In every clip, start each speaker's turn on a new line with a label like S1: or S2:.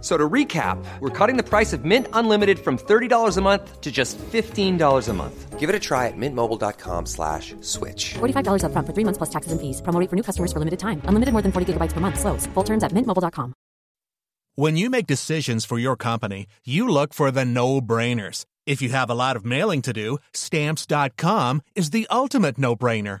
S1: So to recap, we're cutting the price of Mint Unlimited from $30 a month to just $15 a month. Give it a try at mintmobile.com slash switch.
S2: $45 upfront for three months plus taxes and fees. Promo rate for new customers for limited time. Unlimited more than 40 gigabytes per month. Slows. Full terms at mintmobile.com.
S3: When you make decisions for your company, you look for the no brainers. If you have a lot of mailing to do, stamps.com is the ultimate no brainer.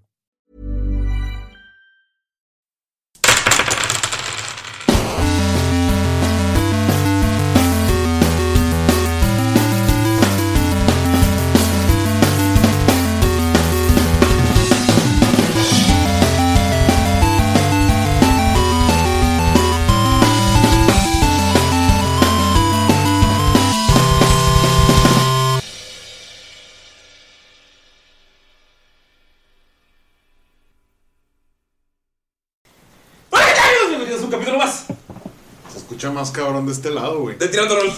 S4: ¡Hola, qué tal, amigos! Bienvenidos a un capítulo más
S5: Se escucha más cabrón de este lado, güey.
S4: de Tirando Rol.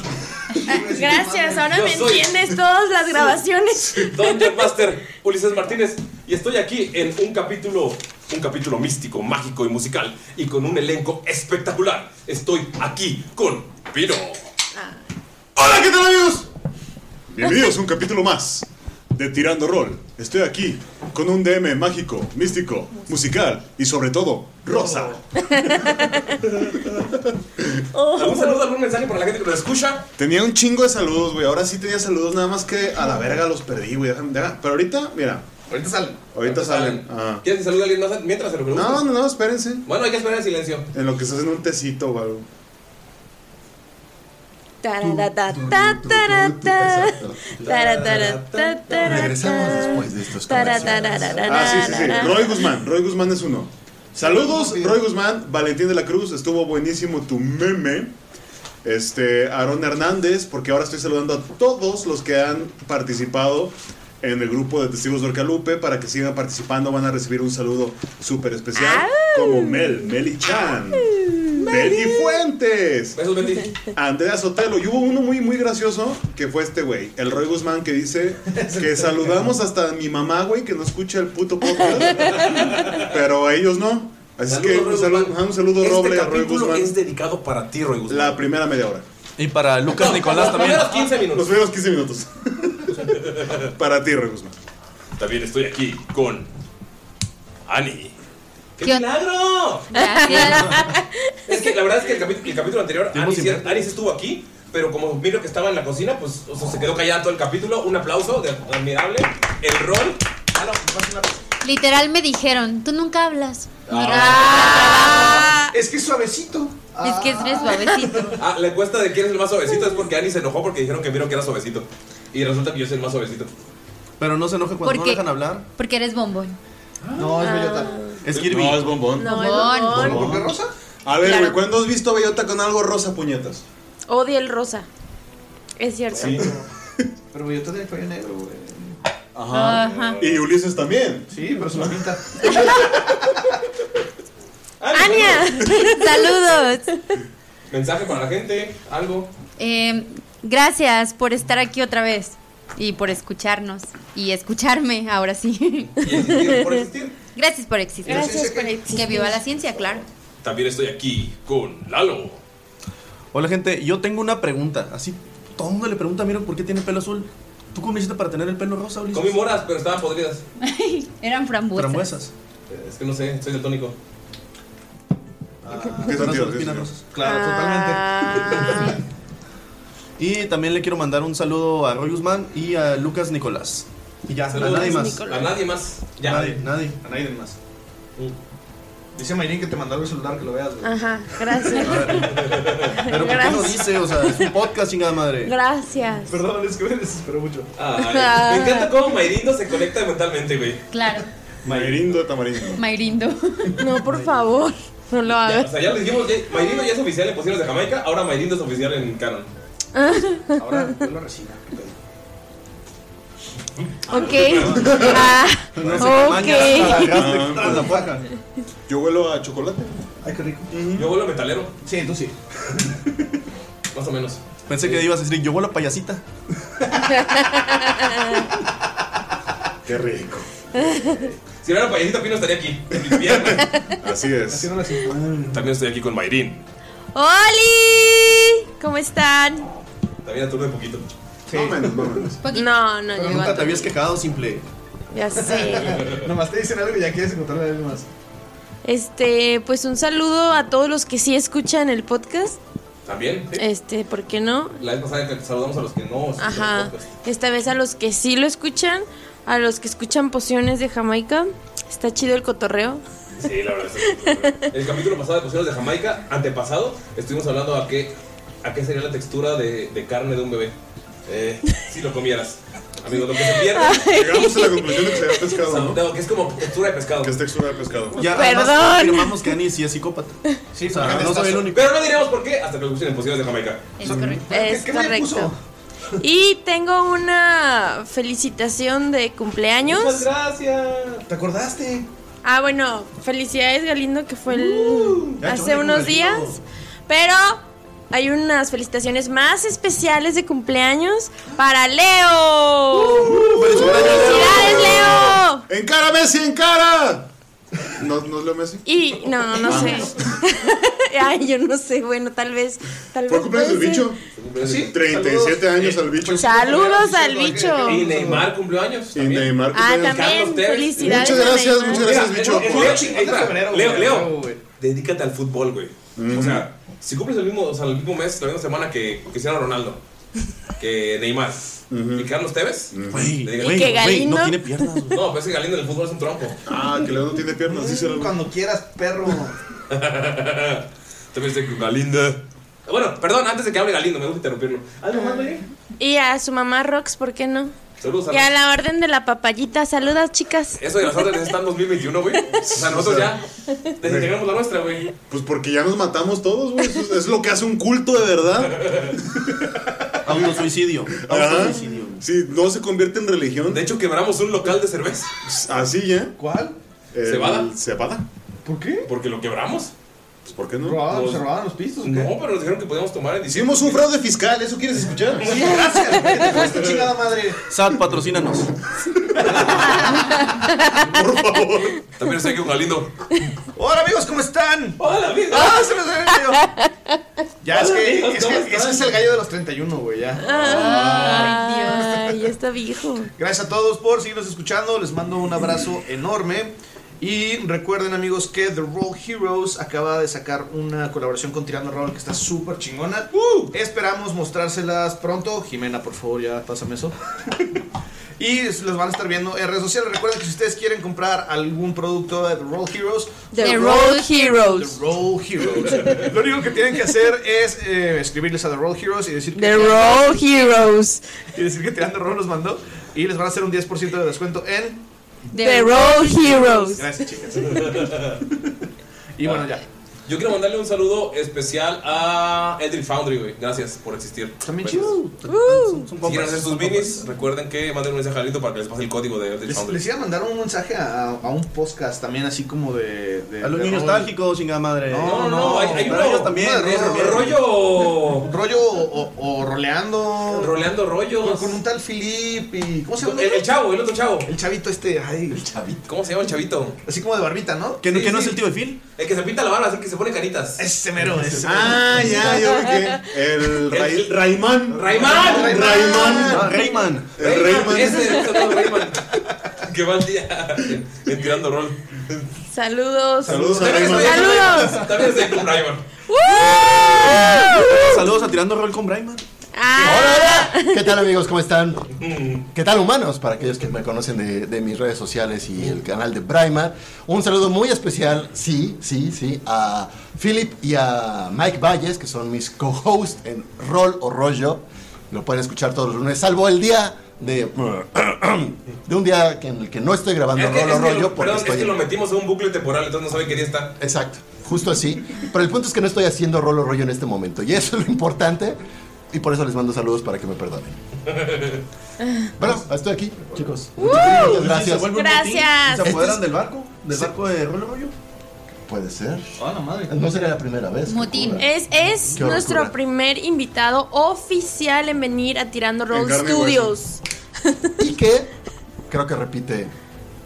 S6: Gracias, ahora
S4: Yo
S6: me
S4: soy-
S6: entiendes todas las grabaciones.
S4: Dungeon Master Ulises Martínez y estoy aquí en un capítulo, un capítulo místico, mágico y musical y con un elenco espectacular. Estoy aquí con Pino.
S5: Hola, ¿qué tal, amigos? Bienvenidos a un capítulo más de Tirando Rol. Estoy aquí con un DM mágico, místico, musical y sobre todo rosa. Oh.
S4: ¿Algún saludo, algún mensaje para la gente que nos escucha?
S5: Tenía un chingo de saludos, güey. Ahora sí tenía saludos, nada más que a la verga los perdí, güey. Déjame- deja- Pero ahorita, mira.
S4: Ahorita salen.
S5: Ahorita salen. Ah.
S4: ¿Quieres que salude a alguien más mientras se lo pregunto?
S5: No, no, no, espérense.
S4: Bueno, hay que esperar en silencio.
S5: En lo que estás en un tecito o algo.
S6: Tararata, tararata, tararata, tararata.
S7: Regresamos después de estos comerciales.
S5: Ah, sí, sí, sí.
S6: tararara.
S5: Roy Guzmán. Roy Guzmán es uno. Saludos, Roy Guzmán. Valentín de la Cruz. Estuvo buenísimo tu meme. Este, Aaron Hernández, porque ahora estoy saludando a todos los que han participado en el grupo de Testigos de Orcalupe. Para que sigan participando, van a recibir un saludo súper especial. Como Mel, Meli Chan, Betty Fuentes,
S4: Besos, Betty.
S5: Andrea Sotelo. Y hubo uno muy, muy gracioso que fue este güey, el Roy Guzmán, que dice que saludamos hasta a mi mamá, güey, que no escucha el puto podcast, pero a ellos no. Así
S4: Saludos,
S5: que
S4: Roy
S5: un saludo,
S4: Guzmán.
S5: ajá, un saludo
S4: este
S5: roble a Roy
S4: capítulo
S5: Guzmán.
S4: es dedicado para ti, Roy Guzmán.
S5: La primera media hora.
S7: Y para Lucas Nicolás
S4: Los
S7: también.
S4: primeros 15
S5: Los
S4: minutos.
S5: primeros 15 minutos. Para ti, Roy Guzmán.
S4: También estoy aquí con Ani. ¡Qué
S8: ¿Qué on-
S4: milagro!
S8: Gracias.
S4: Es que la verdad es que el capítulo, el capítulo anterior,
S7: Tiempo
S4: Ani,
S7: sin
S4: sí-
S7: ver.
S4: Ani sí estuvo aquí, pero como vino que estaba en la cocina, pues o sea, se quedó callada todo el capítulo. Un aplauso de admirable. El rol. Ah, no, más una-
S8: Literal me dijeron, tú nunca hablas.
S9: Ah.
S7: Es que es suavecito.
S8: "Ah". Es que eres suavecito.
S4: Ah, la encuesta de quién es el más suavecito es porque Ani se enojó porque dijeron que vieron que era suavecito. Y resulta que yo soy el más suavecito.
S7: Pero no se enoje cuando no
S8: Porque-
S7: dejan hablar.
S8: Porque eres bombón.
S7: No, es bellota. Es Kirby.
S5: No, es bombón.
S6: No,
S8: Bombón.
S6: el bombón.
S7: ¿Por qué rosa?
S5: A ver, güey,
S6: Claro.
S5: ¿cuándo has visto a Bellota con algo rosa, puñetas?
S6: Odia el rosa. Es cierto.
S4: Sí.
S7: Pero bellota tiene el cabello negro, güey.
S8: Ajá.
S5: Y Ulises también.
S7: Sí, pero se lo pinta.
S4: Ani,
S6: ¡Ania!
S8: Saludos.
S4: Mensaje para la gente, algo.
S8: Eh, gracias por estar aquí otra vez. Y por escucharnos. Y escucharme, ahora sí.
S4: Y existir por existir.
S8: gracias por existir.
S6: Gracias por existir.
S8: Que viva la ciencia, claro.
S4: También estoy aquí con Lalo.
S7: Hola, gente. Yo tengo una pregunta. Así, todo el mundo le pregunta a Miro por qué tiene pelo azul. ¿Tú cómo le hiciste para tener el pelo rosa, Ulises?
S4: Comí moras, pero estaban podridas.
S8: Eran frambuesas.
S7: Frambuesas.
S4: Eh, Es que no sé, soy del tónico.
S7: Ah, ¿Qué
S4: son
S7: sentido?
S4: las espinas
S7: rosas. Claro,
S4: Ah.
S7: totalmente. y también le quiero mandar un saludo a Roy Guzmán y a Lucas Nicolás. Y ya,
S4: Saludos,
S7: a nadie más.
S4: Nicolás. A nadie más. Ya.
S7: Nadie, nadie. A nadie más. Dice Mayrin que te mandaron el celular, que lo veas.
S6: Ajá, gracias.
S7: Pero ¿por qué no dice? O sea, es un podcast, chingada madre.
S6: Gracias.
S7: Perdón, es que me desespero mucho.
S4: Ay, me encanta cómo Mairindo se conecta mentalmente, güey.
S8: Claro,
S4: Mairindo Tamarindo.
S8: Mairindo.
S6: No, por favor, no lo
S4: O
S6: hagas.
S4: sea, ya lo dijimos, ya- Mairindo ya es oficial en Posibles de Jamaica, ahora Mairindo es oficial en Canon.
S6: Ahora,
S4: lo resina.
S6: Ok. Ah,
S5: Ah,
S6: ok.
S5: pues. Yo huelo a chocolate.
S7: Ay, qué rico.
S4: Yo vuelo metalero.
S7: Sí, tú sí.
S4: Más o menos.
S7: Pensé que ibas a decir, yo vuelo payasita.
S5: Qué rico.
S4: Si no era payasita, Pino estaría aquí. Limpiando.
S5: Así es.
S4: También estoy aquí con Mayrin.
S6: ¡Oli! ¿Cómo están?
S4: También aturde un poquito.
S6: No, no, llegó a
S7: Nunca te habías quejado, simple.
S6: Ya sé.
S7: Nomás te dicen algo y ya quieres encontrarle algo más.
S6: Este, pues un saludo a todos los que sí escuchan el podcast.
S4: También. sí.
S6: Este, ¿por qué no?
S4: La vez pasada que saludamos a los que no. escuchan
S6: Ajá.
S4: podcast.
S6: Esta vez a los que sí lo escuchan, a los que escuchan pociones de Jamaica. Está chido el cotorreo.
S4: Sí, la verdad. es que- El capítulo pasado de Posibles de Jamaica, antepasado, estuvimos hablando a qué, a qué sería la textura de, de carne de un bebé. Eh, si lo comieras. Amigos, lo que se pierde.
S6: Ay.
S5: Llegamos a la conclusión de que sería pescado, ¿no?
S4: que es como textura de pescado.
S5: Que es textura de pescado.
S7: Ya,
S4: Perdón.
S7: además, confirmamos que Annie sí es psicópata. Sí, o sea, no soy el único.
S4: Pero no diremos por qué hasta que lo escuchen en Posibles de Jamaica.
S8: Es correcto.
S6: Es correcto. Y tengo una felicitación de cumpleaños.
S4: Muchas gracias.
S7: ¿Te acordaste?
S6: Ah, bueno, felicidades Galindo que fue el-
S5: Uh,
S7: Ya,
S6: hace
S7: yo me
S6: unos días.
S7: imagino.
S6: Pero hay unas felicitaciones más especiales de cumpleaños para Leo.
S5: Uh,
S6: ¡Felicidades, Leo!
S5: ¡En cara, Messi, en cara! ¿No, no es Leo Messi? Ah.
S6: Y no, no sé. Ay, yo no sé. Bueno, tal vez, tal vez.
S5: cumpleaños
S6: puede
S5: del
S6: ser.
S5: bicho?
S7: ¿Ah,
S5: 37 años al bicho.
S6: Pues, Saludos al bicho.
S4: Y Neymar cumpleaños.
S5: Y Neymar.
S6: Ah,
S5: cumpleaños.
S6: también.
S4: Tevez.
S6: Felicidades.
S5: Muchas
S6: a
S5: gracias,
S6: Neymar.
S5: muchas gracias, bicho.
S4: Leo, Leo, Leo, Leo, dedícate al fútbol, güey. O sea,
S5: Mm.
S4: si cumples el mismo, o sea, el mismo mes, la misma semana que Cristiano Ronaldo, que Neymar y Carlos Tevez,
S7: Güey,
S4: dedícate-
S7: güey,
S6: que
S7: güey,
S6: Galindo-
S7: no tiene piernas. güey.
S4: No, pero es que Galindo en el fútbol es un tronco.
S5: Ah, que Leo no tiene piernas, dice algo.
S9: Cuando quieras, perro.
S4: También estoy con Galindo. Bueno, perdón, antes de que hable Galindo, me gusta interrumpirlo. ¿Algo más, güey?
S6: Y a su mamá Rox, ¿por qué no?
S4: Saludos a
S6: Y a
S4: la...
S6: la orden de la papayita. Saludos, chicas.
S4: Eso de las órdenes está en 2021, güey. O sea, nosotros ya desintegramos la nuestra, güey.
S5: eh. Pues porque ya nos matamos todos, güey. Eso Es, es lo que hace un culto de verdad.
S7: Autosuicidio.
S5: Ajá.
S7: Autosuicidio.
S5: Sí, no se convierte en religión.
S4: De hecho, quebramos un local de cerveza.
S5: Así, ¿ya?
S9: ¿Cuál?
S5: El
S4: ¿Cebada?
S5: Cebada.
S9: ¿Por qué?
S4: Porque lo quebramos.
S5: Pues, ¿por qué no?
S9: ¿Robaban,
S4: Los-
S9: ¿Se robaban los pistos? o qué?
S4: No, pero nos dijeron que podíamos tomar en diciembre.
S5: Hicimos un fraude fiscal, ¿eso quieres escuchar?
S9: Sí, gracias. güey, te fuiste, chingada madre.
S7: Sat, patrocínanos.
S5: Por favor.
S4: También estoy aquí con Galindo.
S9: Hola amigos, ¿cómo están?
S4: Hola, amigo.
S9: ¡Ah, se los había olvidado! Ya, es
S4: Hola,
S9: que,
S4: amigos,
S9: es,
S4: ¿cómo
S9: que,
S4: están?
S9: es que es el gallo de los 31, güey, ya.
S6: Ay, ya está viejo.
S9: Gracias a todos por seguirnos escuchando. Les mando un abrazo enorme. Y recuerden, amigos, que The Roll Heroes acaba de sacar una colaboración con Tirando Roll que está súper chingona.
S4: Uh.
S9: Esperamos mostrárselas pronto. Jimena, por favor, ya pásame eso. Y los van a estar viendo en redes sociales. Recuerden que si ustedes quieren comprar algún producto de The Roll Heroes,
S6: The Roll
S9: The
S6: Heroes.
S9: Roll Heroes. Lo único que tienen que hacer es eh, escribirles a The Roll Heroes y decir que,
S6: The Roll Heroes.
S9: y decir que Tirando Roll los mandó. Y les van a hacer un 10% de descuento en.
S6: The Roll Heroes.
S9: Gracias, chicas. y bueno, ya.
S4: Yo quiero mandarle un saludo especial a Eldritch Foundry, güey. Gracias por existir.
S9: También
S4: Gracias.
S9: chido.
S7: Son
S4: Si quieren
S7: compas,
S4: hacer sus
S7: son
S4: minis, recuerden que manden un mensaje a Galindo para que les pase el código de Eldritch
S9: Les,
S4: Foundry.
S9: les iba a mandar un mensaje a, a un podcast también, así como de. de
S7: compas. A los
S9: de
S7: niños
S9: rol.
S7: nostálgicos, chingada madre.
S9: No,
S4: No, no, no, hay, hay
S7: pero
S4: uno-
S7: ellos también.
S4: uno de
S7: ellos
S4: ro-
S7: también.
S4: rollo.
S9: Rollo o, o- o roleando.
S4: Roleando rollos.
S9: con, con un tal Filip y. ¿Cómo se
S4: El,
S9: llama?
S4: el chavo, el otro chavo.
S9: El chavito este. Ay, el chavito.
S4: ¿Cómo se llama el chavito?
S9: Así como de barbita, ¿no?
S7: ¿Que no,
S4: Sí,
S7: que no
S4: sí.
S7: es el tío de Phil?
S4: El que se pinta la barba, así que se pone canitas.
S9: Ese mero, ese.
S5: Ah, ya, yo creo que. El Ray- Rayman.
S4: Rayman.
S5: Rayman.
S7: Rayman.
S4: Ah,
S5: El Rayman.
S4: Ese es el Rayman. Qué mal día. En, en tirando rol.
S6: Saludos.
S4: Saludos a
S6: También
S4: Raymond.
S6: estoy-
S4: Saludos. También estoy con
S7: Saludos a Tirando Rol con Brayman.
S10: ¿Qué tal amigos? ¿Cómo están?
S4: Mm.
S10: ¿Qué tal humanos? Para aquellos que me conocen de, de mis redes sociales y el canal de Braimar. Un saludo muy especial, sí, sí, sí, a Philip y a Mike Valles, que son mis co-hosts en Rol o Rollo. Lo pueden escuchar todos los lunes, salvo el día de, de un día que- en el que no estoy grabando
S4: Es que,
S10: Rol o
S4: es que
S10: Rollo.
S4: lo,
S10: porque
S4: perdón,
S10: estoy
S4: es que
S10: en-
S4: lo metimos en un bucle temporal, entonces no sabe qué día está.
S10: Exacto, justo así. Pero el punto es que no estoy haciendo rolo rollo en este momento. Y eso es lo importante. Y por eso les mando saludos para que me perdonen. Bueno, estoy aquí, chicos. Muchas
S7: Oye, si se
S10: gracias.
S7: vuelve un motín,
S6: Gracias.
S7: ¿Se
S10: Este
S7: apoderan
S10: es-
S7: del barco? ¿Del barco de Rolo Rollo?
S10: Puede ser.
S7: Ah, la madre.
S10: No sería la primera vez.
S6: Motín. Es, es
S10: Qué
S6: nuestro
S10: locura.
S6: primer invitado oficial en venir a Tirando Roll
S10: carne y hueso.
S6: Studios.
S10: Y que creo que repite.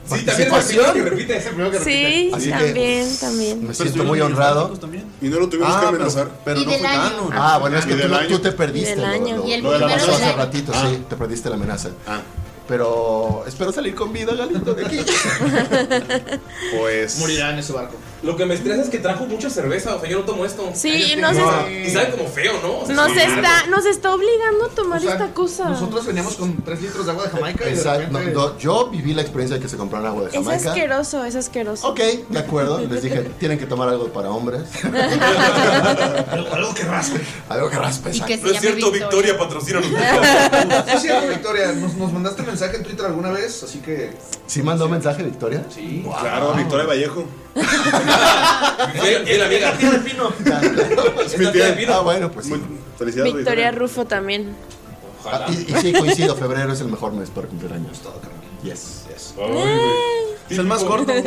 S4: Sí, también es el primero que repite. Es el primero que
S6: Sí,
S4: repite.
S6: también, también.
S10: pues, Me siento muy honrado.
S5: Y no lo tuvimos
S10: Ah,
S5: que
S10: pero-
S5: amenazar.
S10: pero
S8: Y no del fue año. canon.
S10: Ah, bueno, es que
S5: Y
S10: tú,
S5: del
S10: no-
S5: año.
S10: tú te perdiste.
S8: Y del
S10: lo-
S8: año.
S10: lo-
S8: Y el
S10: lo de la
S8: primero
S10: amenaza
S8: del
S10: hace
S8: año.
S10: ratito,
S5: Ah.
S10: sí, te perdiste la amenaza. Pero espero salir con vida, Galito, de aquí.
S5: Pues.
S9: Morirá en ese barco.
S4: Lo que me estresa es que trajo mucha cerveza. O sea, yo no tomo esto.
S6: Sí, Cállate. no sé-
S4: Ah, Y sabe como feo, ¿no? O sea,
S6: Nos
S4: sí,
S6: está, nos está obligando a tomar
S9: O sea,
S6: esta cosa.
S9: Nosotros veníamos con 3 litros de agua de Jamaica.
S10: Exacto.
S9: Y
S10: no,
S9: de repente-
S10: no, yo viví la experiencia de que se compraron agua de
S6: Es
S10: Jamaica.
S6: asqueroso, es asqueroso.
S10: Ok. De acuerdo, les dije, tienen que tomar algo para hombres.
S9: algo que raspe.
S10: Algo que raspe.
S9: Y
S10: exacto.
S9: que se No es llame cierto, Victoria. Victoria,
S4: patrocínanos.
S9: Sí, es cierto, Victoria. Nos, nos mandaste mensaje en Twitter alguna vez, así que.
S10: ¿Sí mandó mensaje Victoria?
S9: Sí.
S5: Claro, Victoria Vallejo.
S4: Es la amiga.
S9: Tía de Pino.
S5: Es mi tía.
S10: Ah, bueno, pues. sí.
S5: Felicidades,
S6: Victoria Rufo también.
S10: Ah, y, y sí, coincido, febrero es el mejor mes para cumpleaños. Yes.
S9: Es el más corto.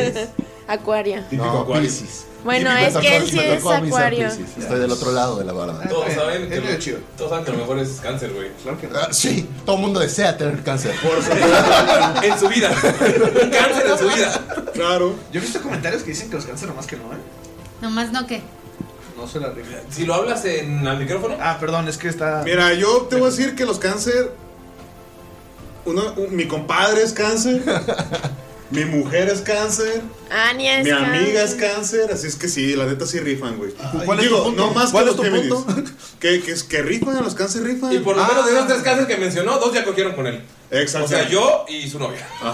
S6: Acuaria.
S10: No, Pisces.
S6: Bueno,
S10: Me
S6: es que
S10: tocó-
S6: él sí
S10: me
S6: es
S10: tocó a mí ser
S6: acuario.
S10: Piscis. Estoy del otro lado de la barda.
S4: Todos saben que lo, todos saben que lo mejor es cáncer, güey. Claro que
S10: Ah, sí, todo el mundo desea tener cáncer.
S4: En su vida. cáncer en su vida.
S5: Claro.
S9: Yo he visto comentarios que dicen que los cáncer nomás que no, ¿eh?
S8: Nomás no que.
S9: No se la rifan.
S4: Si lo hablas en al micrófono.
S9: Ah, perdón, es que está.
S5: Mira, yo te voy a decir que los cáncer. uno- un- mi compadre es cáncer. mi mujer es cáncer.
S6: Ania es
S5: Mi amiga es
S6: cáncer.
S5: cáncer, así es que sí, la neta sí rifan, güey.
S9: Ah, ¿Cuál es
S5: Digo,
S9: tu punto?
S5: no más
S9: ¿Cuál
S5: que
S9: es
S5: los
S9: tu
S5: Géminis. Que, que, que rifan, los cáncer rifan.
S4: Y por lo
S5: Ah.
S4: menos de esos tres cánceres que mencionó, dos ya cogieron con él.
S5: Exacto.
S4: O sea, yo y su novia.
S5: Ajá.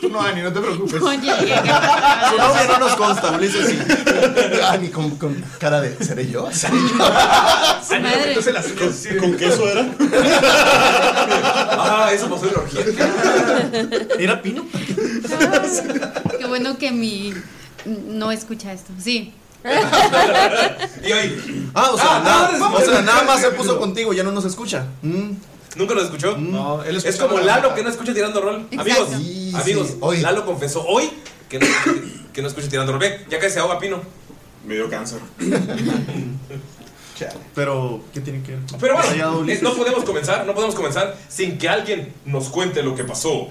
S9: Tú no, Ani, no te preocupes.
S8: Oye,
S7: Su novia no nos consta, Ulises sí.
S10: Ah, ni con, con cara de. ¿Seré yo? ¿Seré yo?
S5: ¿Con, con queso era?
S4: ah, eso pasó en la orgía.
S9: ¿Era Pino?
S8: Qué bueno que mi. No escucha esto. Sí.
S4: Y hoy.
S7: Ah, o sea,
S4: Ah,
S7: nada,
S4: madres,
S7: o sea,
S4: madres,
S7: nada más se
S4: madres,
S7: puso contigo, ya no nos escucha. Mm.
S4: ¿Nunca lo escuchó? No,
S9: él
S4: Es como Lalo que no escucha tirando rol. Amigos, amigos, Lalo confesó hoy que no, que no escucha tirando rol. Ve, ya que se ahoga Pino.
S5: Me dio cáncer.
S7: Pero, ¿qué tiene que ver?
S4: Pero
S7: Rayado
S4: bueno, eh,
S7: Ulises.
S4: no podemos comenzar, no podemos comenzar sin que alguien nos cuente lo que pasó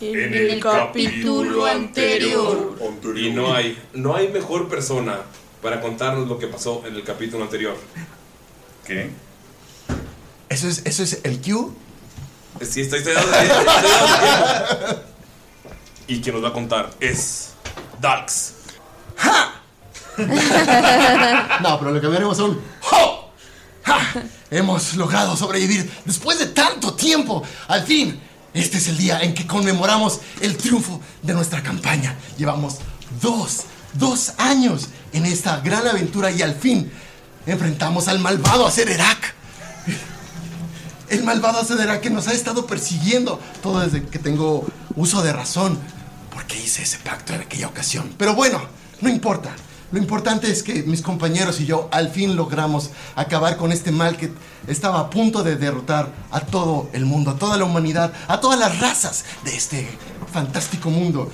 S6: En
S4: el capítulo anterior. Y no hay, no hay mejor persona para contarnos lo que pasó en el capítulo anterior.
S5: ¿Qué?
S10: ¿Eso es, ¿Eso es el Q?
S4: Sí, estoy, estoy dando- estoy dando- Y quien nos va a contar es Darks.
S10: No, pero lo que veremos son. ¡Jo! ¡Ja! Hemos logrado sobrevivir después de tanto tiempo. Al fin, este es el día en que conmemoramos el triunfo de nuestra campaña. Llevamos dos, dos años en esta gran aventura y al fin enfrentamos al malvado Acererak. El malvado Acererak que nos ha estado persiguiendo todo desde que tengo uso de razón. Porque hice ese pacto en aquella ocasión. Pero bueno, no importa. Lo importante es que mis compañeros y yo al fin logramos acabar con este mal que estaba a punto de derrotar a todo el mundo, a toda la humanidad, a todas las razas de este fantástico mundo.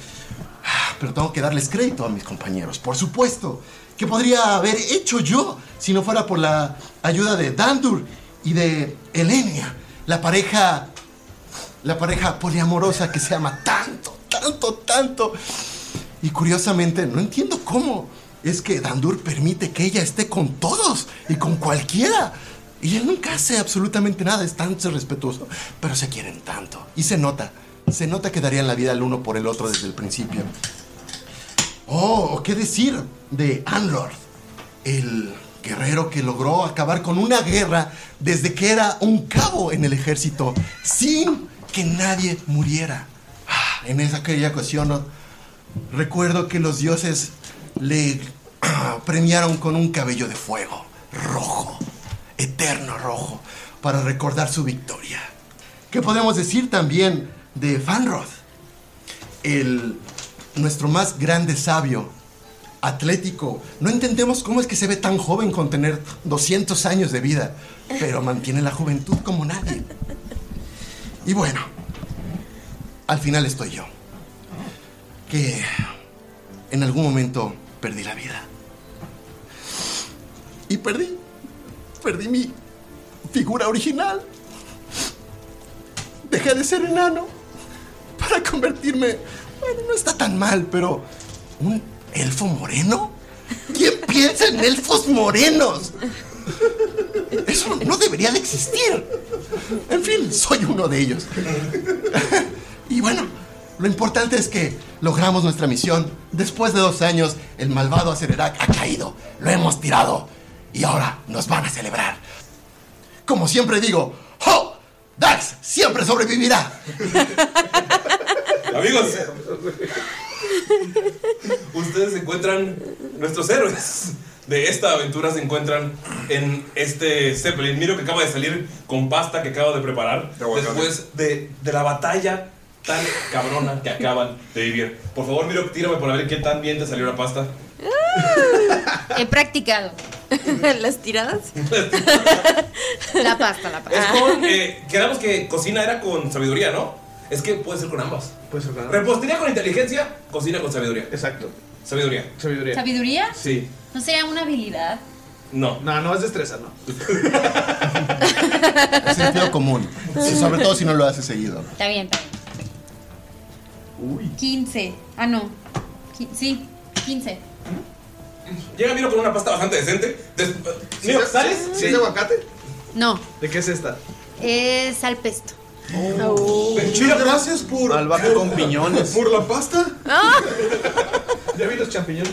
S10: Ah, Pero tengo que darles crédito a mis compañeros, por supuesto. que podría haber hecho yo si no fuera por la ayuda de Dandur y de Elenia? La pareja la pareja poliamorosa que se ama tanto, tanto, tanto. Y curiosamente, no entiendo cómo es que Dandur permite que ella esté con todos y con cualquiera. Y él nunca hace absolutamente nada, es tan respetuoso, pero se quieren tanto. Y se nota, Se nota que darían la vida al uno por el otro desde el principio. Oh, ¿qué decir de Anlord? El guerrero que logró acabar con una guerra desde que era un cabo en el ejército sin que nadie muriera. Ah, En esa aquella ocasión ¿no? recuerdo que los dioses le ah, premiaron con un cabello de fuego, rojo, eterno rojo, para recordar su victoria. ¿Qué podemos decir también de Fanroth? El nuestro más grande sabio, atlético. No entendemos cómo es que se ve tan joven con tener 200 años de vida, pero mantiene la juventud como nadie. Y bueno, al final estoy yo, que en algún momento perdí la vida. Y perdí, perdí mi figura original. Dejé de ser enano para convertirme bueno, no está tan mal, pero ¿un elfo moreno? ¿Quién piensa en elfos morenos? Eso no debería de existir. En fin, soy uno de ellos. Y bueno, lo importante es que logramos nuestra misión. Después de dos años, el malvado Acererak ha caído. Lo hemos tirado. Y ahora nos van a celebrar. Como siempre digo, ¡Ho! Dax siempre sobrevivirá.
S4: Amigos, ustedes se encuentran, nuestros héroes de esta aventura se encuentran en este Zeppelin. Miro que acaba de salir con pasta que acabo de preparar después de, de la batalla tan cabrona que acaban de vivir. Por favor, Miro, tírame para ver qué tan bien te salió la pasta.
S6: Ah.
S8: He practicado. ¿Las tiradas? la pasta, la
S4: Es
S11: Ah.
S8: pasta.
S4: con, eh, quedamos que cocina era con sabiduría, ¿no? Es que puede ser con ambas.
S9: Pues,
S4: Puede ser con ambas. Repostería con inteligencia, cocina con sabiduría. Exacto. Sabiduría. Sabiduría.
S11: ¿Sabiduría?
S4: Sí.
S11: ¿No sería una habilidad?
S4: No.
S9: No, no es destreza, no.
S10: Es sentido común. Sí, Sobre todo si no lo hace seguido.
S11: Está bien, está bien.
S10: Uy.
S11: 15. Ah, no. Qui- sí, 15.
S4: Llega Miro con una pasta bastante decente. Des- Miro, ¿sales?
S9: ¿Sí es de aguacate?
S8: No,
S9: ¿De qué es esta?
S8: es al pesto.
S4: Oh.
S9: Muchas gracias por. Albahaca con piñones.
S5: ¿Por la pasta?
S6: Ah.
S9: Ya vi los champiñones.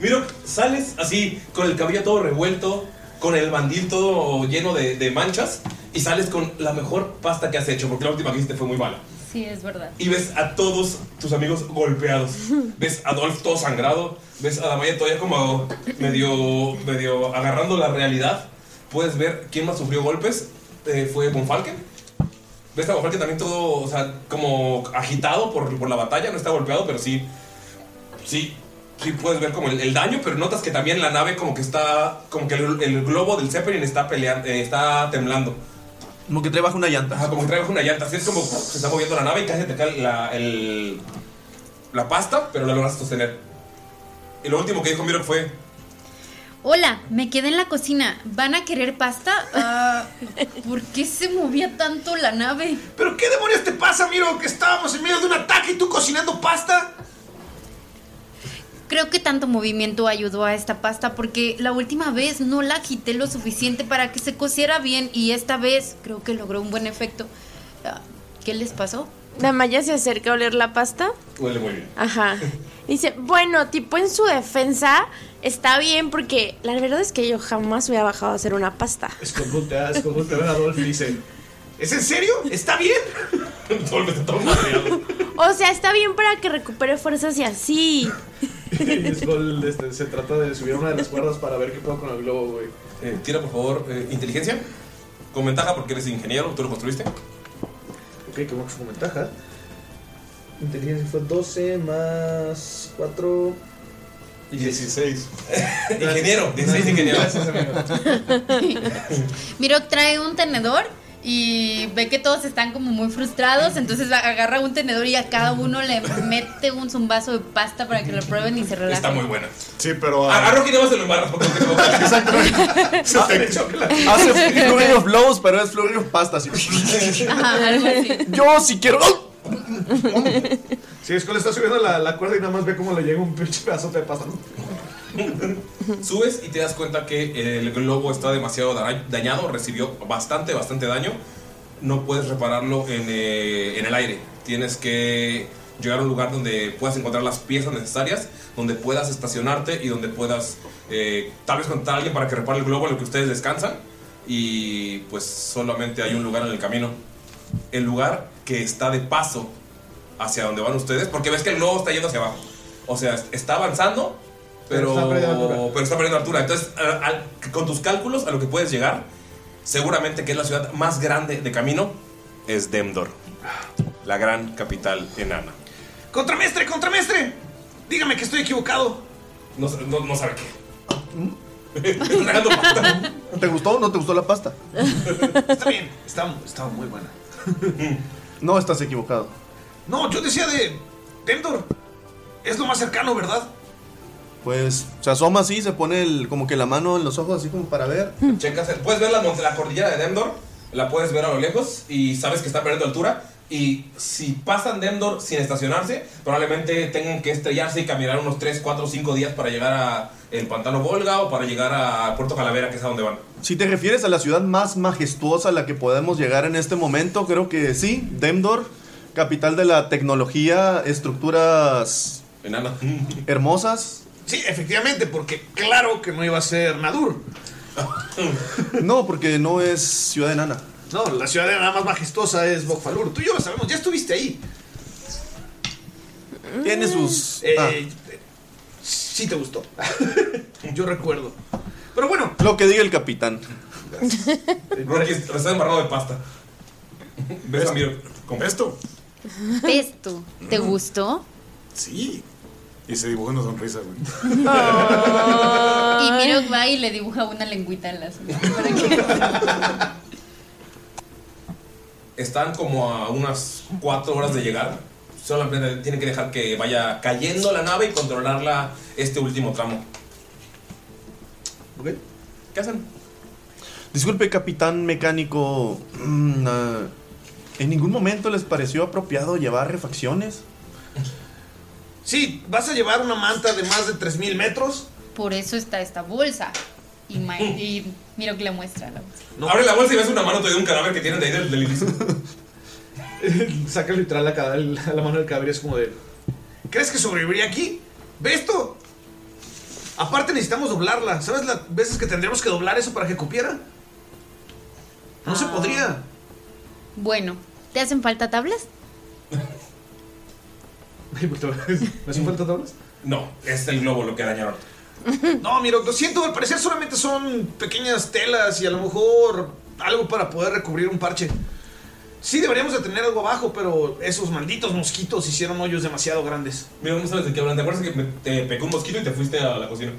S4: Miro, sales así con el cabello todo revuelto, con el bandil todo lleno de, de manchas y sales con la mejor pasta que has hecho, porque la última que hiciste fue muy mala.
S11: Sí, es verdad.
S4: Y ves a todos tus amigos golpeados. Ves a Adolf todo sangrado. Ves a Damaya todavía como medio, medio agarrando la realidad. Puedes ver quién más sufrió golpes. eh, fue Bonfalken. Ves a Bonfalken también todo, o sea, como agitado por, por la batalla. No está golpeado, pero sí. Sí, sí puedes ver como el, el daño. Pero notas que también la nave, como que está. Como que el, el globo del Zeppelin está, peleando, está temblando.
S9: Como que trae bajo una llanta.
S4: Ajá, como que trae bajo una llanta. Así es como se está moviendo la nave y casi te cae la, el- la pasta, pero la logras sostener. Y lo último que dijo Miro fue:
S11: Hola, me quedé en la cocina. ¿Van a querer pasta? Ah, ¿Por qué se movía tanto la nave?
S9: ¿Pero qué demonios te pasa, Miro? Que estábamos en medio de un ataque y tú cocinando pasta.
S8: Creo que tanto movimiento ayudó a esta pasta porque la última vez no la agité lo suficiente para que se cociera bien y esta vez creo que logró un buen efecto. Ah, ¿Qué les pasó?
S6: Damaya se acerca a oler la pasta.
S4: Huele muy bien.
S6: Ajá. Dice, bueno, tipo en su defensa está bien porque la verdad es que yo jamás hubiera bajado a hacer una pasta.
S9: Es conjunta, es conjunta. Ven a Adolfo y dice: ¿Es en serio? ¿Está bien?
S4: Adolfo está todo
S6: O sea, está bien para que recupere fuerzas y así.
S9: Y Skull, este, se trata de subir una de las cuerdas para ver qué puedo con el globo, güey.
S4: eh, Tira por favor eh, inteligencia. Con ventaja porque eres ingeniero, tú lo construiste.
S9: Ok, que vamos con ventaja. Inteligencia fue 12 más 4.
S5: 16.
S4: ingeniero, 16 ingeniero.
S11: Miro trae un tenedor y ve que todos están como muy frustrados, entonces agarra un tenedor y a cada uno le mete un zumbazo de pasta para que lo prueben y se
S4: Está
S11: relajen.
S4: muy buena. Ah,
S5: Sí, pero.
S12: ah,
S4: A, a Rocky nada más se lo embarras porque no te equivocas.
S7: Ah,
S9: Ah,
S7: Hace flurry of blows, pero es flurry of pasta. así.
S9: Yo si quiero. Sí, Skull está subiendo la, la cuerda y nada más ve cómo le llega un pinche pedazote de pasta.
S4: Subes y te das cuenta que el globo está demasiado da- dañado, recibió bastante, bastante daño. no puedes repararlo en, eh, en el aire. Tienes que llegar a un lugar donde puedas encontrar las piezas necesarias, donde puedas estacionarte y donde puedas eh, tal vez contar a alguien para que repare el globo en el que ustedes descansan. Y pues solamente hay un lugar en el camino. El lugar que está de paso hacia donde van ustedes, porque ves que el globo está yendo hacia abajo. O sea, está avanzando, pero,
S9: Pero está perdiendo altura.
S4: pero está perdiendo altura. Entonces, a- a- con tus cálculos a lo que puedes llegar, seguramente que es la ciudad más grande de camino, es Demdor, la gran capital enana.
S9: ¡Contramestre, contramestre! Dígame que estoy equivocado.
S4: No, no, no sabe qué.
S7: ¿Te gustó o no te gustó la pasta?
S9: Está bien, estaba, estaba muy buena.
S7: No estás equivocado.
S9: No, yo decía de. Demdor. Es lo más cercano, ¿verdad?
S7: Pues se asoma así, se pone el, como que la mano en los ojos así como para ver.
S4: Checas, puedes ver la, mont- la cordillera de Demdor, la puedes ver a lo lejos y sabes que está perdiendo altura. Y si pasan Demdor sin estacionarse, probablemente tengan que estrellarse y caminar unos 3, 4, 5 días para llegar a el pantano Volga o para llegar a Puerto Calavera, que es a donde van.
S7: Si te refieres a la ciudad más majestuosa a la que podemos llegar en este momento, creo que sí, Demdor, capital de la tecnología, estructuras hermosas.
S9: Sí, efectivamente, porque claro que no iba a ser Nadur.
S7: No, porque no es ciudad enana.
S9: No, la ciudad nada más majestuosa es Bokfalur. Tú y yo lo sabemos, ya estuviste ahí.
S7: Tiene sus.
S9: Eh,
S7: ah.
S9: Sí te gustó. yo recuerdo. Pero bueno.
S7: Lo que diga el capitán.
S4: Rocky está embarrado de pasta. ¿Ves, amigo? ¿Con
S12: esto?
S11: Pesto, ¿te gustó?
S12: Sí. Y se dibujó una sonrisa, güey.
S11: Y Mirok va y le dibuja una lengüita en la suya.
S4: Están como a unas 4 horas de llegar. Solamente tienen que dejar que vaya cayendo la nave y controlarla este último tramo. ¿Qué hacen?
S7: Disculpe, capitán mecánico. mm, ah, ¿En ningún momento les pareció apropiado llevar refacciones?
S9: Sí, vas a llevar una manta de más de 3000 metros.
S11: Por eso está esta bolsa. Y, Ma- y Mirok le muestra la bolsa.
S4: Abre la bolsa y ves una mano todavía de un cadáver que tienen de ahí del, del inicio.
S9: Saca literal la, cada- la mano del cadáver y es como de. ¿Crees que sobreviviría aquí? ¿Ve esto? Aparte necesitamos doblarla. ¿Sabes las veces que tendríamos que doblar eso para que cupiera? No se
S11: Ah.
S9: podría.
S11: Bueno, ¿te hacen falta tablas?
S9: pues, ¿Me hacen falta tablas?
S4: No, es el globo lo que dañaron.
S9: No, mira, lo siento, al parecer solamente son pequeñas telas y a lo mejor algo para poder recubrir un parche. Sí, deberíamos de tener algo abajo, pero esos malditos mosquitos hicieron hoyos demasiado grandes.
S4: Mira, no sabes de qué hablan. ¿Te acuerdas que me- te pegó un mosquito y te fuiste a la cocina?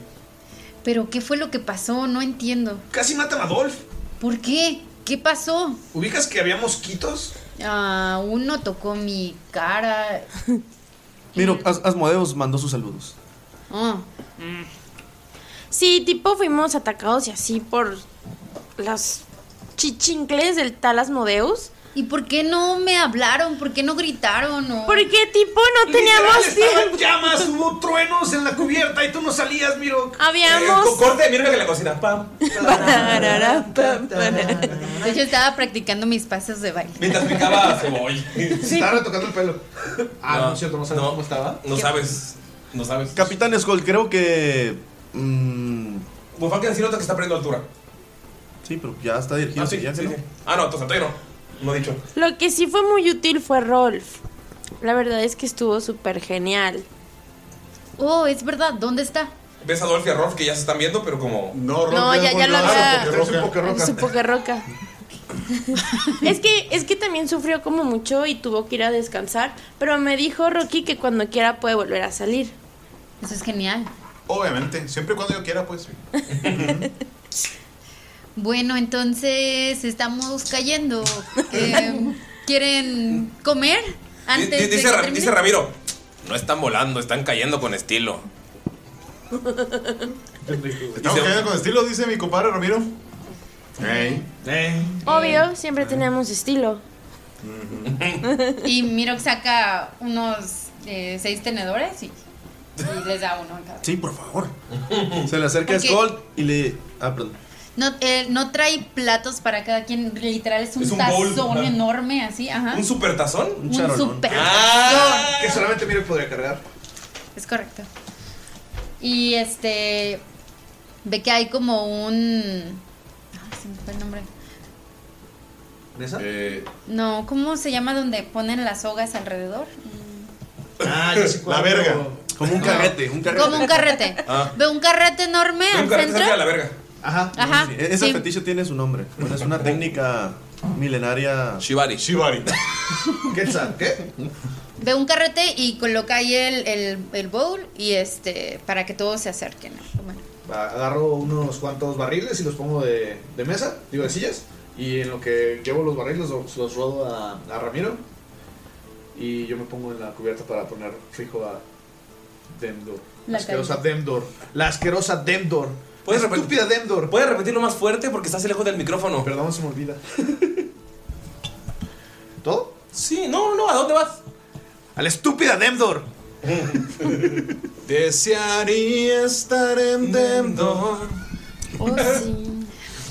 S11: Pero ¿qué fue lo que pasó? No entiendo.
S9: Casi matan a Dolph.
S11: ¿Por qué? ¿Qué pasó?
S9: ¿Ubicas que había mosquitos?
S11: Ah, uno tocó mi cara.
S7: Miro, As- Asmodeus mandó sus saludos.
S11: Ah.
S6: Sí, tipo fuimos atacados y así por las chichincles del Talas Modeus.
S11: ¿Y por qué no me hablaron? ¿Por qué no gritaron? O...
S6: Porque tipo no
S9: Literal,
S6: teníamos
S9: estaban
S6: tiempo.
S9: llamas, hubo truenos en la cubierta y tú no salías, Miro.
S11: Habíamos-
S4: Eh, corte, mira que la cocina. Pam.
S11: De hecho, estaba practicando mis pasos de baile.
S4: Mientras picaba cebolla.
S9: Se estaba retocando el pelo. Ah, no, es cierto, no sabes cómo estaba.
S4: No sabes. No sabes.
S7: Capitán Skull, creo que. Mmm,
S4: Bufán que decir otra que está perdiendo altura.
S7: sí, pero ya está dirigido.
S4: Ah, sí,
S7: ya
S4: sí,
S7: que no.
S4: sí. Ah, no, entonces todavía no. No he dicho.
S6: Lo que sí fue muy útil fue Rolf. La verdad es que estuvo súper genial.
S11: Oh, es verdad, ¿dónde está?
S4: Ves a Dolph y a Rolf que ya se están viendo, pero como.
S12: No,
S6: Rolf No, ya- ya lo había- Su poca roca. es que es que también sufrió como mucho y tuvo que ir a descansar, pero me dijo Rocky que cuando quiera puede volver a salir.
S11: Eso es genial.
S12: Obviamente, siempre y cuando yo quiera, pues.
S11: Bueno, entonces estamos cayendo. Eh, ¿Quieren comer? Antes
S4: Di-
S11: de
S4: dice,
S11: que
S4: Ra-
S11: termine?
S4: dice Ramiro. No están volando, están cayendo con estilo.
S12: Estamos cayendo con estilo, dice mi compadre Ramiro. Ey.
S6: Obvio, siempre tenemos estilo.
S11: Y Mirok saca unos eh, seis tenedores y, y les da uno a cada.
S7: Sí, por favor. Se le acerca
S11: Ok.
S7: a Skull y le. Ah, perdón.
S11: No, eh, no trae platos para cada quien, literal es un,
S4: Es un bowl,
S11: tazón
S4: ajá.
S11: enorme así, ajá.
S4: ¿Un super tazón?
S11: Un charolón. super-
S9: Ah, que solamente Miro podría cargar.
S11: Es correcto. Y este ve que hay como un ay, se me fue el nombre.
S9: ¿Nesa?
S11: No, ¿cómo se llama donde ponen las sogas alrededor?
S9: Ah, ya sé cuál.
S7: La verga. Como un carrete, un carrete.
S11: Como un carrete.
S7: Ah.
S11: Ve un carrete enorme al centro.
S4: verga.
S9: Ajá.
S11: Ajá,
S7: Sí, Ese
S11: sí.
S7: fetiche tiene su nombre. Bueno, es una técnica milenaria.
S4: Shibari.
S7: Shibari.
S9: ¿Qué ¿Qué?
S11: Ve un carrete y coloca ahí el, el, el bowl y este para que todos se acerquen. Bueno,
S9: Agarro unos cuantos barriles y los pongo de, de mesa, digo de sillas. Y en lo que llevo los barriles los, los rodo a, a Ramiro. Y yo me pongo en la cubierta para poner fijo a Demdor. La
S4: La
S9: asquerosa
S4: caída.
S9: Demdor. La asquerosa Demdor.
S4: ¿Puedes
S9: Estúpida Demdor.
S4: ¿Puedes repetirlo más fuerte porque estás lejos del micrófono?
S9: Perdón, se me olvida. ¿Todo?
S4: Sí, no, no, ¿a dónde vas?
S9: ¡A la estúpida Demdor!
S12: Desearía estar en Demdor.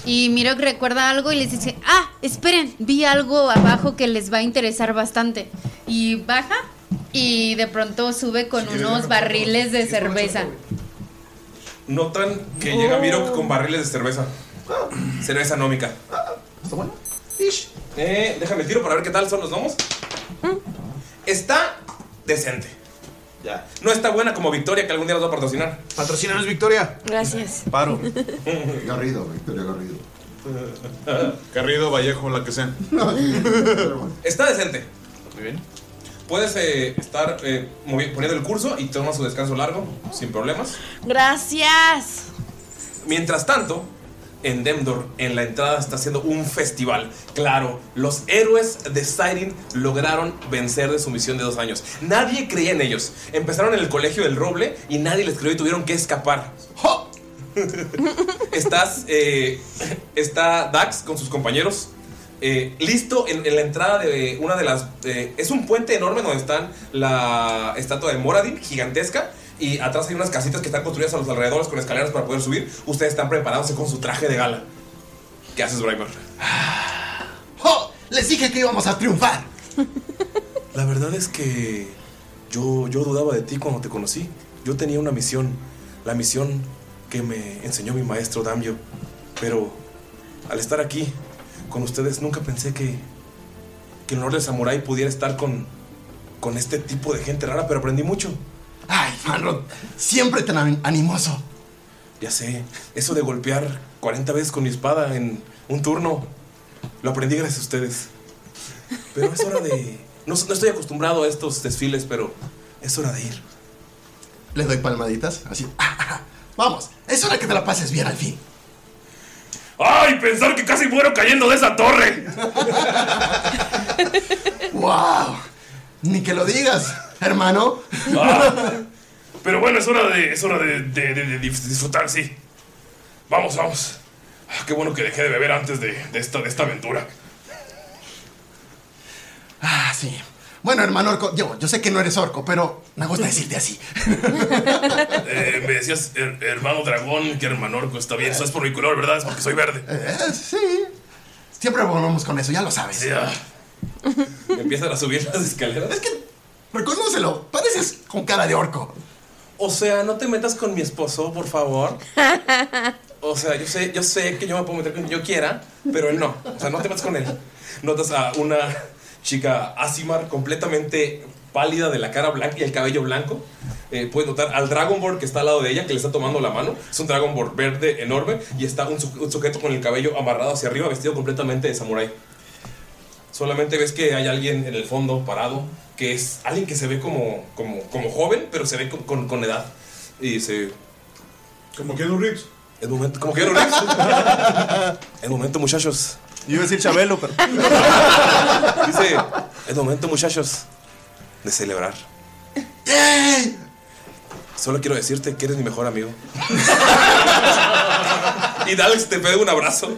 S11: Y Mirok recuerda algo y les dice, ah, esperen, vi algo abajo que les va a interesar bastante. Y baja y de pronto sube con unos barriles de cerveza.
S4: Notan que llega Miro con barriles de cerveza. Cerveza nómica.
S9: ¿Está bueno?
S4: Eh, déjame el tiro para ver qué tal son los gnomos.
S11: Mm.
S4: Está decente.
S9: Ya.
S4: No está buena como Victoria, que algún día nos va a patrocinar.
S9: Patrocínanos, Victoria.
S6: Gracias.
S12: Paro.
S4: Garrido,
S12: Victoria Garrido. Garrido, Vallejo, la que sea.
S4: Está decente.
S9: Muy bien.
S4: Puedes eh, estar eh, movi- poniendo el curso y toma su descanso largo, sin problemas.
S6: Gracias.
S4: Mientras tanto, en Demdor, en la entrada, está haciendo un festival. Claro, los héroes de Siren lograron vencer de su misión de dos años. Nadie creía en ellos. Empezaron en el colegio del Roble y nadie les creyó y tuvieron que escapar. ¡Ja! Estás, eh, está Dax con sus compañeros. eh, listo en, en la entrada de una de las... eh, es un puente enorme donde están la estatua de Moradin, gigantesca. Y atrás hay unas casitas que están construidas a los alrededores con escaleras para poder subir. Ustedes están preparándose con su traje de gala. ¿Qué haces, Braimar?
S10: ¡Oh! Les dije que íbamos a triunfar.
S4: La verdad es que yo, yo dudaba de ti cuando te conocí. Yo tenía una misión, la misión que me enseñó mi maestro Damio. Pero al estar aquí con ustedes nunca pensé que, que el honor del samurái pudiera estar con, con este tipo de gente rara, pero aprendí mucho.
S10: Ay, Fanrod, siempre tan an- animoso.
S4: Ya sé, eso de golpear 40 veces con mi espada en un turno, lo aprendí gracias a ustedes. Pero es hora de... No, no estoy acostumbrado a estos desfiles, pero es hora de ir.
S10: Les doy palmaditas, así. Vamos, es hora que te la pases bien al fin.
S4: ¡Ay, pensar que casi muero cayendo de esa torre!
S10: ¡Wow! Ni que lo digas, hermano.
S4: Ah, pero bueno, es hora de, es hora de, de- de- de dis- disfrutar, sí. Vamos, vamos. Ah, Qué bueno que dejé de beber antes de, de esta, de esta aventura.
S10: Ah, sí. Bueno, hermano orco, yo, yo sé que no eres orco, pero me gusta decirte así.
S4: Eh, me decías, her- hermano dragón, que hermanorco, está bien. Eso es por mi color, ¿verdad? Es porque soy verde.
S10: Eh, sí. Siempre volvemos con eso, ya lo sabes.
S4: Sí, ah. Empiezan a subir las escaleras. Es
S10: que, reconócelo, pareces con cara de orco.
S4: O sea, no te metas con mi esposo, por favor. O sea, yo sé, yo sé que yo me puedo meter con quien yo quiera, pero él no. O sea, no te metas con él. Notas a una chica Asimar completamente pálida de la cara blanca y el cabello blanco. Eh, puedes notar al Dragonborn que está al lado de ella, que le está tomando la mano. Es un Dragonborn verde enorme y está un, su- un sujeto con el cabello amarrado hacia arriba, vestido completamente de samurái. Solamente ves que hay alguien en el fondo parado, que es alguien que se ve como, como, como joven, pero se ve con, con- con edad. Y se...
S12: Como que un Rips.
S4: Es momento, como que un Rips. es momento, muchachos.
S7: Yo iba a decir Chabelo, pero.
S4: Dice, es momento, muchachos, de celebrar. Solo quiero decirte que eres mi mejor amigo. y Dallas te pide un abrazo.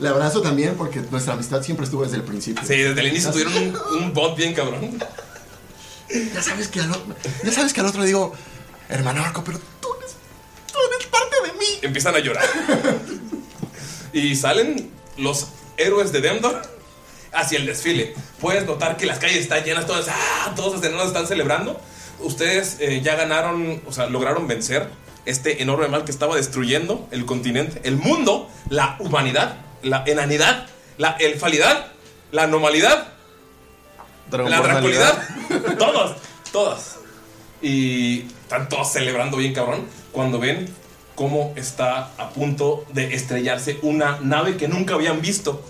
S10: Le abrazo también porque nuestra amistad siempre estuvo desde el principio.
S4: Sí, desde el inicio tuvieron un, un bot bien cabrón.
S10: Ya sabes que al otro, ya sabes que al otro digo, hermano orco, pero
S4: Empiezan a llorar. Y salen los héroes de Demdor hacia el desfile. Puedes notar que las calles están llenas, todas, ¡ah! todos los enanos están celebrando. Ustedes eh, ya ganaron, o sea, lograron vencer este enorme mal que estaba destruyendo el continente, el mundo, la humanidad, la enanidad, la elfalidad, la anomalidad, la
S9: Dragonbornalidad.
S4: draculidad. todos, todas. Y están todos celebrando bien cabrón cuando ven cómo está a punto de estrellarse una nave que nunca habían visto.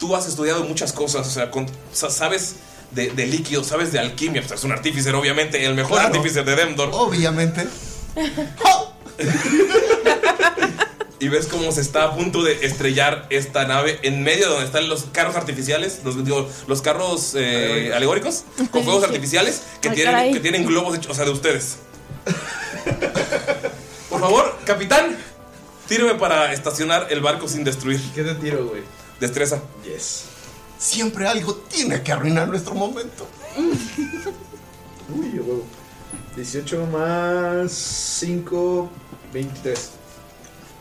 S4: Tú has estudiado muchas cosas, o sea, con- o sea, sabes de, de líquidos, sabes de alquimia, pues es un artífice, obviamente, el mejor artífice de Demdor.
S10: Obviamente.
S4: Y ves cómo se está a punto de estrellar esta nave en medio de donde están los carros artificiales, los, digo, los carros eh, alegóricos, con fuegos artificiales que
S9: Ay,
S4: tienen,
S9: caray.
S4: que tienen globos hechos, o sea, de ustedes. Por favor, capitán, tíreme para estacionar el barco sin destruir. ¿Qué te tiro, güey? Destreza. Yes.
S10: Siempre algo tiene que arruinar nuestro momento.
S9: Uy, a huevo. 18 más 5, 23.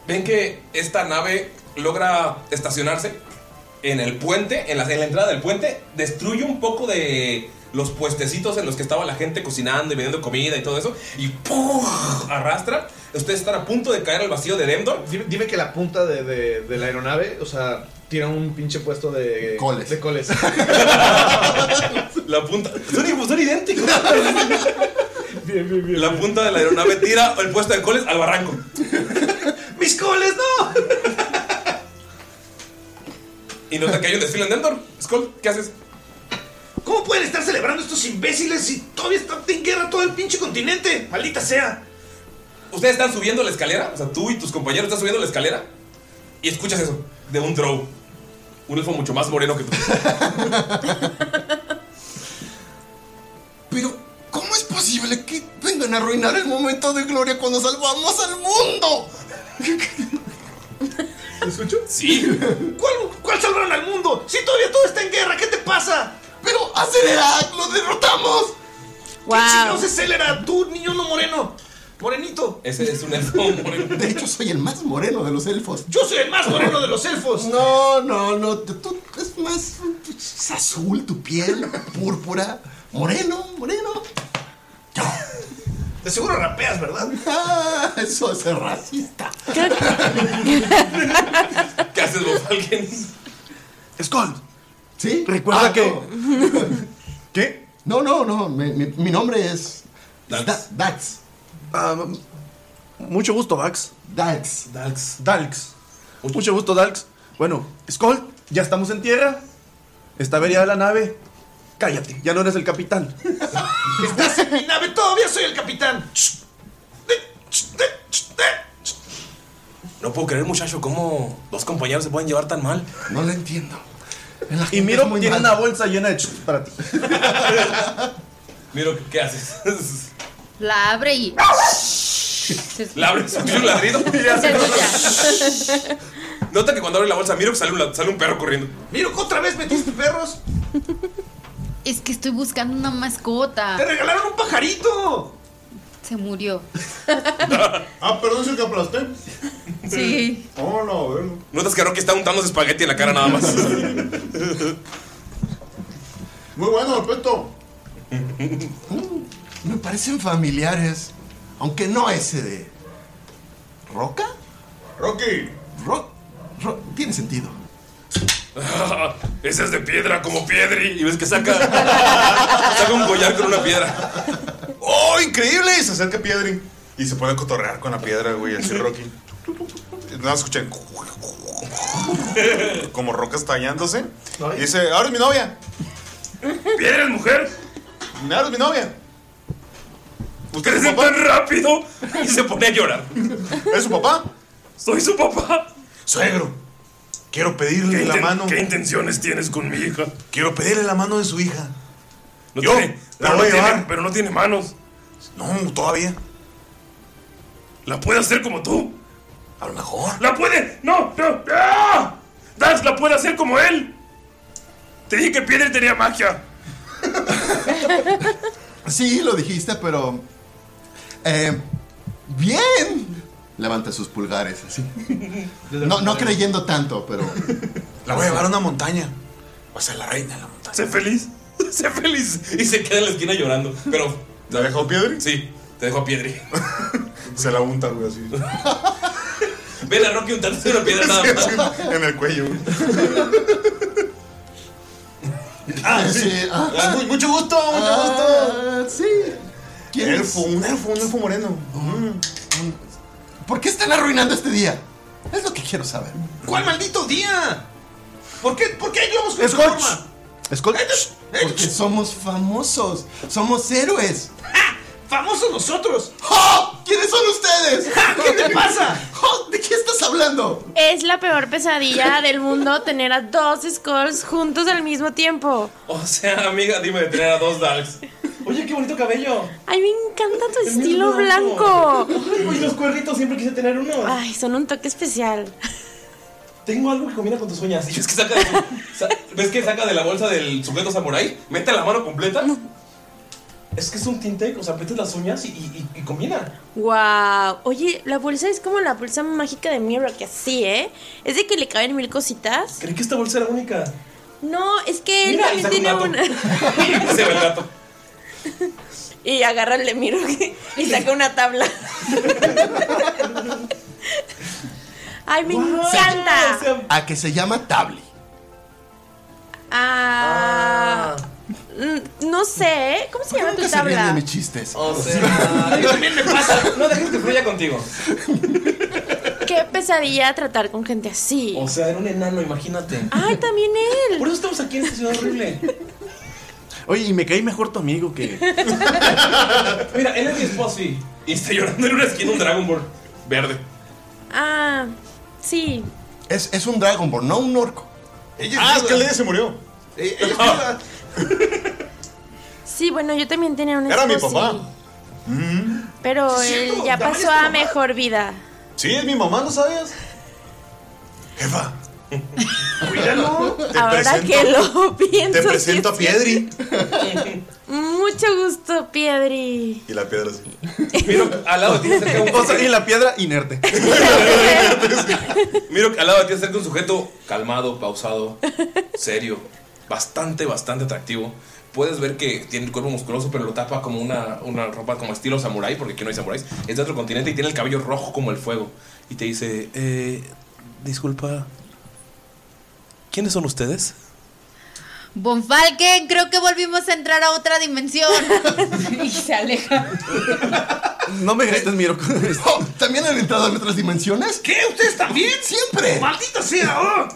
S4: Ven que esta nave logra estacionarse en el puente, en la, en la entrada del puente, destruye un poco de los puestecitos en los que estaba la gente cocinando y vendiendo comida y todo eso, y ¡puf! arrastra. Ustedes están a punto de caer al vacío de Demdor.
S9: Dime, dime que la punta de, de- de la aeronave, o sea, tira un pinche puesto de coles. De coles.
S4: la punta. Son, i- son idénticos. La punta de la aeronave tira el puesto de coles al barranco. ¡Mis coles, no! y nota que hay un desfile en Demdor. Skull, ¿qué haces?
S9: ¿Cómo pueden estar celebrando estos imbéciles si todavía está en guerra todo el pinche continente? Maldita sea.
S4: Ustedes están subiendo la escalera, o sea, tú y tus compañeros están subiendo la escalera y escuchas eso de un drow. Un elfo mucho más moreno que tú.
S10: ¿Cómo es posible que vengan a arruinar el momento de gloria cuando salvamos al mundo?
S9: escucho?
S4: Sí.
S9: ¿Cuál, ¿Cuál salvaron al mundo? Si todavía todo está en guerra, ¿qué te pasa? Pero Acelerac, lo derrotamos.
S6: Wow.
S9: ¿Qué chingados es Acelerac? Tú, niño no moreno. Morenito.
S4: Ese es un elfo moreno.
S10: De hecho, soy el más moreno de los elfos.
S9: Yo soy el más moreno de los elfos.
S10: No, no, no. tú- tú- es más. Es azul tu piel, púrpura. Moreno, moreno.
S9: De seguro rapeas, ¿verdad?
S10: Ah, eso es racista.
S4: ¿Qué haces vos, alguien?
S10: Skull. ¿Sí? Recuerda que. ¿Qué? No, no, no. Mi, mi- mi nombre es. Da- Dax.
S9: Ah,
S7: Mucho gusto, Vax.
S10: Dalx.
S4: Dalx.
S7: Dalx. Mucho gusto, Dalx. Bueno, Skull, ya estamos en tierra. Está averiada la nave. Cállate, ya no eres el capitán.
S9: Estás en mi nave, todavía soy el capitán.
S4: No puedo creer, muchacho, cómo dos compañeros se pueden llevar tan mal.
S10: No lo entiendo.
S7: Y Miro tiene una bolsa llena de ch- para ti.
S4: Miro, ¿qué haces?
S11: La abre y.
S4: La abres, escuchas un ladrido. Nota que cuando abre la bolsa, miro que sale un, la- sale un perro corriendo.
S9: Miro, otra vez metiste perros.
S11: Es que estoy buscando una mascota.
S9: ¡Te regalaron un pajarito!
S11: Se murió.
S12: Ah, perdón, soy el que aplasté.
S11: Sí.
S12: Oh, no, a ver.
S4: Notas que Rocky está untándose espagueti en la cara nada más.
S12: Muy bueno, respeto.
S10: Mm, Me parecen familiares. Aunque no ese de. ¿Roca?
S12: Rocky.
S10: Rock. tiene sentido.
S4: Ese es de piedra, como piedri. Y ves que saca, saca un collar con una piedra.
S12: ¡Oh, increíble! Y se acerca Piedri. Y se puede cotorrear con la piedra, güey, así Rocky. Y Nada, escuchan. Como Roca estallándose. Y dice, ahora es mi novia.
S4: ¿Piedra es mujer?
S12: Ahora es mi novia.
S4: ¿Ustedes es tan rápido? Y se pone a llorar.
S12: ¿Es su papá?
S4: Soy su papá.
S12: Suegro, quiero pedirle
S4: ¿Qué
S12: la
S4: inten-
S12: mano.
S4: ¿Qué intenciones tienes con mi hija?
S12: Quiero pedirle la mano de su hija.
S4: No
S12: Yo
S4: tiene-
S12: la
S4: pero
S12: voy a
S4: no tiene-
S12: llevar.
S4: pero no tiene manos.
S12: No, todavía.
S4: ¿La puede hacer como tú? A lo mejor. ¡La puede! ¡No! ¡No! ¡Ah! ¡Dax la puede hacer como él! Te dije que Piedra tenía magia.
S10: Sí, lo dijiste, pero. eh, bien. levanta sus pulgares así. No, no creyendo tanto, pero.
S12: La voy a llevar a una montaña. Va a ser la reina de la montaña. Sé feliz.
S4: Sé feliz. Y se queda en la esquina llorando. Pero.
S12: ¿La dejó Piedri?
S4: Sí, te dejó Piedri.
S12: se la unta, güey, así.
S4: Ve la Rocky untándose una piedra nada más.
S12: en el cuello, güey.
S10: Ah, sí.
S12: Ah, mu- mucho gusto, mucho
S10: gusto. Ah, Sí. ¿Quién
S12: elfo,
S10: es?
S12: un elfo, un elfo moreno.
S10: ¿Por qué están arruinando este día? Es lo que quiero saber.
S9: ¿Cuál maldito día? ¿Por qué, por qué hay globos con
S10: Escort.
S9: tu forma?
S10: Porque somos famosos. Somos héroes.
S9: ¡Famosos nosotros!
S10: ¿Quiénes son ustedes?
S9: ¿Qué te pasa?
S10: ¿De qué estás hablando?
S6: Es la peor pesadilla del mundo tener a dos Skulls juntos al mismo tiempo.
S4: O sea, amiga, dime de tener a dos Darks.
S13: Oye, qué bonito cabello.
S6: Ay, me encanta tu
S13: Es muy
S6: estilo
S13: blanco.
S6: blanco.
S13: Ay, los cuernitos, siempre quise tener uno.
S6: Ay, son un toque especial.
S13: Tengo algo que combina con tus uñas.
S4: Es que saca de- sa- ¿Ves que saca de la bolsa del sujeto samurái? Mete la mano completa.
S13: Es que es un tinte, o sea, aprietas las uñas y, y- y- y combina.
S6: Wow. Oye, la bolsa es como la bolsa mágica de Mira que así, ¿eh? Es de que le caben mil cositas.
S13: Creí que esta bolsa era única.
S6: No, es que él
S13: Mira,
S6: también
S13: saca un
S6: tiene
S13: gato.
S6: una.
S4: Se ve el gato.
S6: Y agarra el de Miro y saca una tabla. Ay, me encanta.
S10: A que se llama Tabli.
S6: Ah, mm, No sé, ¿eh? ¿cómo se llama tu
S10: Nunca se ríen de
S6: tabla?
S10: mis chistes.
S4: O sea, yo también me pasa. No dejes que fluya contigo.
S6: Qué pesadilla tratar con gente así.
S13: O sea, era un enano, imagínate.
S6: Ay, también él.
S13: Por eso estamos aquí en esta ciudad horrible.
S7: Oye, y me caí mejor tu amigo que.
S4: Mira, él es mi esposo y y está llorando en una esquina un Dragon Ball verde.
S6: Ah, sí.
S10: Es, es un Dragonborn, no un orco. Eh,
S12: ah, es que Leia se murió. Ah.
S6: Sí, bueno, yo también tenía un
S12: Era mi
S6: esposo,
S12: papá.
S4: Mm.
S6: Pero
S12: Sí,
S6: él
S12: no,
S6: ya
S12: Damaris es tu
S6: pasó a
S12: mamá.
S6: mejor vida.
S12: Sí, es mi mamá, ¿no sabías? Jefa. Cuídalo.
S6: Ahora que lo pienso.
S12: Te presento a
S6: sí es
S12: Piedri.
S6: Mucho gusto, Piedri.
S12: Y la piedra así.
S4: Miro al lado de ti se acerca un
S7: O sea, y la piedra inerte.
S4: Miro al lado de ti se acerca un sujeto calmado, pausado, serio, bastante, bastante atractivo. Puedes ver que tiene el cuerpo musculoso, pero lo tapa como una, una ropa como estilo samurái, porque aquí no hay samuráis. Es de otro continente y tiene el cabello rojo como el fuego. Y te dice, eh, disculpa, ¿quiénes son ustedes?
S11: Bonfalken, creo que volvimos a entrar a otra dimensión. y se aleja.
S7: No me grites, Miro.
S10: Oh, ¿También han entrado en otras dimensiones?
S9: ¿Qué? ¿Ustedes también?
S10: Siempre.
S9: ¡Maldita sea! ¡Oh!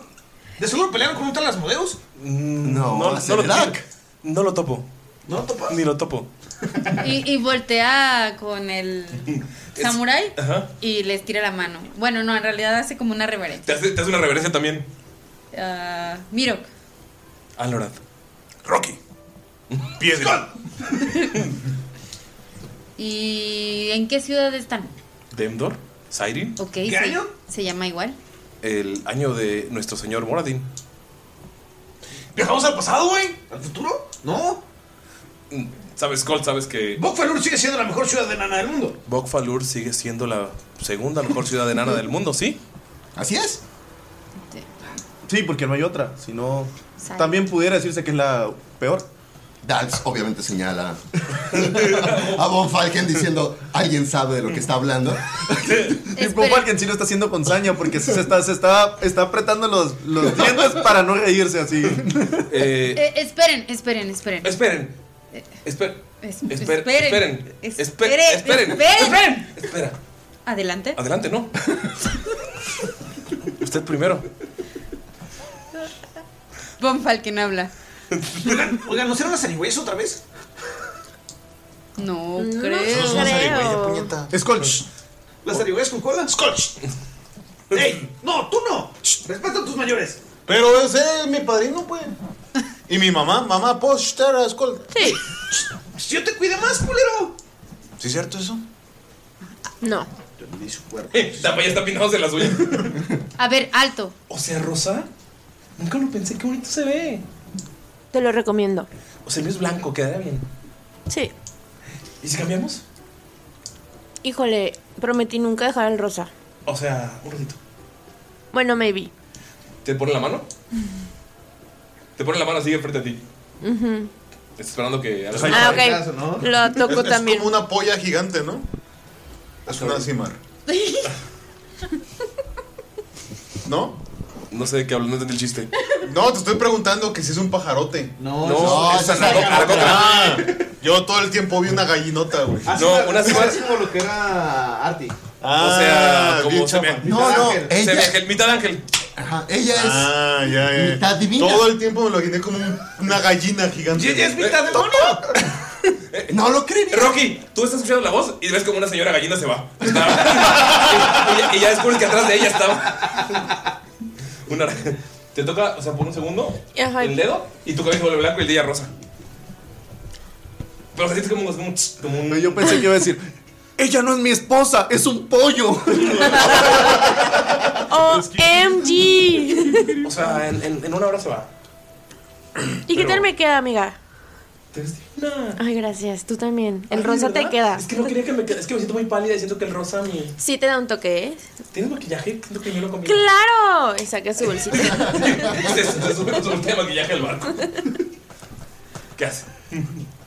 S9: ¿De seguro pelearon con un tal Asmodeus?
S10: No,
S4: Mm, no,
S10: hacer
S4: lo,
S10: el
S4: no,
S10: hack.
S4: no lo topo.
S9: No lo topo.
S4: Ni lo topo.
S11: Y, y voltea con el samurái
S4: Ajá.
S11: y les tira la mano. Bueno, no, en realidad hace como una reverencia.
S4: Te hace, te hace una reverencia también.
S11: Ah, Miro,
S4: Alorad.
S12: Rocky. Piedra.
S11: ¿y en qué ciudad están?
S4: Demdor. Sairin.
S11: Ok, se, se llama igual.
S4: El año de nuestro señor Moradin.
S9: ¿Viajamos al pasado, güey? ¿Al futuro? No.
S4: Mm, Sabes, Colt, sabes que
S9: Bokfalur sigue siendo la mejor ciudad de nana del mundo.
S4: Bokfalur sigue siendo la segunda mejor ciudad enana del mundo, ¿sí?
S10: Así es.
S7: Sí, porque no hay otra. Si no.
S11: Sale.
S7: También pudiera decirse que es la peor.
S10: Dax obviamente señala a Von Falken diciendo, alguien sabe de lo que está hablando.
S7: Y Von Falken sí lo está haciendo con saña porque sí se está, se está, está apretando los, los dientes para no reírse así.
S11: Eh, esperen, esperen, esperen.
S4: Esperen. Esperen. Esperen.
S11: Es- esperen.
S4: Esperen. Esperen. Esperen.
S11: esperen.
S4: Espera.
S11: Adelante.
S4: Adelante, ¿no? Usted primero.
S11: Bonfalken habla.
S9: Oigan, oigan, ¿no serán las zarigüeyas otra vez?
S11: No,
S9: No
S11: creo.
S9: creo.
S4: pues.
S7: Scorch.
S9: ¿Las zarigüeyas con cola? Scorch. ¡Ey! ¡No, tú no! ¡Respeta a tus mayores!
S12: Pero ese es mi padrino, pues. Y mi mamá, mamá, ¿puedo chutar a Skull?
S6: Sí.
S9: Si yo te cuido más, culero.
S12: ¿Sí es cierto eso?
S6: No.
S4: La paya está pintándose las uñas.
S11: A ver, alto.
S13: O sea, Rosa, nunca lo pensé, qué bonito se ve.
S6: Te lo recomiendo.
S13: O sea, el mío es blanco, quedaría bien.
S6: Sí.
S13: ¿Y si cambiamos?
S6: Híjole, prometí nunca dejar el rosa.
S13: O sea, un ratito.
S6: Bueno, maybe.
S4: ¿Te pone la mano? Te pone la mano así de frente a ti.
S6: Ujú.
S4: Estás esperando que. hagas-
S12: Pues
S6: Ah, ok. Lo toco
S12: es,
S6: también.
S12: Es como una polla gigante, ¿no? Es una cimar. ¿No?
S4: No sé de qué hablo, no entendí el chiste.
S12: No, te estoy preguntando que si es un pajarote.
S9: No,
S12: no,
S4: eso
S12: es
S4: es-
S12: una
S4: esa es la
S12: Ah, Yo todo el tiempo vi una gallinota, güey.
S9: Así
S12: No,
S9: la-
S12: una cimar.
S9: así como lo que era Arti.
S12: Ah,
S4: o sea,
S12: bien
S4: como se
S12: chafa.
S4: ve-
S12: No,
S4: mitad
S12: no,
S4: ángel.
S12: ella-
S4: Se ve ángel, mitad ángel.
S10: Ajá, ella es
S12: Ah, ya, ya.
S10: mitad divina.
S12: Todo el tiempo me lo imaginé como un- una gallina gigante.
S4: ¡Y ella es mitad demonio! eh,
S10: No lo crees.
S4: Rocky, tú estás escuchando la voz y ves como una señora gallina se va. y, y ya- y ya descubres que atrás de ella estaba. Una, te toca, o sea, por un segundo,
S6: Ajá.
S4: el dedo y tu cabello se vuelve blanco y el de ella rosa. Pero sentiste como, como un. tss, Como un
S7: Yo pensé que iba a decir, ella no es mi esposa, es un pollo.
S6: ¡OMG!
S4: O sea, en, en- en una hora se va.
S6: ¿Y qué
S4: Pero-
S6: tal me queda, amiga?
S4: Te ves
S6: Ay, gracias. Tú también. El
S4: Ay,
S6: rosa
S4: ¿verdad?
S6: te queda.
S4: Es que no quería que me quede. Es que me siento muy pálida y siento que el rosa me.
S6: Sí te da un toque, ¿eh?
S4: ¿Tienes maquillaje? Siento que yo lo comí.
S6: ¡Claro! Y saca su bolsita.
S4: se, se sube con su bolsita de maquillaje al barco. ¿Qué hace?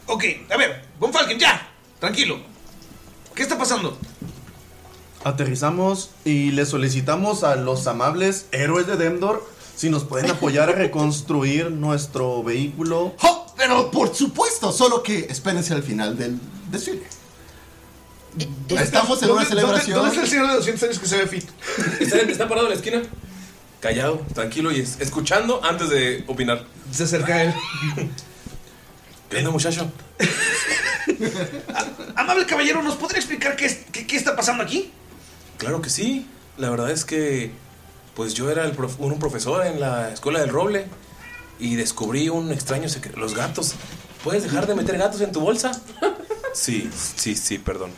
S9: Ok, a ver, Von Falken, ya. Tranquilo. ¿Qué está pasando?
S7: Aterrizamos y le solicitamos a los amables héroes de Demdor si nos pueden apoyar a reconstruir nuestro vehículo.
S10: ¡Oh! Pero por supuesto, solo que espérense al final del desfile. Estamos en
S9: ¿Dónde- dónde-
S10: una celebración.
S9: ¿Dónde está el señor de 200 años que se ve fit?
S4: Está, está parado en la esquina, callado, tranquilo y es- escuchando antes de opinar.
S9: Se acerca a él.
S4: ¿Qué onda, muchacho?
S9: Amable caballero, ¿nos podría explicar qué, es- qué- qué está pasando aquí?
S4: Claro que sí. La verdad es que, pues yo era el prof- un profesor en la escuela del roble y descubrí un extraño secreto. Los gatos. ¿Puedes dejar de meter gatos en tu bolsa? Sí, sí, sí, perdón.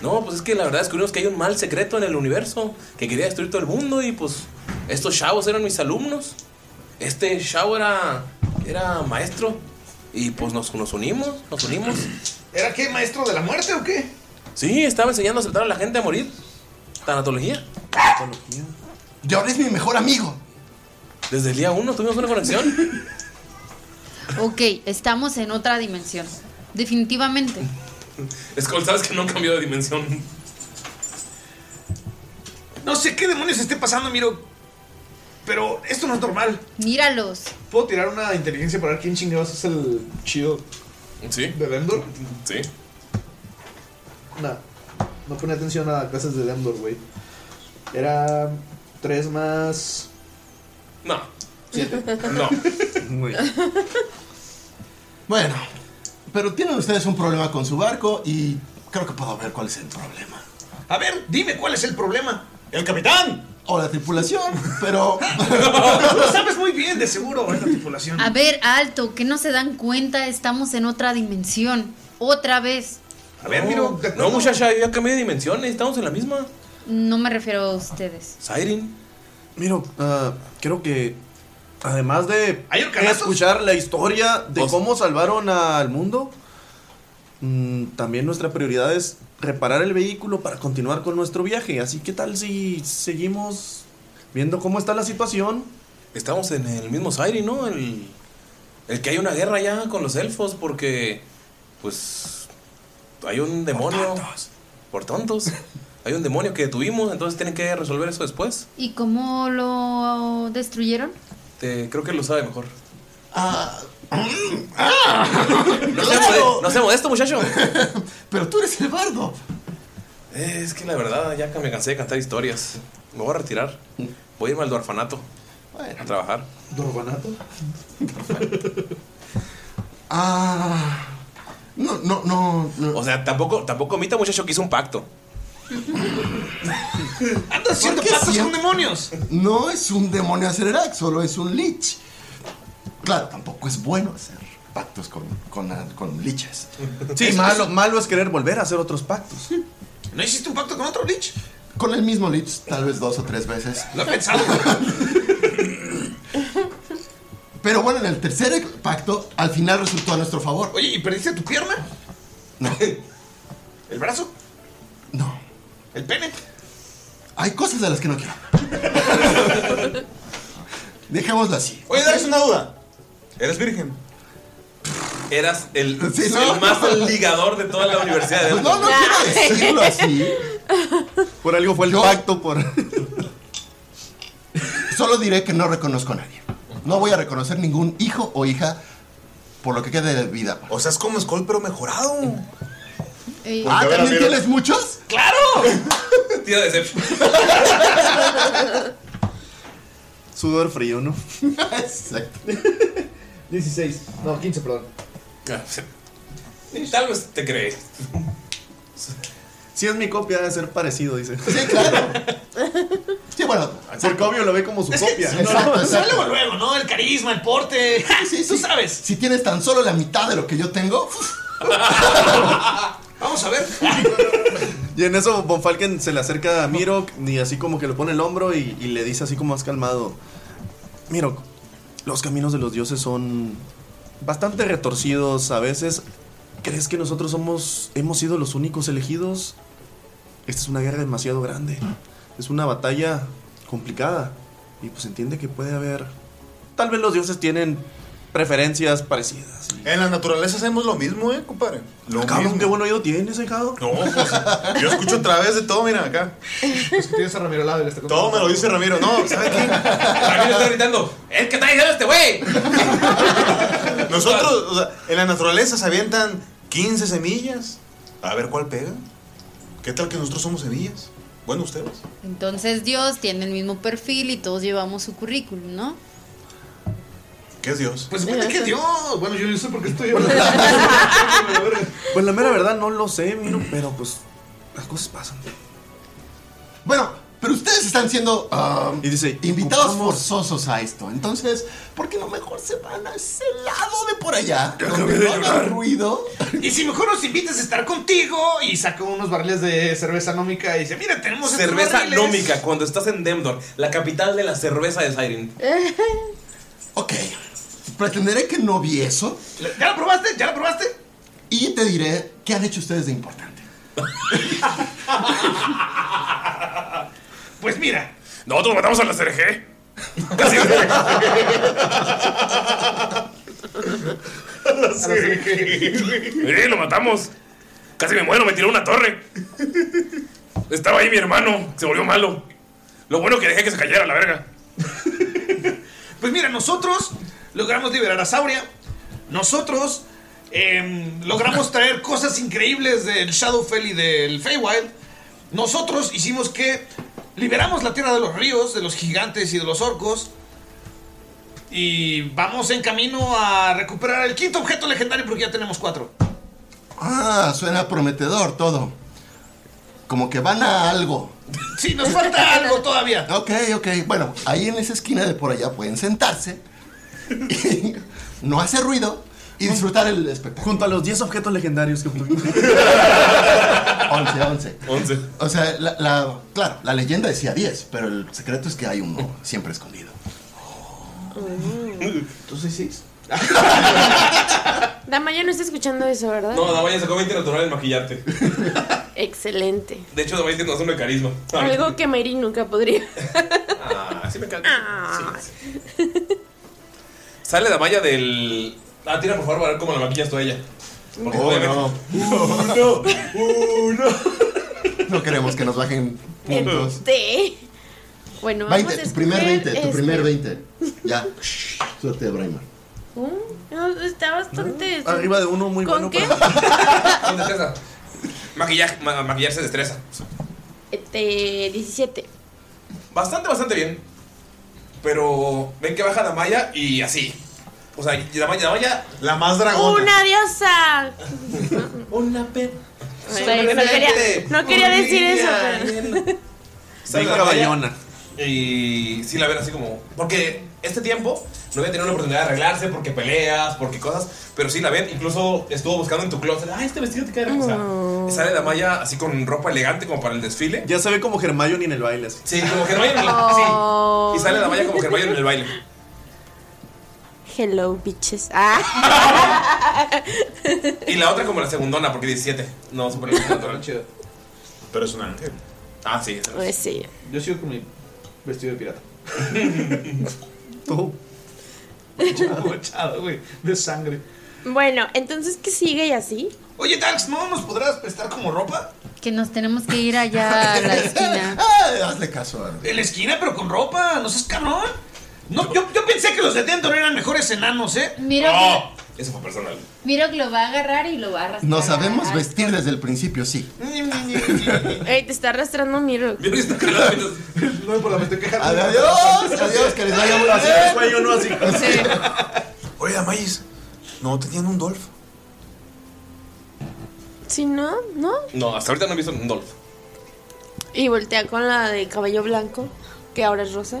S4: No, pues es que la verdad descubrimos que hay un mal secreto en el universo que quería destruir todo el mundo y pues estos chavos eran mis alumnos. Este chavo era, era maestro y pues nos, nos unimos, nos unimos.
S9: ¿Era qué, maestro de la muerte o qué?
S4: Sí, estaba enseñando a aceptar a la gente a morir. Tanatología.
S10: Y ahora es mi mejor amigo.
S4: Desde el día uno tuvimos una conexión.
S11: Ok, estamos en otra dimensión. Definitivamente.
S4: Es como sabes que no cambió de dimensión.
S9: No sé qué demonios esté pasando, Miro. Pero esto no es normal.
S11: Míralos.
S9: ¿Puedo tirar una inteligencia para ver quién chingados es el chido
S4: ¿Sí?
S9: de Demdor?
S4: Sí.
S9: No, no pone atención a clases de Demdor, güey. Era 3 más
S4: No.
S9: 7.
S4: No.
S10: Bueno, pero tienen ustedes un problema con su barco y creo que puedo ver cuál es el problema.
S9: A ver, dime cuál es el problema.
S10: ¡El capitán! O la tripulación, pero.
S9: Lo sabes muy bien, de seguro, es la tripulación.
S11: A ver, alto, que no se dan cuenta, estamos en otra dimensión. Otra vez.
S9: A ver, miro, de
S4: No,
S9: acuerdo.
S4: muchacha, yo ya cambié de dimensiones. Estamos en la misma.
S11: No me refiero a ustedes.
S4: Siren.
S7: Mira, ah, creo que además de escuchar la historia de
S4: Pues-
S7: cómo salvaron al mundo, mm, también nuestra prioridad es reparar el vehículo para continuar con nuestro viaje. Así que tal si seguimos viendo cómo está la situación.
S4: Estamos en el mismo Siren, ¿no? El, el que hay una guerra ya con los elfos porque, pues, hay un demonio. Por tontos. Hay un demonio que detuvimos, entonces tienen que resolver eso después.
S11: ¿Y cómo lo destruyeron?
S4: Te- creo que lo sabe mejor.
S10: Ah,
S4: No sea, mode- no sea modesto, muchacho.
S10: pero tú eres el bardo.
S4: Eh, Es que la verdad, ya me cansé de cantar historias. Me voy a retirar. Voy a irme al orfanato. A trabajar.
S9: ¿Dorbanato?
S10: Ah. No, no, no.
S4: O sea, tampoco, tampoco omita, muchacho, que hizo un pacto.
S9: Andas
S10: haciendo pactos con
S9: demonios.
S10: No es un demonio Acerarak, solo es un lich. Claro, tampoco es bueno hacer pactos con, con, con liches.
S7: Sí, malo, malo es querer volver a hacer otros pactos.
S9: ¿No hiciste un pacto con otro Lich?
S10: Con el mismo Lich, tal vez dos o tres veces.
S9: Lo he pensado.
S10: Pero bueno, en el tercer pacto, al final resultó a nuestro favor.
S9: Oye, ¿y perdiste tu pierna?
S10: No.
S9: ¿El brazo? El pene.
S10: Hay cosas de las que no quiero. Dejémoslo así.
S12: Oye, Darks, una duda. ¿Eres virgen?
S4: Eras el, el más ligador de toda la universidad.
S10: Pues no, no
S6: Ah.
S10: quiero decirlo así. Por algo fue el pacto, por. Solo diré que no reconozco a nadie. No voy a reconocer ningún hijo o hija por lo que quede de vida. O sea, es como Skull, pero mejorado.
S11: Ey.
S10: Ah, ¿también tienes muchos?
S4: ¡Claro! Tira de Deception.
S7: Sudor frío, ¿no?
S10: Exacto.
S9: 16. No, 15, perdón.
S4: Ah, Y Tal vez te crees.
S7: Si es mi copia, debe ser parecido, dice.
S10: Sí, bueno.
S7: Porque obvio lo ve como su
S10: Es que-
S7: copia.
S10: no, Exacto, no, exacto. luego,
S7: luego, ¿no? El carisma, el porte.
S10: Tú sabes. Si tienes tan solo la mitad de lo que yo tengo.
S9: Vamos a ver.
S7: Y en eso Von Falken se le acerca a Mirok y así como que le pone el hombro y, y le dice así como más calmado. Mirok, los caminos de los dioses son bastante retorcidos a veces. ¿Crees que nosotros somos, hemos sido los únicos elegidos? Esta es una guerra demasiado grande. Es una batalla complicada. Y pues entiende que puede haber... Tal vez los dioses tienen preferencias parecidas.
S12: En la naturaleza hacemos lo mismo, ¿eh, compadre? Lo
S7: Cabrón,
S12: mismo.
S7: qué buen oído tienes, hijado.
S12: No, pues, yo escucho a través de todo, mira, acá.
S9: Es que tienes a Ramiro al lado y le está
S12: Todo me lo dice Ramiro. No, ¿sabes qué? Ramiro
S4: está gritando, ¡el que está diciendo este güey!
S12: Nosotros, o sea, en la naturaleza se avientan 15 semillas. A ver cuál pega. ¿Qué tal que nosotros somos semillas? Bueno, ustedes.
S11: Entonces Dios tiene el mismo perfil y todos llevamos su currículum, ¿no?
S12: ¿Qué es Dios?
S9: Pues cuenta que Dios. Bueno, yo no sé por qué estoy
S7: Pues la mera verdad no lo sé, Miro, pero pues las cosas pasan.
S10: Bueno, pero ustedes están siendo ah, invitados
S7: ocupamos-
S10: forzosos a esto. Entonces, ¿por qué no mejor se van a ese lado de por allá?
S9: Ya
S10: donde
S9: acabé de
S10: no haga
S9: llorar.
S10: ruido.
S9: Y si mejor nos invitas a estar contigo y saca unos barriles de cerveza nómica y dice, mira, tenemos estos
S4: Cerveza
S9: barriles".
S4: nómica cuando estás en Demdor, la capital de la cerveza de Siren.
S10: Ok. Pretenderé que no vi eso.
S9: ¿Ya lo probaste? ¿Ya lo probaste?
S10: Y te diré qué han hecho ustedes de importante.
S9: Pues mira.
S4: Nosotros matamos a la CRG.
S14: Eh, lo matamos. Casi me muero, me tiró una torre. Estaba ahí mi hermano, se volvió malo. Lo bueno que dejé que se cayera la verga.
S9: Pues mira, nosotros logramos liberar a Sauria. Nosotros em, logramos traer cosas increíbles del Shadowfell y del Feywild. Nosotros hicimos que liberamos la tierra de los ríos, de los gigantes y de los orcos. Y vamos en camino a recuperar el quinto objeto legendario porque ya tenemos cuatro.
S10: Ah, suena prometedor todo. Como que van a algo.
S9: Sí, nos falta algo todavía.
S10: Ok, ok. Bueno, ahí en esa esquina de por allá pueden sentarse. no hacer ruido y disfrutar el espectáculo.
S7: Junto a los 10 objetos legendarios que obtuvimos.
S10: 11, 11. O sea, la, la- claro, la leyenda decía 10, pero el secreto es que hay uno siempre escondido.
S9: ¿Tú soy 6?
S6: Dama ya no está escuchando eso, ¿verdad?
S4: No, Damaya sacó 20 natural en maquillarte.
S6: Excelente.
S4: De hecho, Damaya tiene razón de carisma.
S6: Algo que Mary nunca podría. Ah,
S4: Ah, sí me encanta. Sale Damaya del. Ah, tira por favor a ver cómo la maquillas tú a ella. Porque
S10: Oh,
S4: obviamente-
S10: no.
S4: Uh, no. Uh, no.
S10: No queremos que nos bajen puntos.
S6: Este. Bueno, vamos
S10: 20,
S6: a
S10: tu primer
S6: escoger
S10: 20, tu
S6: este.
S10: primer 20. Ya. Suerte de Braimar.
S6: Mm, no, está bastante.
S10: Arriba Ah, de uno muy
S6: ¿Con qué?
S4: Con destreza. Maquillaje, ma- maquillarse destreza.
S6: Este, 17.
S4: Bastante, bastante bien. Pero ven que baja Damaya y así. O sea, y Damaya, Damaya. La más
S6: ¡Una diosa!
S4: Una pe.
S6: Ay, no, no quería, no quería decir eso, pero.
S4: Sale
S7: Bien
S4: la Damaya
S7: caballona.
S4: Y sí la ven así como. Porque este tiempo no había tenido la oportunidad de arreglarse porque peleas, porque cosas. Pero sí la ven. Incluso estuvo buscando en tu closet. Ah, este vestido te queda. rico". O sea, sale Damaya así con ropa elegante como para el desfile.
S7: Ya se ve como Hermione en el baile. así.
S4: Sí, como Hermione en el-
S6: Oh.
S4: Y sale Damaya como Hermione en el baile.
S6: Oh. Hello, bitches. Ah,
S4: Y la otra como la segundona, porque 17. No, súper natural.
S12: Pero es un ángel.
S4: Ah, sí. esa
S6: Pues
S4: es.
S6: sí.
S9: Yo sigo con mi vestido de pirata.
S7: Todo.
S9: Manchado, güey. De sangre.
S6: Bueno, entonces, ¿qué sigue y así?
S9: Oye, Dax, ¿no nos podrás prestar como ropa?
S11: Que nos tenemos que ir allá a la esquina.
S10: hazle caso a
S9: En la esquina, pero con ropa. No seas cabrón. No, yo, yo pensé que los de Denton eran mejores enanos, ¿eh?
S11: Mira,
S9: No, eso fue personal.
S11: Miro que lo va a agarrar y lo va a arrastrar.
S10: Nos sabemos vestir desde el principio, sí.
S6: Ey, te está arrastrando Miro.
S9: No me por la mente quejar.
S10: Adiós, adiós, que les vaya muy bien.
S5: Así el cuello, no así.
S12: Oye, Damayis, ¿no tenían un Dolph?
S6: Si no, ¿no?
S4: No, hasta ahorita no he visto un Dolph.
S6: Y voltea con la de cabello blanco, que ahora es rosa.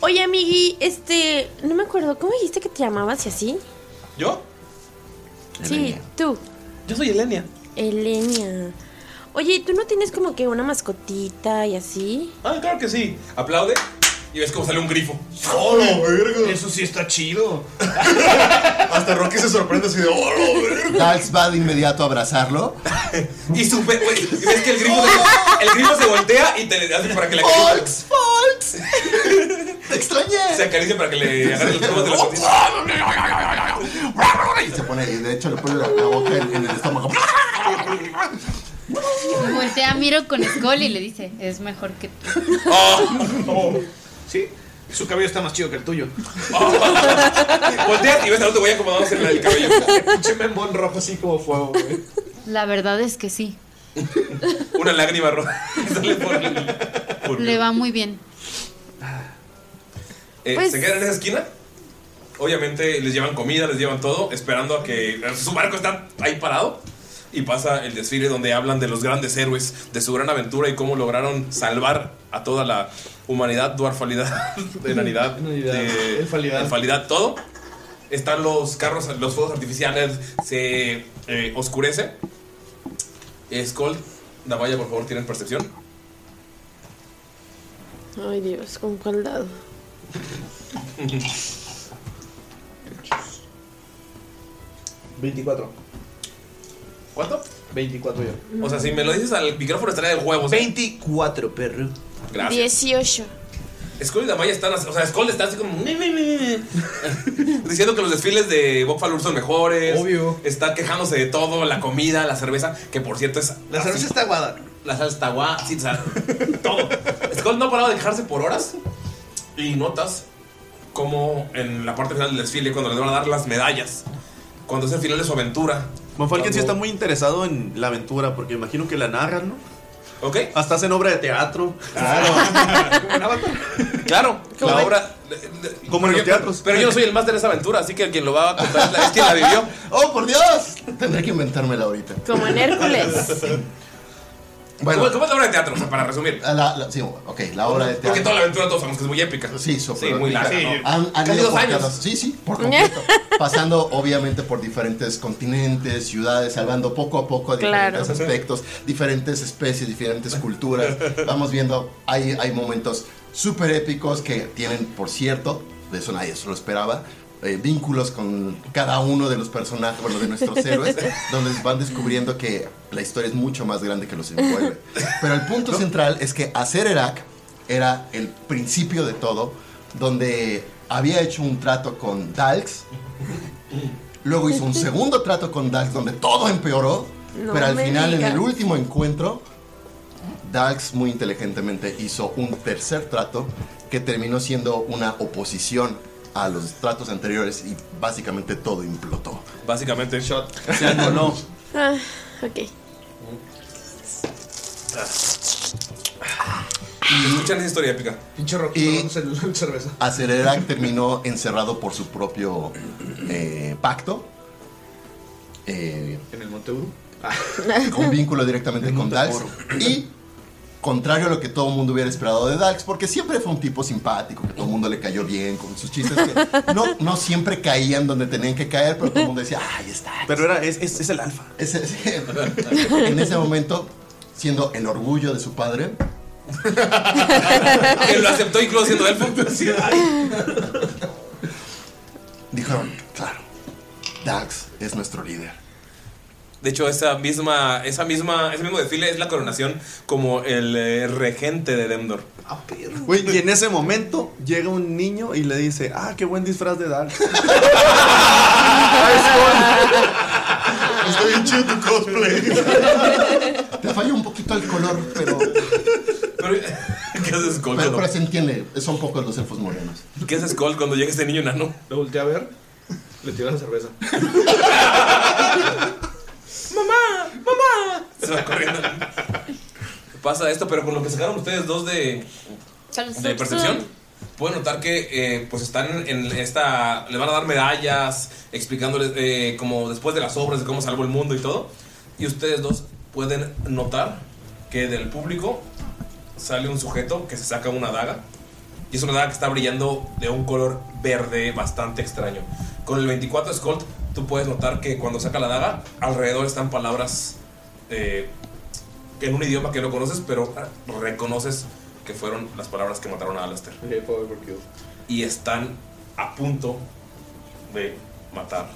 S6: Oye, amigui, este, no me acuerdo, ¿cómo dijiste que te llamabas y así?
S13: ¿Yo?
S6: Sí, tú.
S13: Yo soy Elenia.
S6: Elenia. Oye, ¿tú no tienes como que una mascotita y así?
S4: Ah, claro que sí. Aplaude y ves cómo sale un grifo.
S5: ¡Hola, verga!
S9: Eso sí está chido.
S5: Hasta Rocky se sorprende así de
S10: "Oh,
S5: ¡Hola, verga!
S10: Dax va de inmediato a abrazarlo.
S4: y supe, güey, y ves que el grifo, se, el grifo se voltea y te le hace para que le
S10: ¡Folks! ¡Folks! ¡Te extrañé!
S4: Se acaricia para que le agarre los tubos de la cotita.
S10: Y se pone, y de hecho le pone la, la boca en, en el estómago.
S11: Voltea a Miro con Skull y le dice, es mejor que tú.
S9: Oh. Sí, su cabello está más chido que el tuyo.
S4: Oh. Voltea y ves al otro güey acomodándose en el cabello.
S9: Pinche membón rojo así como fuego, güey.
S11: La verdad es que sí.
S4: Una lágrima roja.
S11: Le va muy bien.
S4: Eh,
S11: Pues-
S4: Se quedan en esa esquina. Obviamente les llevan comida, les llevan todo, esperando a que su barco está ahí parado. Y pasa el desfile donde hablan de los grandes héroes, de su gran aventura y cómo lograron salvar a toda la humanidad, duarfalidad, enanidad, de- elfalidad, todo. Están los carros, los fuegos artificiales, se eh, oscurece. Skull, Damaya, por favor, tienen percepción.
S6: Ay, Dios, ¿con cuál dado?
S4: Yo
S9: 24.
S4: ¿Cuánto?
S9: 24 yo.
S4: O sea, si me lo dices al micrófono estaría de huevos. ¿eh?
S9: 24, perro.
S4: Gracias.
S6: 18.
S4: Skull y Damaya están, así- o sea, Skull está así como "Me, me, me, me", diciendo que los desfiles de Bob Falur son mejores. Obvio. Está quejándose de todo, la comida, la cerveza, que por cierto es. La cerveza está aguada. La salsa está aguada, sí, o sea, todo. Skull no ha parado de quejarse por horas y notas como en la parte final del desfile, cuando les van a dar las medallas, cuando es el final de su aventura.
S7: Monfalken sí
S4: Cuando-
S7: está muy interesado en la aventura, porque imagino que la narran, ¿no?
S4: Ok.
S7: Hasta hacen obra de teatro.
S4: Claro,
S7: Como
S4: la
S7: en-
S4: obra.
S7: como en los teatros.
S4: Pero yo no soy el máster de esa aventura, así que quien lo va a contar es la- es quien la vivió.
S10: ¡Oh, por Dios! Tendré que inventármela ahorita.
S6: Como en Hércules.
S10: Bueno. Ah,
S4: ¿Cómo, cómo es la obra de teatro? O sea, para resumir.
S10: La, la- sí, ok, la obra de
S4: Porque
S10: teatro.
S4: toda la aventura todos sabemos que es muy épica.
S10: Sí, súper
S4: Sí, muy
S10: épica.
S4: larga.
S10: Sí. Han- han
S4: Casi
S10: ido
S4: dos
S10: por
S4: años.
S10: cada- sí, sí, por completo. Pasando, obviamente, por diferentes continentes, ciudades, salvando poco a poco a diferentes
S7: Claro.
S10: aspectos, diferentes especies, diferentes culturas. Vamos viendo, hay, hay momentos súper épicos que tienen, por cierto, de eso nadie se lo esperaba. eh, vínculos con cada uno de los personajes, bueno, de nuestros héroes, donde van descubriendo que la historia es mucho más grande que los envuelve. Pero el punto central es que hacer Erak era el principio de todo, donde había hecho un trato con Dalks, luego hizo un segundo trato con Dalks donde todo empeoró,
S7: No
S10: pero al
S7: me
S10: final en
S7: digas.
S10: el último encuentro, Dalks muy inteligentemente hizo un tercer trato que terminó siendo una oposición a los tratos anteriores y básicamente todo implotó.
S4: Básicamente. Shot.
S10: Se anuló.
S6: Ah, ok.
S4: Escuchan esa historia épica.
S9: Pinche rojo.
S10: Y
S9: El cerveza.
S10: Acererac terminó encerrado por su propio eh, pacto. eh,
S9: En el Monte Uru.
S10: con vínculo directamente con Dax. Y contrario a lo que todo el mundo hubiera esperado de Dax, porque siempre fue un tipo simpático, que todo el mundo le cayó bien con sus chistes. que no, no siempre caían donde tenían que caer, pero todo el mundo decía, ¡ay, está!
S7: Pero era, es, es- es el alfa.
S10: en ese momento, siendo el orgullo de su padre,
S4: Que lo aceptó incluso siendo elfo. Sí, ay.
S10: dijeron, claro, Dax es nuestro líder.
S4: De hecho, esa misma, esa misma, ese mismo desfile es la coronación como el eh, regente de Demdor.
S7: Güey, y en ese momento llega un niño y le dice, ah, qué buen disfraz de Dark.
S10: Está bien chido tu cosplay. Te falla un poquito el color, pero.
S4: ¿Qué haces, Skull?
S10: Pero, pero
S4: cuando-
S10: se entiende, son pocos los elfos morenos.
S4: Pues, ¿Qué haces, Skull, cuando llega este niño enano?
S9: Lo volteé a ver, le tiré la cerveza.
S4: ¡Mamá! ¡Mamá! Se va corriendo. Pasa esto, pero con lo que sacaron ustedes dos de, de percepción, pueden notar que eh, pues están en esta. Le van a dar medallas, explicándoles eh, como después de las obras de cómo salvó el mundo y todo. Y ustedes dos pueden notar que del público sale un sujeto que se saca una daga. Y es una daga que está brillando de un color verde bastante extraño. Con el 24 Scold, tú puedes notar que cuando saca la daga, alrededor están palabras eh, en un idioma que no conoces, pero ah, reconoces que fueron las palabras que mataron a Alastair. Y están a punto de matar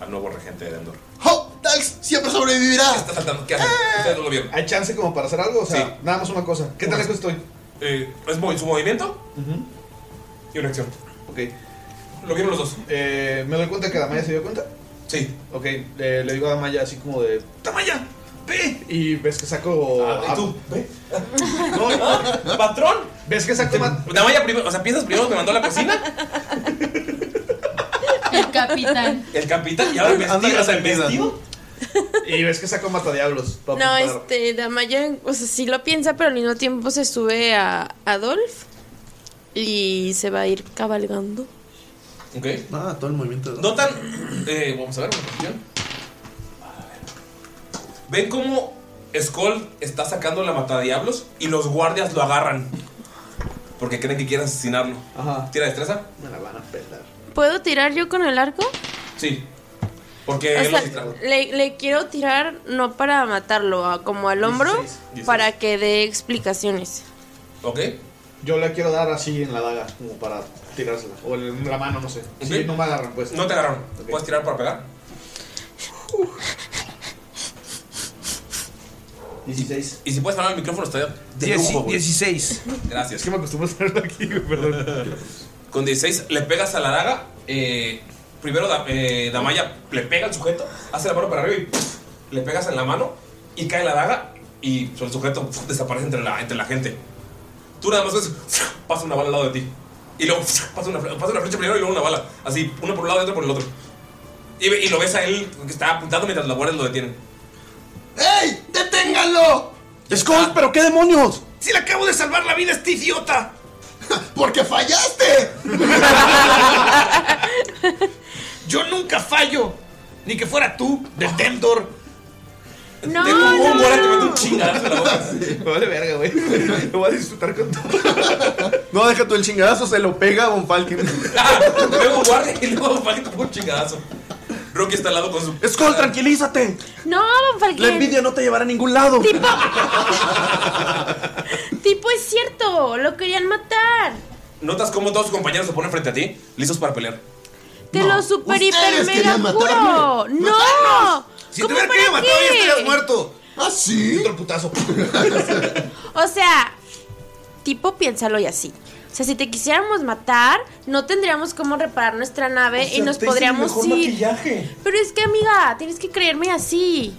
S4: al nuevo regente de Endor.
S10: ¡Oh! ¡Dax siempre sobrevivirá!
S4: Está saltando. ¿Qué hacen? Ustedes no lo vieron.
S9: Eh. ¿Hay chance como para hacer algo? O sea,
S4: Sí.
S9: nada más una cosa. ¿Qué tan lejos estoy?
S4: Eh, es mo- su movimiento y una acción.
S9: Ok.
S4: Lo vieron los dos.
S9: Eh, ¿Me doy cuenta que Damaya se dio cuenta?
S4: Sí.
S9: Ok, le, le digo a Damaya así como de... ¡Damaya! ¡Ve! Y ves que saco...
S4: Ah,
S9: ¿Y tú?
S4: ¿Ve?
S9: No,
S4: ¿Patrón?
S9: ¿Ves que saco... ma-
S4: Damaya primero, o sea, piensas primero que mandó a la cocina
S11: El capitán.
S4: el capitán y ahora el vestido, o sea, el vestido.
S9: Y ves que saco matadiablos. pa-
S6: No,
S9: para-
S6: este, Damaya, o sea, sí lo piensa, pero al mismo tiempo se sube a Adolf y se va a ir cabalgando.
S4: Ok.
S7: Ah, todo el movimiento. de-
S4: Notan, eh, vamos a ver una cuestión. Ven cómo Skull está sacando la matadiablos y los guardias lo agarran. Porque creen que quieren asesinarlo. ¿Tira destreza?
S9: Me la van a pelar.
S6: ¿Puedo tirar yo con el arco?
S4: Sí. Porque
S6: O
S4: él
S6: sea,
S4: los distrajo.
S6: le, le quiero tirar no para matarlo, a- como al hombro,
S9: 16.
S6: para que dé explicaciones.
S4: Ok.
S9: Yo le quiero dar así en la daga, como para tirársela. O en la mano, no sé. Sí,
S4: Ok.
S9: no me agarran, pues.
S4: No te agarraron. ¿Puedes tirar para pegar?
S9: 16.
S4: Y, si puedes hablar al micrófono, está de
S9: Dieci-
S4: lujo, güey.
S9: 16.
S4: Gracias. Es
S9: que me acostumbro a estar aquí, güey, perdón.
S4: Con 16 le pegas a la daga. eh, primero Da- eh, Damaya le pega al sujeto, hace la mano para arriba y ¡puf! le pegas en la mano y cae la daga y pues, el sujeto ¡puf! desaparece entre la, entre la gente. Tú nada más ves, ¡fua! pasa una bala al lado de ti. Y luego ¡fua! pasa una, fle- pasa una flecha primero y luego una bala. Así, uno por un lado y otro por el otro. Y, ve- y lo ves a él que está apuntando mientras los guardias lo detienen.
S10: ¡Ey! ¡Deténganlo!
S7: ¡Skull, pero qué demonios!
S4: ¡Si le acabo de salvar la vida a este idiota!
S10: ¡Porque fallaste!
S13: Yo nunca fallo. Ni que fuera tú, del Demdor.
S6: No,
S13: Tengo un
S6: no,
S13: bola que
S6: no.
S13: mete un
S4: chingadazo en la boca.
S9: Me vale verga, güey. Lo voy a disfrutar con todo.
S7: No, deja tú el chingadazo, se lo pega a Von Falken.
S4: luego guardia y luego Falken como un chingadazo. Rocky está al lado con su.
S7: Skull, tranquilízate.
S6: No, Von Falken.
S7: La envidia no te llevará a ningún lado.
S6: Tipo. tipo, es cierto, lo querían matar.
S4: Notas cómo todos sus compañeros se ponen frente a ti, listos para pelear.
S6: Te lo super hiper
S10: ustedes
S6: mega
S10: querían
S6: juro.
S10: matarme.
S6: No. ¿Cómo para qué?
S9: muerto.
S10: ¿Ah, sí?
S9: Otro putazo.
S6: O sea, tipo, piénsalo y así. O sea, si te quisiéramos matar, no tendríamos cómo reparar nuestra nave y nos podríamos ir. Pero es que, amiga, tienes que creerme así.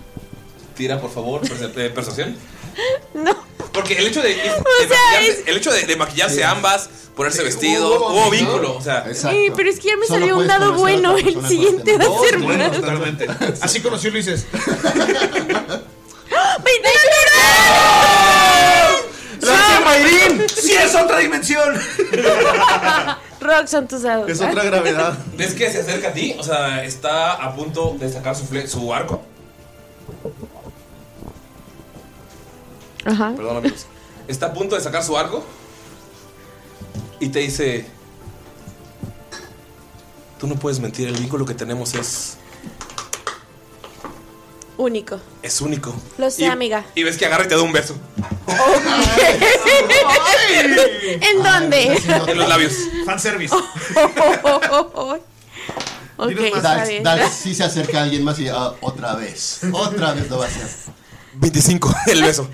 S4: Tira, por favor, perce- eh, persuasión.
S6: No.
S4: Porque el hecho de, de
S6: sea,
S4: maquillarse, el hecho de, de maquillarse ambas, ponerse vestido,
S9: hubo
S4: hubo
S9: vínculo.
S4: vínculo. O sea,
S6: Eh, pero es que ya me salió un dado bueno. El siguiente va a ser
S9: Bueno,
S6: más.
S9: totalmente. Así conoció Luises.
S7: ¡Gracias, Mayrin!
S9: ¡Sí es otra dimensión!
S6: Rock son tus dados.
S4: ¿Ves que se acerca a ti? O sea, está a punto de sacar su, fle- su arco.
S6: Ajá.
S4: Perdón, amigos. Está a punto de sacar su arco. Y te dice: Tú no puedes mentir, el vínculo que tenemos es,
S6: Único.
S4: es único.
S6: Lo sé,
S4: Y-
S6: amiga.
S4: Y ves que agarra y te da un beso.
S6: ¿En dónde? Eh.
S4: En los labios.
S9: Fanservice.
S6: Ok,
S10: Dax,
S6: está bien.
S10: Dax sí se acerca a alguien más y ah, otra vez. Otra vez lo va a hacer.
S15: 25, el beso.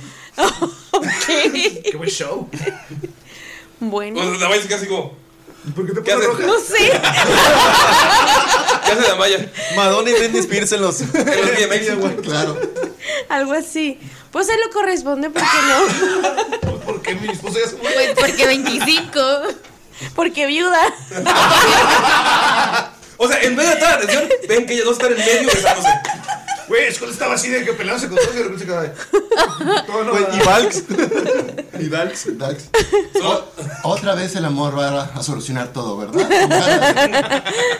S9: Qué buen show.
S6: Bueno.
S4: O sea, Damaya se queda así como.
S9: ¿Por qué te
S4: pones roja?
S6: No sé.
S4: ¿Qué hace Damaya?
S7: Madonna y Britney Spears en los.
S10: Claro.
S6: Algo así. Pues él lo corresponde porque no.
S9: Porque mi esposa es
S6: Pues porque 25. Porque viuda.
S4: O sea, en vez de estar atención, ven que ellos dos están en medio besándose.
S9: Güey, es cuando estaba así de que peleándose con todos y de repente se quedaba de- Todo no,
S10: Güey,
S9: nada.
S10: y Valks.
S5: Y Dax.
S10: Dax. O- otra vez el amor va a- a solucionar todo, ¿verdad?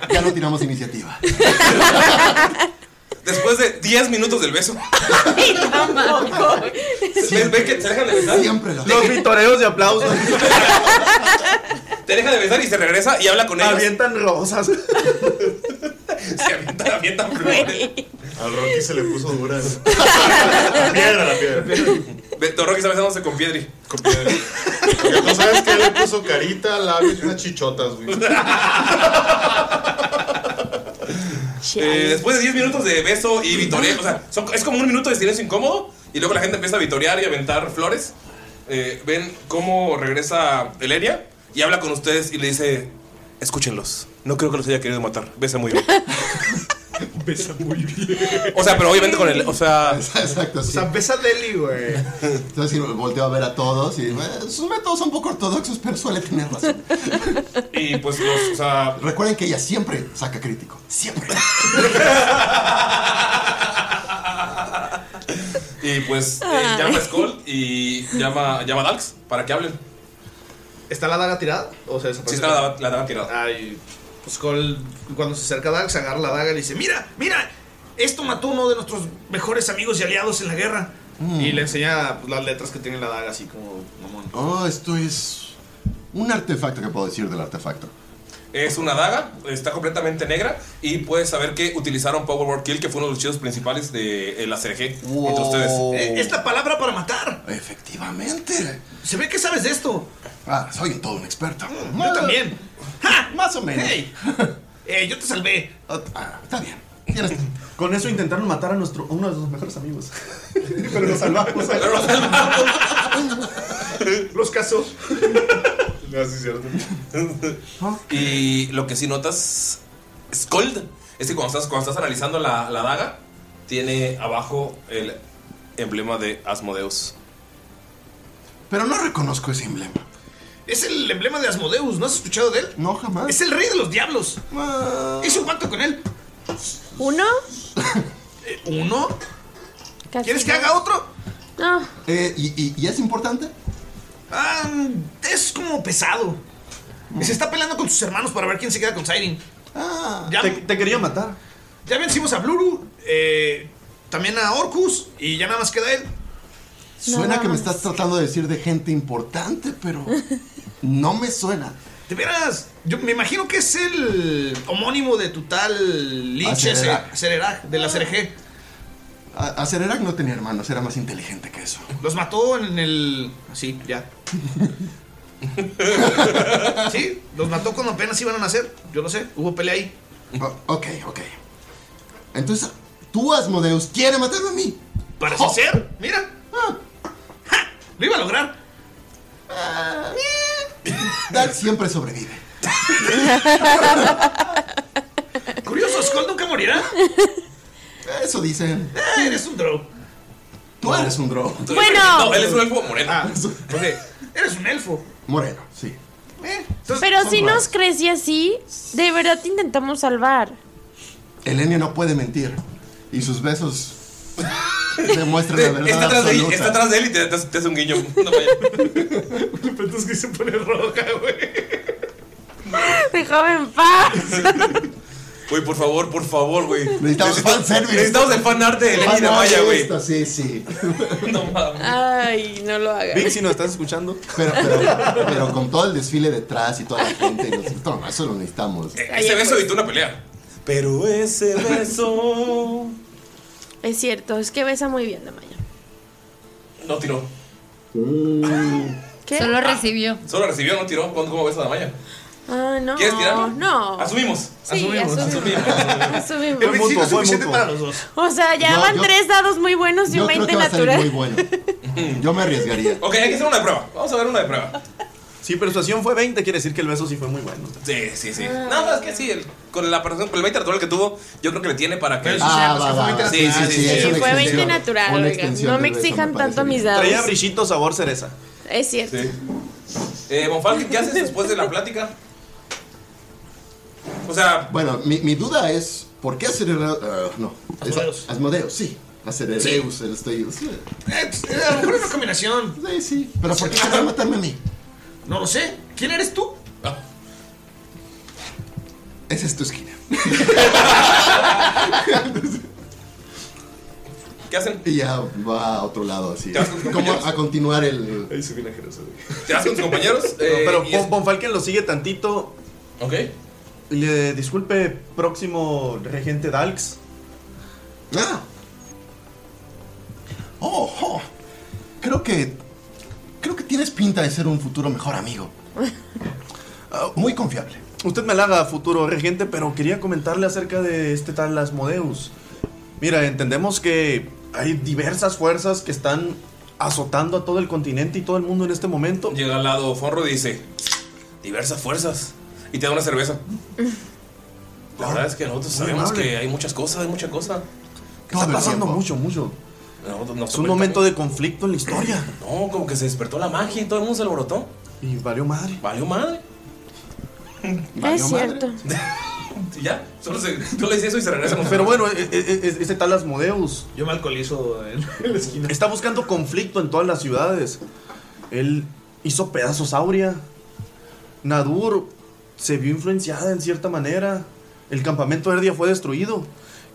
S10: Ya no tiramos iniciativa.
S4: Después de 10 minutos del beso.
S6: Ay, tampoco.
S4: ¿Ves, ves que se dejan de besar?
S10: Siempre
S7: Los vitoreos de aplausos.
S4: Te deja de besar y se regresa y habla con ellos.
S7: Avientan rosas.
S4: avientan
S12: Al Rocky se le puso dura.
S4: La piedra, la piedra. Beto Rocky está besándose con Piedri. Con Piedri.
S12: Porque tú sabes que le puso carita, labios y unas chichotas, güey.
S4: Eh, después de 10 minutos de beso y vitorear, o sea, son- es como un minuto de silencio incómodo y luego la gente empieza a vitorear y a aventar flores. Eh, ven cómo regresa Eleria y habla con ustedes y le dice, escúchenlos, no creo que los haya querido matar, besa muy bien.
S9: Besa muy bien.
S4: O sea, pero obviamente con el, o sea,
S10: Exacto, sí.
S9: O sea, besa Deli, güey.
S10: Entonces volteo a ver a todos y digo, "Eh, sus métodos son un poco ortodoxos, pero suele tener razón.
S4: Y pues los, o sea.
S10: Recuerden que ella siempre saca crítico. Siempre.
S4: y pues eh, llama a Skull y llama, llama a Dalks para que hablen.
S9: ¿Está la daga tirada? O sea,
S4: Sí, está la daga- tirada.
S9: Ay, pues Cole, cuando se acerca a Dax, agarra la daga y le dice: Mira, mira, esto mató a uno de nuestros mejores amigos y aliados en la guerra.
S10: Mm.
S9: Y le enseña pues, las letras que tiene la daga, así como mamón.
S10: Oh, esto es un artefacto que puedo decir del artefacto.
S4: Es una daga, está completamente negra y puedes saber que utilizaron Power Word Kill, que fue uno de los chidos principales de eh, la CRG entre ustedes.
S9: Eh, Es la palabra para matar.
S10: Efectivamente.
S9: Se ve que sabes de esto.
S10: Ah, soy todo un experto. Ah,
S9: Yo también. ¡Ja!
S10: Más o Ah. menos.
S9: Hey. Eh, yo te salvé.
S10: está bien.
S7: Con eso intentaron matar a, nuestro, a uno de nuestros mejores amigos. Pero lo salvamos.
S9: Los casó.
S12: No, sí, cierto.
S4: Y lo que sí notas, Scold, es que cuando estás, cuando estás analizando la, la daga, tiene abajo el emblema de Asmodeus.
S10: Pero no reconozco ese emblema.
S9: Es el emblema de Asmodeus, ¿no has escuchado de él?
S10: No, jamás. Ah.
S9: Es el rey de los diablos. Hice un pacto con él. Eh,
S6: ¿Uno?
S9: ¿Uno? ¿Quieres que haga otro?
S6: No.
S10: Eh, y, y- y es importante?
S9: Ah, es como pesado.
S10: Mm.
S9: Se está peleando con sus hermanos para ver quién se queda con Siren.
S10: Ah,
S9: Ya-
S7: Te, te quería matar.
S9: Ya vencimos a Bluru, eh, también a Orcus, y ya nada más queda él.
S10: Suena que me estás tratando de decir de gente importante, pero no me suena.
S9: De veras, yo me imagino que es el homónimo de tu tal Lich, ese,
S10: Acererac.
S9: Acererac, de la CRG.
S10: A- Acererac no tenía hermanos, era más inteligente que eso.
S9: Los mató en el. Así, ya. sí, los mató cuando apenas iban a nacer. Yo lo sé, hubo pelea ahí.
S10: O- Oh, ok, ok. Entonces, tú, Asmodeus, quiere matarme a mí. Ah.
S9: Parece ser, mira. ¡Ja! Lo iba a lograr.
S10: Ah, Dark siempre sobrevive.
S9: Curioso, Skull nunca morirá.
S10: Eso dicen.
S9: Eh, eres un drow.
S10: Tú eres un drogo.
S6: Bueno.
S4: No, él es un elfo moreno.
S9: Ah, Eres un elfo.
S10: Moreno, sí.
S6: Pero
S10: son
S6: si
S10: raros.
S6: nos crecí así, de verdad te intentamos salvar.
S10: Elenio no puede mentir. Y sus besos demuestran la verdad
S4: Está atrás, de,
S10: absoluta.
S4: está atrás de él y te, te hace- te hace un guiño. No, vaya.
S9: Entonces que se pone roja, güey.
S6: Déjame en paz.
S4: Güey, por favor, por favor, güey.
S10: Necesitamos fanservice.
S4: Necesitamos el fan art de
S10: Fan
S4: Lenny de
S10: art
S4: Maya,
S10: de
S4: güey.
S10: esto, Sí, sí.
S6: Ay, no lo hagas.
S7: Vic, si nos estás escuchando.
S10: Pero, pero, pero con todo el desfile detrás y toda la gente, y nos- todo, eso lo necesitamos.
S4: Ese beso
S6: pues-
S4: evitó una pelea. Pero ese beso.
S6: Es cierto, es que besa muy bien, Damaya.
S4: No tiró.
S6: ¿Qué?
S11: Solo recibió.
S4: Solo recibió, no tiró. ¿Cómo, cómo besa a Damaya?
S6: Ah, No, no.
S4: ¿Quieres tirarlo?
S6: No.
S4: Asumimos.
S6: Sí,
S4: asumimos.
S6: asumimos. Asumimos.
S9: El principio es suficiente para los dos.
S6: O sea, ya
S4: No,
S6: van
S4: yo-
S6: tres dados muy buenos y un 20 natural.
S10: bueno. Yo me arriesgaría.
S4: Ok, hay que hacer una de prueba. Vamos a ver una de prueba.
S7: Si persuasión fue 20, quiere decir que el beso sí fue muy bueno.
S4: Sí, sí, sí. No, no, es que sí, el- con la persona, con el 20 natural que tuvo, yo creo que le tiene para que.
S7: Ah, va, va, va.
S4: Sí, sí, sí.
S7: es
S6: Sí,
S7: una
S6: fue 20
S7: extensión.
S6: natural,
S7: Una
S6: oigan.
S7: extensión
S6: No
S7: del
S6: me
S7: beso, me
S6: exijan tanto mis dados.
S7: Traía brillito sabor cereza.
S6: Es cierto.
S4: Eh, Bonfalque, ¿qué haces después de la plática? O sea.
S10: Bueno, mi, mi duda es: ¿por qué Acereus. no. es- Asmodeus, sí. Acereus, el estoy.
S9: Eh, a lo mejor es una combinación.
S10: Sí, sí. Pero ¿por qué querrá matarme a mí?
S9: No lo sé. ¿Quién eres tú?
S10: Esa es tu esquina.
S4: ¿Qué hacen?
S10: Y ya va a otro lado, así. Como a continuar el.
S4: Ahí se viene ¿Te vas con tus compañeros? Eh,
S7: pero
S4: y
S7: Von Von Falken lo sigue tantito.
S4: Ok.
S7: Le disculpe, próximo regente Dalks.
S10: Ah. Oh, oh. Creo que. Creo que tienes pinta de ser un futuro mejor amigo. Ah, muy confiable.
S7: Usted me halaga, futuro regente, pero quería comentarle acerca de este tal Asmodeus. Mira, entendemos que hay diversas fuerzas que están azotando a todo el continente y todo el mundo en este momento.
S4: Llega al lado Forro y dice: Diversas fuerzas. Y te da una cerveza. La verdad es que nosotros
S7: Muy
S4: sabemos
S7: amable.
S4: que hay muchas cosas, hay mucha cosa.
S7: ¿Qué está pasando mucho, mucho.
S4: Nosotros nos
S7: Es un momento de conflicto en la historia.
S4: No, como que se despertó la magia y todo el mundo se alborotó.
S7: Y valió madre.
S4: Valió madre.
S7: Valió madre.
S4: Y ya, solo se, tú le dices eso y se regresa con
S7: Pero bueno, e- e- e- este tal Asmodeus. Yo me alcoholizo en, la esquina. Está buscando conflicto en todas las ciudades. Él hizo pedazos Aurea. Nadur se vio influenciada en cierta manera. El campamento Erdia fue destruido.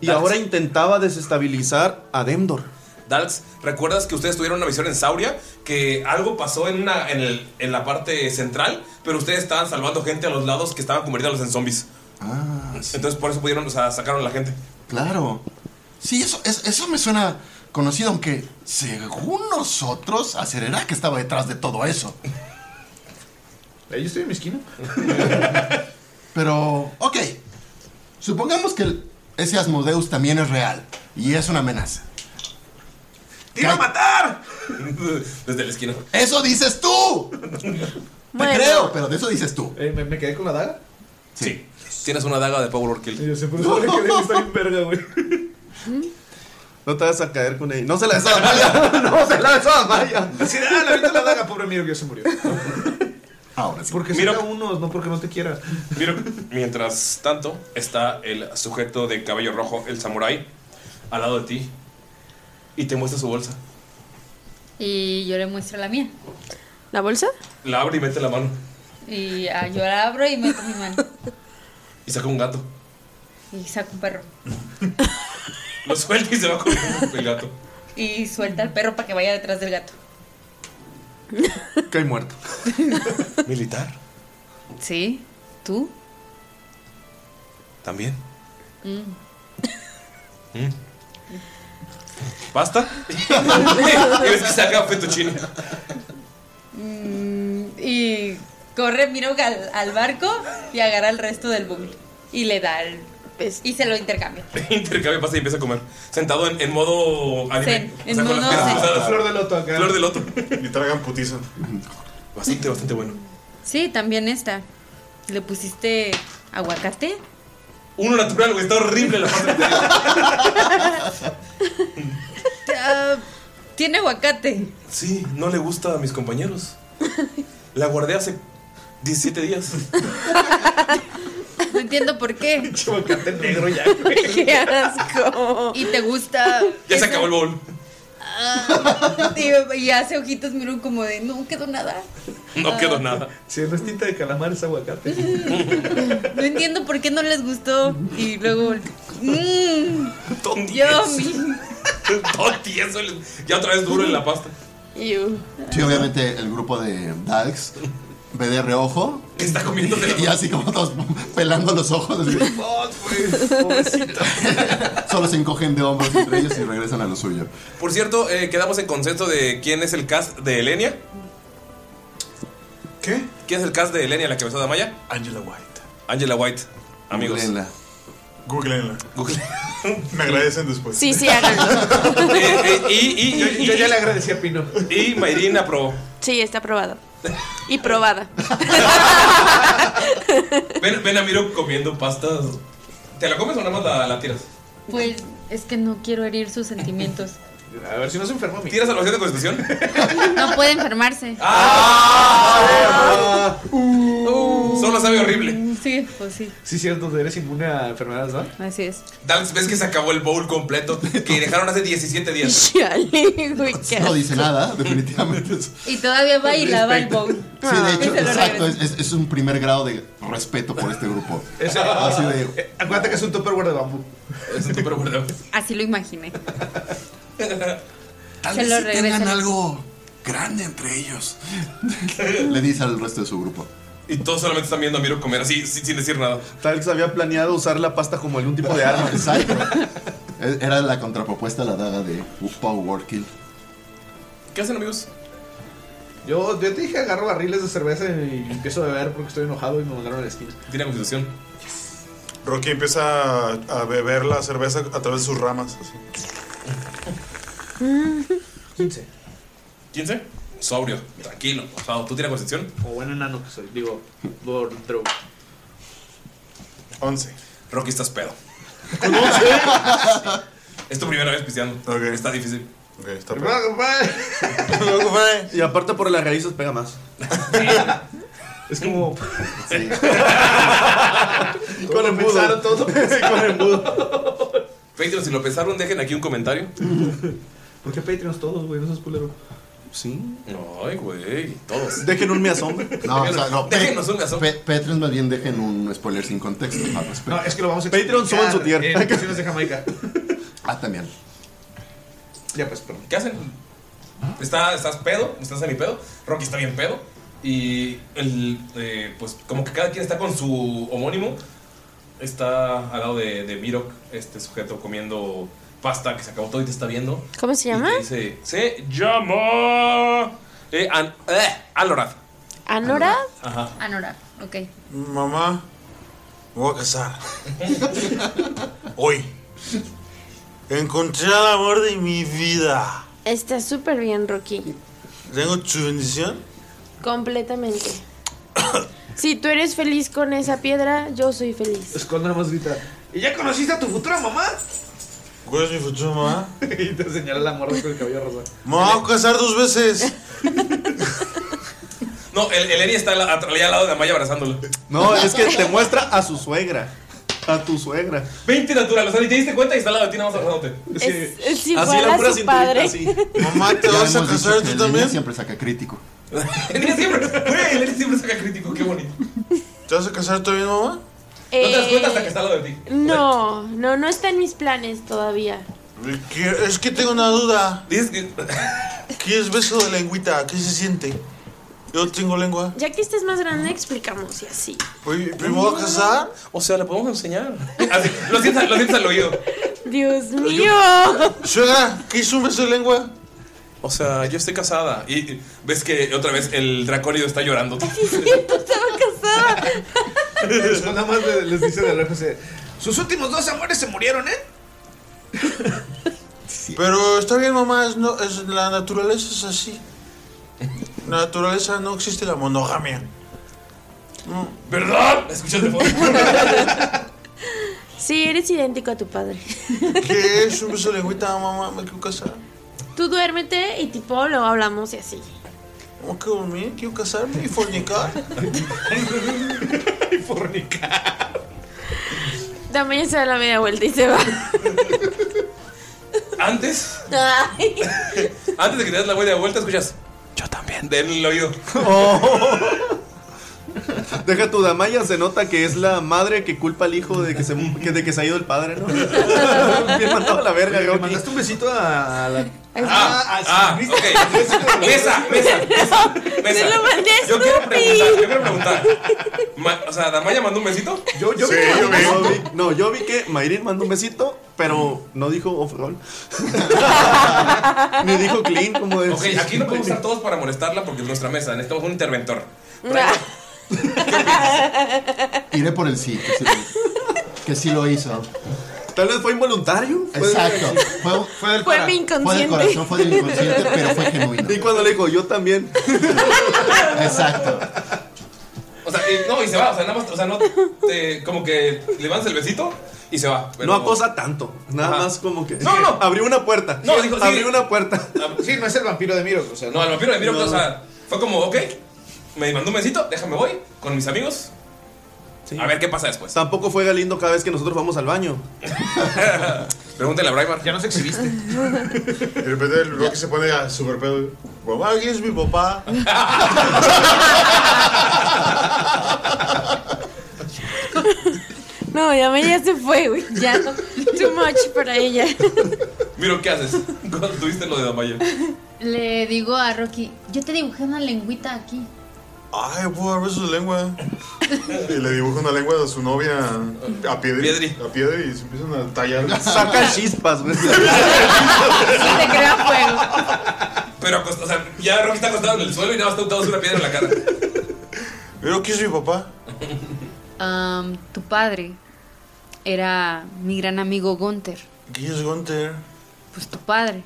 S7: Y
S4: Daleks.
S7: ahora intentaba desestabilizar a Demdor.
S4: Dalks, ¿recuerdas que ustedes tuvieron una visión en Sauria? Que algo pasó en, una, en, el- en la parte central, pero ustedes estaban salvando gente a los lados que estaban convirtiéndolos en zombies.
S10: Ah, sí.
S4: Entonces por eso pudieron, o sea, sacaron a la gente.
S10: Claro. Sí, eso, es- eso me suena conocido, aunque según nosotros, Acerera que estaba detrás de todo eso.
S9: Ahí estoy en mi esquina.
S10: Pero, ok. Supongamos que el- ese Asmodeus también es real y es una amenaza.
S4: ¡Te iba a matar! Desde la esquina.
S10: ¡Eso dices tú! Te creo, pero de eso dices tú.
S9: Eh, me, me quedé con la daga.
S4: Sí. Tienes una daga de Power Orkill.
S9: Yo siempre me quedé que está bien verga, güey.
S7: No te vas a caer con él. No se la des a Damaya. No se la des a Damaya.
S9: Así de, ah, le aviento la daga, pobre mío, que ya se murió.
S10: Ahora sí.
S9: Porque
S4: Miro-
S9: mira unos, no porque no te quiera.
S4: Mira, mientras tanto, está el sujeto de cabello rojo, el samurái, al lado de ti. Y te muestra su bolsa.
S11: Y yo le muestro la mía.
S6: ¿La bolsa?
S4: La abre y mete la mano.
S11: Y ah, yo la abro y meto mi mano.
S4: Y saca un gato.
S11: Y saco un perro.
S4: Lo suelta y se va corriendo el gato.
S11: Y suelta al perro para que vaya detrás del gato.
S7: Cae muerto.
S4: Militar.
S11: ¿Sí? ¿Tú?
S4: También.
S11: Mm.
S4: ¿Basta? y ves que saca fettuccine.
S11: Mm, y corre, miro al, al barco y agarra el resto del bowl. Y le da el pez. Y se lo intercambia.
S4: Intercambio pasa y empieza a comer. Sentado en, en modo anime.
S11: Zen, en
S4: con las
S11: modo
S4: piernas
S11: zen.
S4: cruzadas.
S11: Flor
S9: de loto acá.
S4: Flor de loto. Y tragan putiza. Bastante, bastante bueno.
S11: Sí, también esta. ¿Le pusiste aguacate?
S4: Uno natural, güey. Está horrible la parte.
S11: Ah, Tiene aguacate.
S4: Sí, no le gusta a mis compañeros. La guardé hace 17 días.
S11: No entiendo por qué.
S4: Chocate negro ya.
S11: ¡Qué asco! Y te gusta.
S4: Ya se acabó el bowl.
S11: Ah, y, y hace ojitos, miro como de no quedó nada.
S6: Ah.
S4: No quedó nada.
S9: Si no es tinta de calamar, es aguacate.
S11: No entiendo por qué no les gustó. Y luego. Mmm. Yummy.
S4: Toti, eso les- Ya otra vez duro en la pasta.
S11: Ew.
S10: Sí, obviamente el grupo de Dalks ve de reojo.
S4: Está comiendo
S10: Y así como todos pelando los ojos. así. Solo se encogen de hombros entre ellos y regresan a lo suyo.
S4: Por cierto, eh, quedamos en consenso de quién es el cast de Elenia. ¿Qué? ¿Quién es el cast de Elenia, la que besó a Damaya? Angela White. Angela White, amigos.
S5: Googleenla. Googleenla. Me agradecen después.
S6: Sí, sí, háganlo.
S4: Eh, eh, y,
S9: yo, yo ya le agradecí a Pino.
S4: Y Mayrin aprobó.
S6: Sí, está aprobado. Y probada.
S4: Ven, ven a Miro comiendo pastas. ¿Te la comes o nada más la, la tiras?
S11: Pues es que no quiero herir sus sentimientos.
S9: A ver si no se enferma. mi-
S4: ¿Tiras a los de constitución?
S11: No puede enfermarse.
S4: Ah, Solo sabe horrible.
S11: Sí, pues sí,
S9: Sí, cierto, eres inmune a enfermedades, ¿no?
S11: así es.
S4: Dals, ves que se acabó el bowl completo que dejaron hace 17 días.
S6: Chale, güey, qué
S10: No dice
S6: asco.
S10: nada, definitivamente. Sí,
S11: Y todavía bailaba el bowl.
S10: de
S11: Y
S10: hecho,
S11: se Ah, lo
S10: exacto. Es, es- es un primer grado de respeto por este grupo.
S9: Ese-
S10: Así de.
S9: Eh, Acuérdate que es un tupperware de bambú.
S4: Es un tupperware de bambú.
S11: Así lo imaginé.
S10: Tal
S11: Se
S10: vez
S11: lo
S10: sí tengan
S11: regreso.
S10: algo grande entre ellos. Le dice al resto de su grupo.
S4: Y todos solamente están viendo a Miro comer así, sin sin decir nada.
S7: Tal vez había planeado usar la pasta como algún tipo de arma.
S10: Exacto. E- Era la contrapropuesta a la daga de Paul Warkill.
S4: ¿Qué hacen, amigos?
S9: Yo, yo te dije, agarro barriles de cerveza y empiezo a beber porque estoy enojado y me mandaron a la esquina.
S4: Tiene constitución.
S5: Rocky empieza a, a beber la cerveza a través de sus ramas. así.
S9: 15.
S4: 15. Sobrio, tranquilo, pasado. ¿Tú tienes constitución?
S9: O buen enano que soy, digo, Lord Drow.
S5: 11.
S4: Rocky, estás pedo. Es tu primera vez pisteando. Está difícil.
S5: está
S7: Y aparte por las raíces pega más.
S9: Es como.
S7: Con embudo.
S9: pensaron, todos lo pensaron.
S7: Con embudo.
S4: Patreons, si lo pensaron, dejen aquí un comentario.
S9: ¿Por qué Patreons todos, güey? No seas culero.
S7: Sí.
S4: Ay, güey, todos.
S7: Dejen un me asombro.
S10: No, o sea, no.
S4: Déjenos un
S10: Pe- Patreons más bien dejen un spoiler sin contexto al respecto.
S4: Ah,
S9: No, es que lo vamos a
S7: Patreon
S9: explicar
S7: suban su tier.
S9: En canciones de Jamaica.
S10: Ah, también.
S9: Ya, pues, perdón.
S4: ¿Qué hacen? Está, estás pedo, estás en mi pedo. Rocky está bien pedo. Y el, eh, pues como que cada quien está con su homónimo. Está al lado de, de Mirok, este sujeto comiendo pasta que se acabó todo y te está viendo.
S6: ¿Cómo se llama?
S4: Y te dice, se llama... eh, An- eh, Alorad.
S6: ¿Anora?
S4: Ajá.
S11: Anora, ok.
S5: Mamá, me voy a casar. Hoy. Encontré al amor de mi vida.
S6: Está súper bien, Rocky.
S5: ¿Tengo tu bendición?
S6: Completamente. Si tú eres feliz con esa piedra, yo soy feliz.
S9: Es cuando nada más grita. ¿Y ya conociste a tu futura mamá?
S5: ¿Cuál es mi futura mamá?
S9: y te señala la morra con el cabello rosa.
S5: Me voy a casar dos veces.
S4: No, el, el Eri está al, at- ahí al lado de Amaya abrazándolo.
S7: No, es que te muestra a su suegra. A tu suegra.
S4: 20 natural, o sea, ni te diste cuenta y está al lado de ti nada más abrazándote.
S6: Es, es igual a su padre.
S5: Mamá,
S10: ¿te
S5: vas a casar tú también?
S10: siempre saca crítico.
S4: Güey, el Eri siempre saca crítico, qué bonito.
S5: ¿Te vas a casar también, mamá?
S4: No te das cuenta hasta que
S6: Eh,
S4: está al lado de ti.
S6: No, no, no está en mis planes todavía.
S5: Es que tengo una duda.
S4: Dices que.
S5: ¿Qué es beso de lengüita? ¿Qué se siente? Yo tengo lengua.
S6: Ya que estés más grande, explicamos y así.
S5: Oye, ¿me voy a casar?
S4: O sea, la podemos enseñar. Así, lo sientes, lo sientes al oído.
S6: Dios mío.
S5: Suegra, ¿qué es un beso de lengua?
S4: O sea, yo estoy casada. Y ves que otra vez el dracónido está llorando.
S9: Es cuando nada más le- les dice de lejos. eh, Sus últimos dos amores se murieron, ¿eh?
S5: Pero está bien, mamá, es no- es- la naturaleza es así. La naturaleza no existe la monogamia.
S4: ¿Verdad? Escúchate, por
S6: Sí, eres idéntico a tu padre.
S5: ¿Qué es un beso de lengüita, mamá? Me quiero casar.
S6: Tú duérmete y tipo lo hablamos y así.
S5: ¿Cómo que dormir? Quiero casarme y fornicar.
S6: También se da la media vuelta y se va.
S4: Antes,
S6: Ay.
S4: antes de que te das la vuelta de vuelta, escuchas. Yo también. De el oído.
S7: Oh. Deja tu damaya, se nota que es la madre que culpa al hijo de que se, que- de que se ha ido el padre, ¿no? Bien mandado a la verga,
S9: Le
S7: Rocky.
S9: mandaste un besito a la.
S4: Ah, ah, ok. Mesa, mesa, mesa. mesa.
S9: lo mandé a
S4: yo quiero preguntar, yo quiero preguntar. Ma- o sea, Damaya mandó un besito.
S7: Yo, yo
S4: Sí,
S7: vi,
S4: yo
S7: yo vi- no, yo vi que Mayrin mandó un besito, pero no dijo off-roll. Ni dijo clean, como de.
S4: Ok, aquí no podemos estar todos para molestarla porque es nuestra mesa. Necesitamos un interventor.
S10: Iré por el sí, que sí lo, que sí lo hizo.
S7: Tal vez fue involuntario.
S10: Exacto. Fue,
S7: del
S6: Fue mi
S10: Fue del
S6: inconsciente.
S10: corazón, fue del inconsciente, pero fue genuino.
S7: Y cuando le dijo, yo también.
S10: Exacto.
S4: O sea, y- no, y se va, o sea, nada más, o sea, no, te- como que le levantas el besito y se va.
S7: No acosa tanto. Nada más como que.
S4: No, no.
S7: Abrió una puerta.
S4: No, dijo, Ah, sí.
S7: Abrió una puerta.
S9: Sí, no es el vampiro de Miro. O sea,
S4: No, el vampiro de Miro,
S9: No.
S4: o sea, fue como, ok, me mandó un besito, déjame voy con mis amigos. A ver qué pasa después.
S7: Tampoco fue Galindo cada vez que nosotros vamos al baño.
S4: Pregúntale a Braimar. Ya nos exhibiste.
S5: De repente el Rocky se pone a super pedo. Mamá, aquí es mi papá.
S6: No, ya, me- ya se fue, güey. Ya no. Too much para ella.
S4: Miro, ¿qué haces? ¿Cuándo tuviste lo de Damaya?
S11: Le digo a Rocky, yo te dibujé una lengüita aquí.
S5: Ay, puedo ver su lengua. Y le dibuja una lengua a su novia a piedra. A piedra y se empiezan a tallar.
S7: Saca chispas, güey.
S6: Te crea fuego.
S4: Pero, acost- o sea, ya Rocky está acostado en el suelo y nada más está untado una piedra en la cara.
S5: Miro, ¿qué es mi papá?
S11: Am, tu padre era mi gran amigo Gunther.
S5: ¿Quién es Gunter?
S11: Pues tu padre,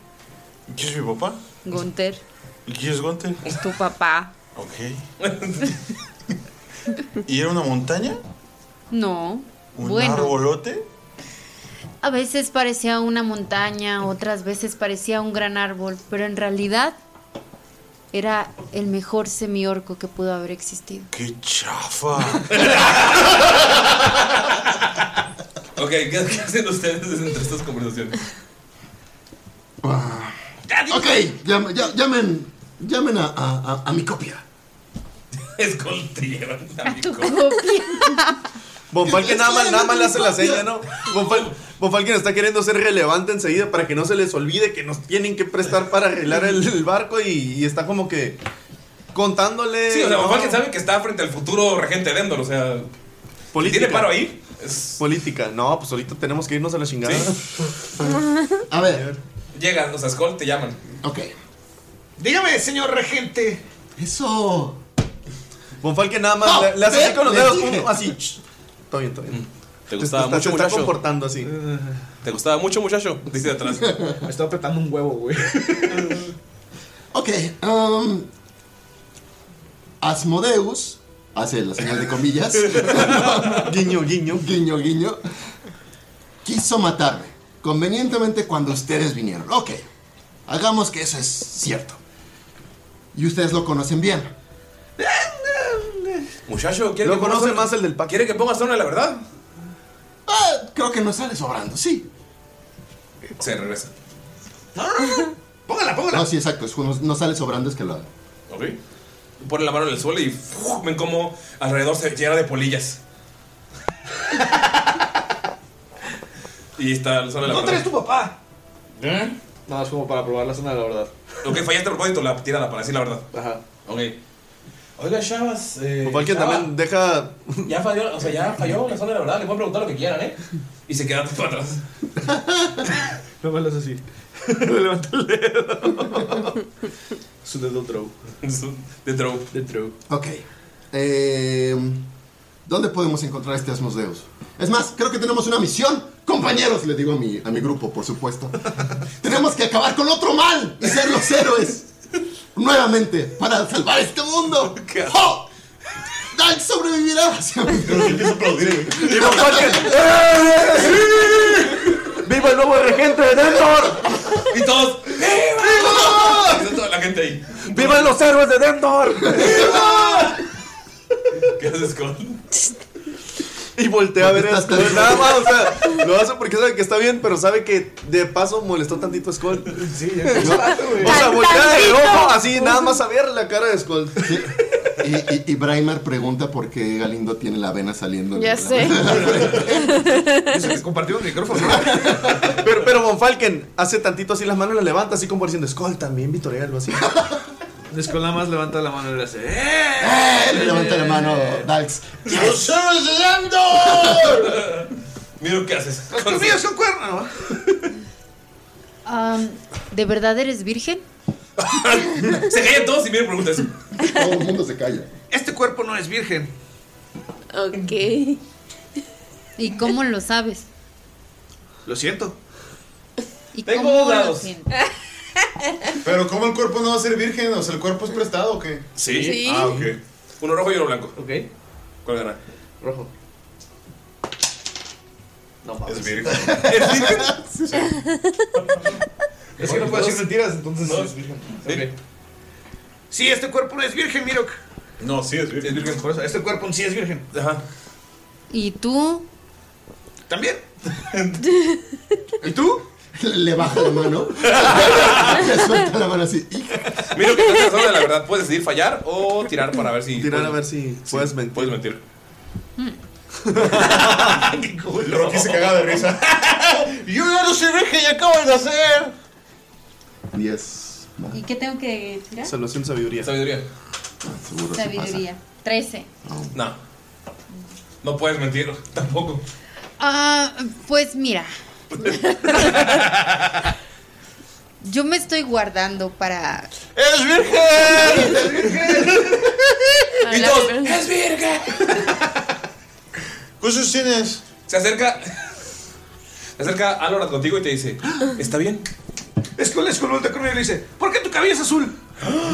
S5: ¿Quién es mi papá?
S11: Gunther,
S5: ¿Y quién es Gunter?
S11: es tu papá.
S5: Ok. ¿Y era una montaña?
S11: No,
S5: ¿Un
S11: bueno.
S5: arbolote?
S11: A veces parecía una montaña, otras veces parecía un gran árbol, pero en realidad era el mejor semiorco que pudo haber existido.
S5: ¡Qué chafa!
S4: Ok, ¿qué, qué hacen ustedes entre estas conversaciones?
S10: Ah, Ok, llam- ya- llamen, llamen a, a- a- a mi copia.
S4: Es coltrillero.
S7: Bonfalken nada más, nada más le hace la seña, ¿no? Bonfal- Bonfalken está queriendo ser relevante enseguida para que no se les olvide que nos tienen que prestar para arreglar el, el barco y, y está como que contándole.
S4: Sí, o sea,
S7: ¿no?
S4: Juan que sabe que está frente al futuro regente de Endor, o sea.
S7: Política.
S4: ¿Tiene paro ahí?
S7: Política. No, pues ahorita tenemos que irnos a la chingada.
S10: A ver.
S4: Llegan, o sea, Skull te llaman.
S10: Ok.
S9: Dígame, señor regente.
S10: Eso.
S7: Bonfalken nada más
S9: No,
S7: le, le hace así
S9: ve,
S7: con los
S9: les
S7: dedos,
S9: dije.
S7: pum, así. ch, Todo bien, todo
S10: Mm,
S7: bien.
S4: Te gustaba
S7: está-
S4: mucho,
S7: se está
S4: muchacho.
S7: comportando así.
S4: ¿Te gustaba mucho, muchacho? Dice de atrás.
S9: Me estaba apretando un huevo, güey.
S10: Ok, um, Asmodeus hace la señal de comillas.
S7: guiño, guiño.
S10: Guiño, guiño. Quiso matarme. Convenientemente cuando ustedes vinieron. Ok, hagamos que eso es cierto. Y ustedes lo conocen bien.
S4: Muchacho, ¿quiere que ponga zona-
S7: el del pack.
S4: ¿Quiere que ponga zona, la verdad?
S10: Ah, creo que no sale sobrando, sí.
S4: Se regresa.
S9: Póngala, póngala.
S10: No, sí, exacto. es- no, no sale sobrando, es que lo.
S4: Ok. Pone la mano en el suelo y ¡fuu! ven cómo alrededor se llena de polillas. y está la zona de la
S9: ¿Dónde
S4: verdad.
S9: eres tu papá? No, es como para probar la zona de la verdad.
S4: Lo que fallaste a propósito, la tirada para decir la verdad.
S9: Ajá.
S4: Ok. Oiga, chavas. Eh,
S7: Bonfalken
S4: chava,
S7: también deja.
S4: Ya falló, o sea, ya falló la zona de la verdad. Le pueden preguntar lo que quieran, ¿eh? Y se quedan para atrás.
S9: No me lo hace así. Le levanta el dedo. Su dedo throw.
S4: De throw.
S9: De throw.
S10: Ok. Eh, ¿Dónde podemos encontrar este Asmodeus? Es más, creo que tenemos una misión. Compañeros, le digo a mi, a mi grupo, por supuesto. tenemos que acabar con otro mal y ser los héroes. Nuevamente, para salvar este mundo. ¡Jo! ¡Dal sobrevivirá!
S7: Y Bonfalken, ¡eh, sí! ¡Viva el nuevo regente de Dendor!
S4: Y todos.
S7: ¡Viva!
S4: Y está toda la gente ahí.
S7: ¡Viva los héroes de Dendor!
S4: ¿Qué haces con?
S7: Y voltea a ver a Skull. Nada más, o sea, lo hace porque sabe que está bien, pero sabe que de paso molestó tantito a Skull. Sí,
S9: ya
S7: O sea, voltea el ojo así, nada más a ver la cara de Skull.
S10: Y, y, y Braimar pregunta por qué Galindo tiene la vena saliendo.
S6: Ya sé.
S9: Compartimos micrófono.
S7: Pero, pero Bonfalken hace tantito así las manos, la levanta así como diciendo, Skull también, vitorealo así.
S9: Skull nada más levanta la mano y le hace. ¡Eh!
S10: ¡Eh! Le levanta la mano Dax.
S5: ¡Los héroes de
S4: Mira qué haces.
S9: Los colmillos son cuernos.
S11: Am, ¿De verdad eres virgen?
S4: Se callan todos y Miro pregunta eso.
S10: Todo el mundo se calla.
S9: Este cuerpo no es virgen.
S6: Ok.
S11: ¿Y cómo lo sabes?
S9: Lo siento.
S11: ¿Y
S9: Tengo
S11: cómo lo
S9: dados.
S11: sientes?
S5: Pero ¿cómo el cuerpo no va a ser virgen? O sea, ¿el cuerpo es prestado o qué?
S4: Sí.
S11: Sí.
S5: Ah, ok.
S4: Uno rojo y uno blanco.
S9: Ok.
S4: ¿Cuál gana?
S9: Rojo. No mames.
S4: Es virgen.
S9: ¿Es virgen? Es que no puedo decir mentiras, entonces
S4: No.
S9: es virgen. Ok. Sí, este cuerpo no es virgen, Mirok.
S4: No, sí es virgen.
S9: Es virgen, por eso. Este cuerpo sí es virgen. Ajá.
S11: ¿Y tú?
S9: ¿También? ¿Y tú?
S10: Le baja la mano. Le suelta la mano así.
S4: Mira, que estás de la verdad. Puedes decidir fallar o tirar para ver si.
S7: Tirar a ver si puedes mentir.
S4: Puedes mentir.
S5: El Rocky se cagaba de risa.
S16: Yo ya no soy virgen y acabo de nacer.
S7: 10.
S11: ¿Y qué tengo que tirar?
S7: Salvación, sabiduría.
S4: Sabiduría.
S7: Seguro sí
S11: Sabiduría. 13.
S4: No. No puedes mentir tampoco.
S11: Ah, pues mira. Yo me estoy guardando para.
S16: ¡Es virgen!
S11: ¡Es virgen!
S4: ¡Es virgen!
S5: ¿Qué tienes?
S4: Se acerca. Se acerca Alorad contigo y te dice: "Ah, ¿Está bien?
S9: Es que le escolta conmigo y le dice: ¿Por qué tu cabello es azul?
S10: ¡Ah!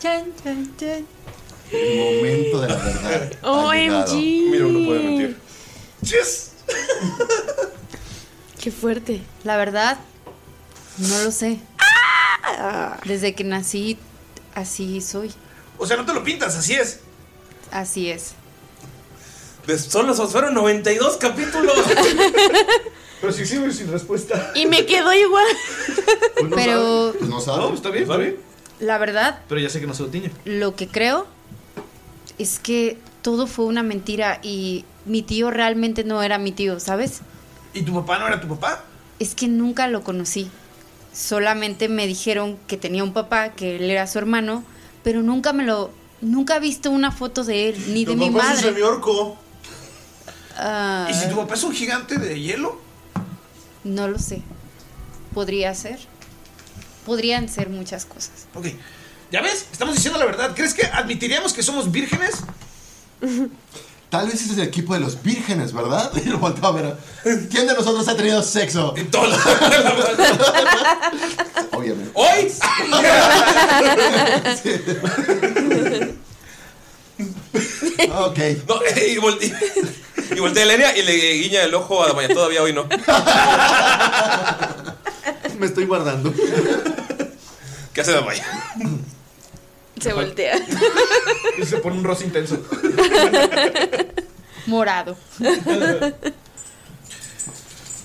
S11: Chan, chan, chan.
S10: El momento de la verdad. ha llegado.
S4: Mira, uno puede mentir.
S11: Qué fuerte. La verdad, no lo sé. Desde que nací, así soy.
S9: O sea, no te lo pintas, así es.
S11: Así es.
S4: Pues Solo se fueron 92 capítulos.
S9: Pero si sigo sin respuesta.
S6: Y me quedo igual.
S11: Pero
S10: Pues
S9: no sabe. No, pues está bien, está bien.
S11: la verdad,
S9: Pero ya sé que no se lo tiñe.
S11: lo que creo es que todo fue una mentira y mi tío realmente no era mi tío, ¿sabes?
S9: ¿Y tu papá no era tu papá?
S11: Es que nunca lo conocí. Solamente me dijeron que tenía un papá, que él era su hermano, pero nunca me lo nunca he visto una foto de él ni de mi
S5: papá es un
S11: madre.
S5: semiorco.
S11: Ah,
S9: ¿Y si tu papá es un gigante de hielo?
S11: No lo sé. Podría ser. Podrían ser muchas cosas.
S9: Ok. ¿Ya ves? Estamos diciendo la verdad. ¿Crees que admitiríamos que somos vírgenes?
S10: Tal vez ese es el equipo de los vírgenes, ¿verdad? Y lo volteo a ver. a- ¿Quién de nosotros ha tenido sexo?
S4: Todos.
S10: Obviamente.
S4: ¡Hoy!
S10: ok.
S4: No, eh, y, volte- y voltea a Elenia y le guiña el ojo a Damaya. Todavía hoy no.
S7: Me estoy guardando.
S4: ¿Qué hace Damaya?
S6: Se voltea.
S9: Y se pone un rosa intenso.
S11: Morado.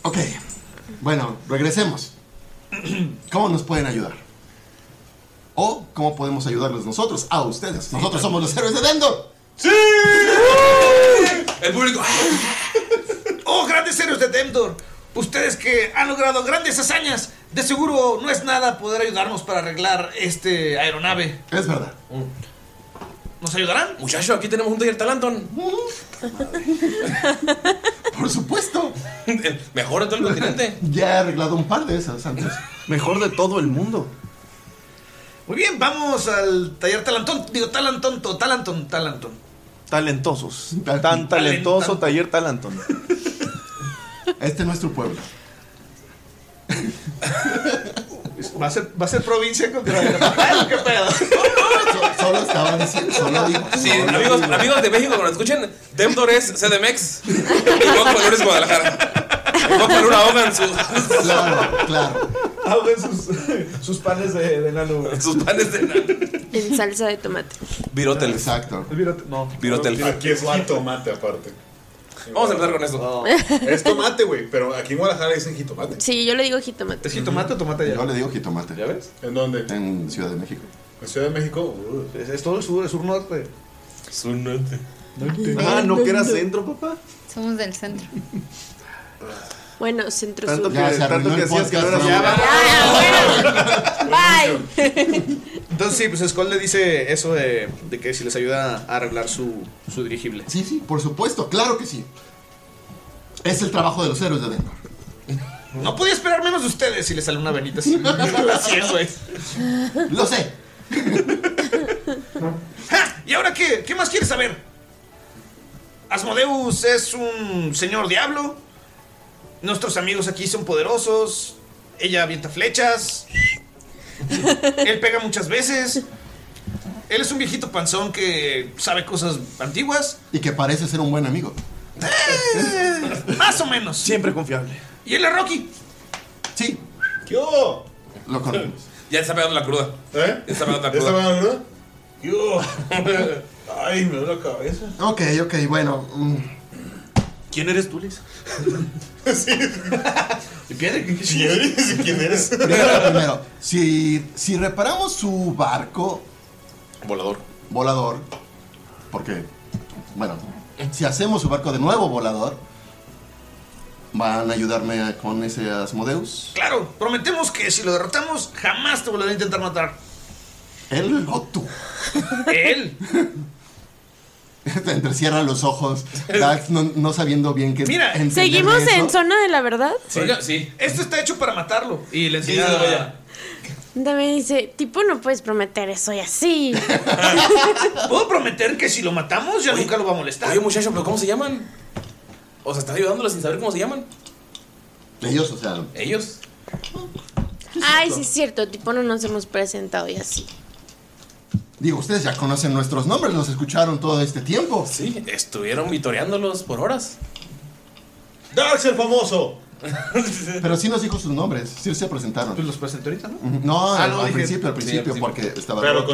S10: Ok. Bueno, regresemos. ¿Cómo nos pueden ayudar? O cómo podemos ayudarles nosotros, a ustedes. Nosotros somos los héroes de Dendor.
S9: ¡Sí!
S4: El público.
S9: ¡Oh, grandes héroes de Demdor! Ustedes que han logrado grandes hazañas, de seguro no es nada poder ayudarnos para arreglar este aeronave. Mm.
S10: Es verdad.
S9: ¿Nos ayudarán?
S4: Muchacho, aquí tenemos un taller Talanton.
S10: Por supuesto.
S4: Mejor de todo el continente.
S10: Ya he arreglado un par de esas antes.
S7: Mejor de todo el mundo.
S9: Muy bien, vamos al taller Talantón. Digo, Talantonto, Talanton, Talanton.
S7: Talentosos. Tan talentoso taller Talantón.
S10: Este es nuestro pueblo.
S9: Va a ser, va a ser provincia contra Aeronave. ¿Qué pedo?
S10: Solo estaba diciendo, solo digo.
S4: Sí, amigos, amigos de México, cuando escuchen, Demdor es CDMX. Y Juan Color es Guadalajara. Y Juan Color ahoga en sus.
S10: Claro, claro.
S9: Ahogan sus, sus panes de, de nano.
S4: Sus panes de nano.
S6: En salsa de tomate.
S4: Virotel.
S10: Exacto.
S9: No.
S4: Virotel.
S5: Aquí es jitomate aparte.
S4: Vamos a empezar con esto.
S5: Es tomate, güey. Pero aquí en Guadalajara le dicen jitomate.
S6: Sí, yo le digo jitomate.
S9: ¿Es jitomate o tomate
S10: Yo le digo jitomate. ¿Ya ves?
S5: ¿En dónde?
S10: En Ciudad de México.
S5: En Ciudad de México.
S9: uh, Es, es todo el sur, el sur norte.
S4: Sur norte.
S7: Ah, no, que era centro, papá.
S11: Somos del centro.
S6: Bueno, centro
S7: Tanto
S6: sur.
S7: que, tanto que hacías que no era
S9: Ya,
S7: centro.
S9: Entonces sí, pues Skull le dice eso de, de que si les ayuda a arreglar su, su dirigible.
S10: Sí, sí, por supuesto, claro que sí. Es el trabajo de los héroes de Denver.
S9: No podía esperar menos de ustedes si les sale una venita así. así es, güey.
S10: Lo sé.
S9: ¡Ja! Ah, ¿Y ahora qué? ¿Qué más quieres saber? Asmodeus es un señor diablo. Nuestros amigos aquí son poderosos. Ella avienta flechas. Él pega muchas veces. Él es un viejito panzón que sabe cosas antiguas.
S10: Y que parece ser un buen amigo.
S9: Eh, más o menos.
S7: Siempre confiable.
S9: ¿Y él es Rocky?
S10: Sí.
S9: ¿Qué hubo?
S10: Lo conocemos.
S4: Ya está pegando la cruda.
S5: ¿Eh?
S4: Ya está pegando la
S5: ¿Ya está
S4: cruda.
S5: pegando la cruda?
S9: Ay, me duele la cabeza.
S10: Ok, ok, bueno. mm.
S9: ¿Quién eres tú, Liz?
S5: sí.
S9: ¿Quién
S5: eres? ¿Quién eres?
S10: Primero, primero, si, si reparamos su barco
S17: Volador.
S10: volador, porque, bueno, si hacemos su barco de nuevo volador, ¿van a ayudarme a- con ese Asmodeus?
S9: Claro, prometemos que si lo derrotamos, jamás te volverá a intentar matar.
S10: Él o tú.
S9: Él.
S10: Entrecierra los ojos, Dax no, no sabiendo bien qué
S9: Mira,
S10: entender de
S6: ¿Seguimos
S10: eso.
S6: en zona de la verdad?
S4: Oiga, sí.
S9: Esto Este está hecho para matarlo. Y le enseña
S4: Sí,
S6: También dice, tipo, no puedes prometer eso y así.
S9: ¿Puedo prometer que si lo matamos ya nunca lo va a molestar?
S4: Oye, muchacho, pero ¿cómo se llaman? O sea, estás ayudándolos sin saber cómo se llaman.
S10: Ellos, o sea.
S4: Ellos.
S6: Ay, sí es cierto, tipo, no nos hemos presentado y así.
S10: Digo, ustedes ya conocen nuestros nombres, los escucharon todo este tiempo.
S4: Sí. Estuvieron vitoreándolos por horas.
S10: Dax el famoso. Pero sí nos dijo sus nombres, sí se presentaron.
S9: Pues los presenté ahorita, ¿no?
S10: No,
S4: Ah,
S10: al,
S4: no,
S10: al
S4: dije-
S10: principio, al
S4: sí, al
S10: principio,
S4: principio.
S10: porque estaba. Rocky.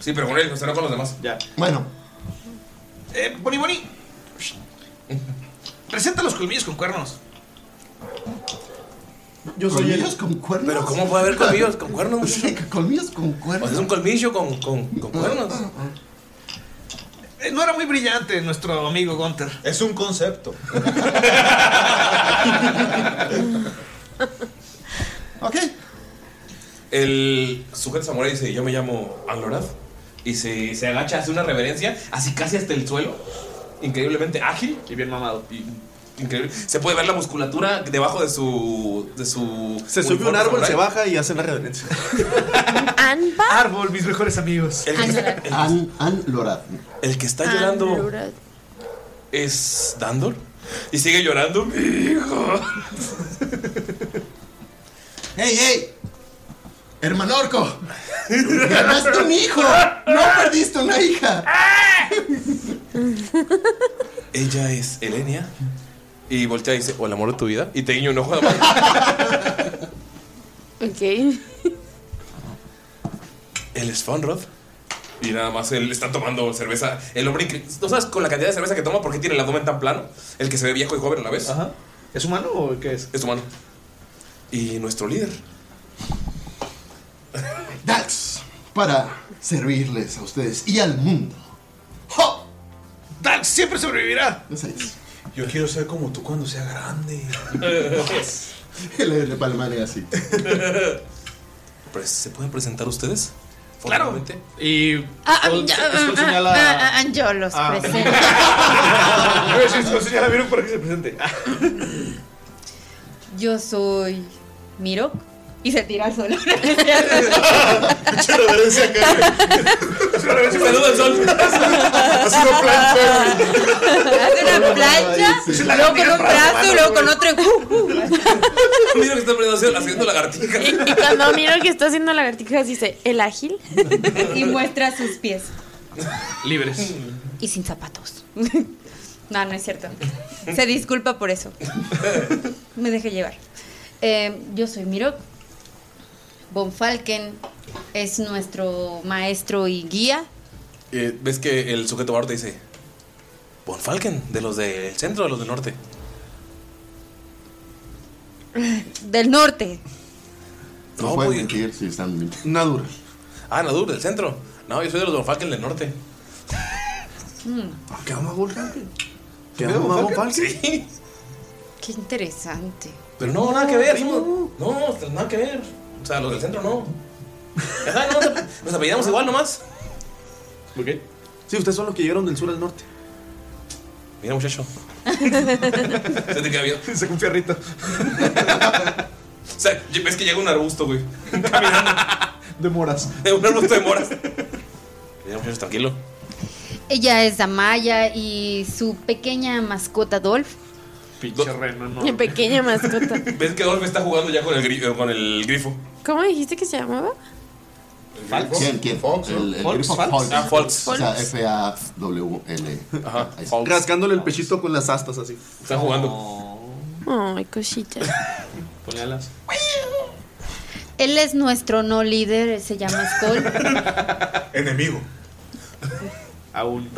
S4: Sí, pero con él, o sea, no con los demás.
S9: Ya.
S10: Bueno,
S9: Eh, Boni Boni. Presenta los colmillos con cuernos.
S10: Yo soy ¿Colmillos con cuernos?
S4: Pero ¿cómo puede haber colmillos con cuernos?
S10: colmillos con
S4: O
S10: cuernos. Ah,
S4: sea, es un colmillo con, con, con cuernos.
S9: Eh, no era muy brillante nuestro amigo Gunter. Es un concepto.
S10: Ok.
S4: El sujeto samurai dice, yo me llamo Anglorath. Y se, se agacha, hace una reverencia, así casi hasta el suelo. Increíblemente ágil.
S9: Y bien mamado.
S4: increíble. Se puede ver la musculatura debajo de su... De su
S7: Se sube un
S4: uniforme
S7: árbol,
S4: samurái.
S7: se baja y hace la reverencia.
S9: Árbol, mis mejores amigos.
S10: An, An Lorad.
S4: El que está llorando es Dandor. Y sigue llorando, mi hijo.
S10: ¡Hey, hey! ¡Hermano Orco! ¡Ganaste un hijo! ¡No perdiste una hija!
S4: Ella es Elenia. Y voltea y dice, o el amor de tu vida. Y te guiña un ojo de
S6: Ok.
S4: Él es Fonrod. Y nada más él está tomando cerveza. El hombre incre- No sabes con la cantidad de cerveza que toma, ¿por qué tiene el abdomen tan plano? El que se ve viejo y joven a la vez.
S9: ¿Es humano o qué es?
S4: Es humano. Y nuestro líder.
S10: Dax, para servirles a ustedes y al mundo. ¡Ho!
S9: Dax siempre sobrevivirá.
S17: Yo quiero ser como tú cuando sea grande.
S10: le, le palmanea así.
S4: Pues, ¿Se pueden presentar ustedes?
S9: Claro. Y
S11: Ah, ah,
S9: Skull-
S11: ya,
S9: Skull
S11: ah,
S9: señala-
S11: ah, ah, ah, yo los
S9: Ah.
S11: presento.
S9: Yo Ah, sí, Skull señala a Mirok para que se presente.
S11: Yo soy Mirok y se tira al suelo.
S4: Saluda al sol.
S11: Hace una plancha. Hace una plancha,
S4: Sí.
S11: luego con un brazo, luego con otro. uh, uh.
S4: Mira que está poniendo haciendo, haciendo lagartija.
S6: Y, y cuando miro que está haciendo lagartijas, dice, ¿el ágil?
S11: Y muestra sus pies.
S9: Libres.
S11: Y sin zapatos. No, no es cierto. Se disculpa por eso. Me dejé llevar. Eh, yo soy Mirok. Von Falken es nuestro maestro y guía.
S4: Eh, Ves que el sujeto barro te dice: Von Falken, de los del centro, de los del norte.
S11: Del norte.
S10: No pueden mentir si están bien. Nadur.
S4: Ah, Nadur, del centro. No, yo soy de los Von Falken del norte.
S11: Mm,
S7: ¿Qué ama Volcán? ¿Qué
S4: ¿Veo
S7: ama
S4: Von
S7: Volcán?
S4: Sí.
S11: qué interesante.
S4: Pero no, nada que ver. somos- no, nada que ver. O sea, los del centro no. Ajá, no, nos ap- nos apellidamos igual nomás.
S9: ¿Por qué?
S7: Sí, ustedes son los que llegaron del sur al norte.
S4: Mira, muchacho. Se te queda bien. Se un fierrito. o sea, ves que llega un arbusto, güey. Caminando.
S9: De moras.
S4: De un arbusto de moras. Ya, muchachos, tranquilo.
S11: Ella es Amaya y su pequeña mascota Dolph.
S9: Pinche reno, no.
S6: Mi pequeña mascota.
S4: Ves que Dolph está jugando ya con el, gri- eh, con el grifo.
S6: ¿Cómo dijiste que se llamaba?
S4: Falx.
S10: ¿Quién? ¿Quién?
S4: Fox,
S10: el, el
S4: Fox,
S10: grifo
S4: Fox.
S10: Fox.
S4: Ah, Fox.
S10: O sea,
S4: Fox.
S10: F-A-W-L. Ajá.
S7: Rascándole el pechito con las astas así.
S4: Está jugando.
S6: Ay, cosita.
S4: Ponle alas.
S11: Él es nuestro no líder, se llama Skull.
S12: Enemigo.
S9: Aún.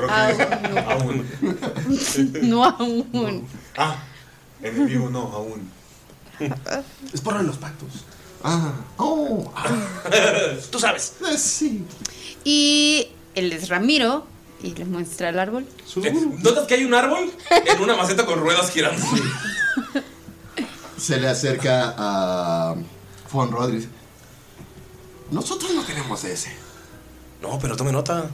S12: Aún.
S11: no aún.
S12: Ah, enemigo no, aún.
S7: Es por los pactos.
S10: Ah.
S11: Oh.
S4: Tú sabes.
S10: Sí.
S11: Y él es Ramiro y les muestra el árbol.
S4: Eh, ¿Notas que hay un árbol en una maceta con ruedas girando?
S10: Se le acerca a Juan Rodríguez. Nosotros no queremos ese.
S4: No, pero tome nota.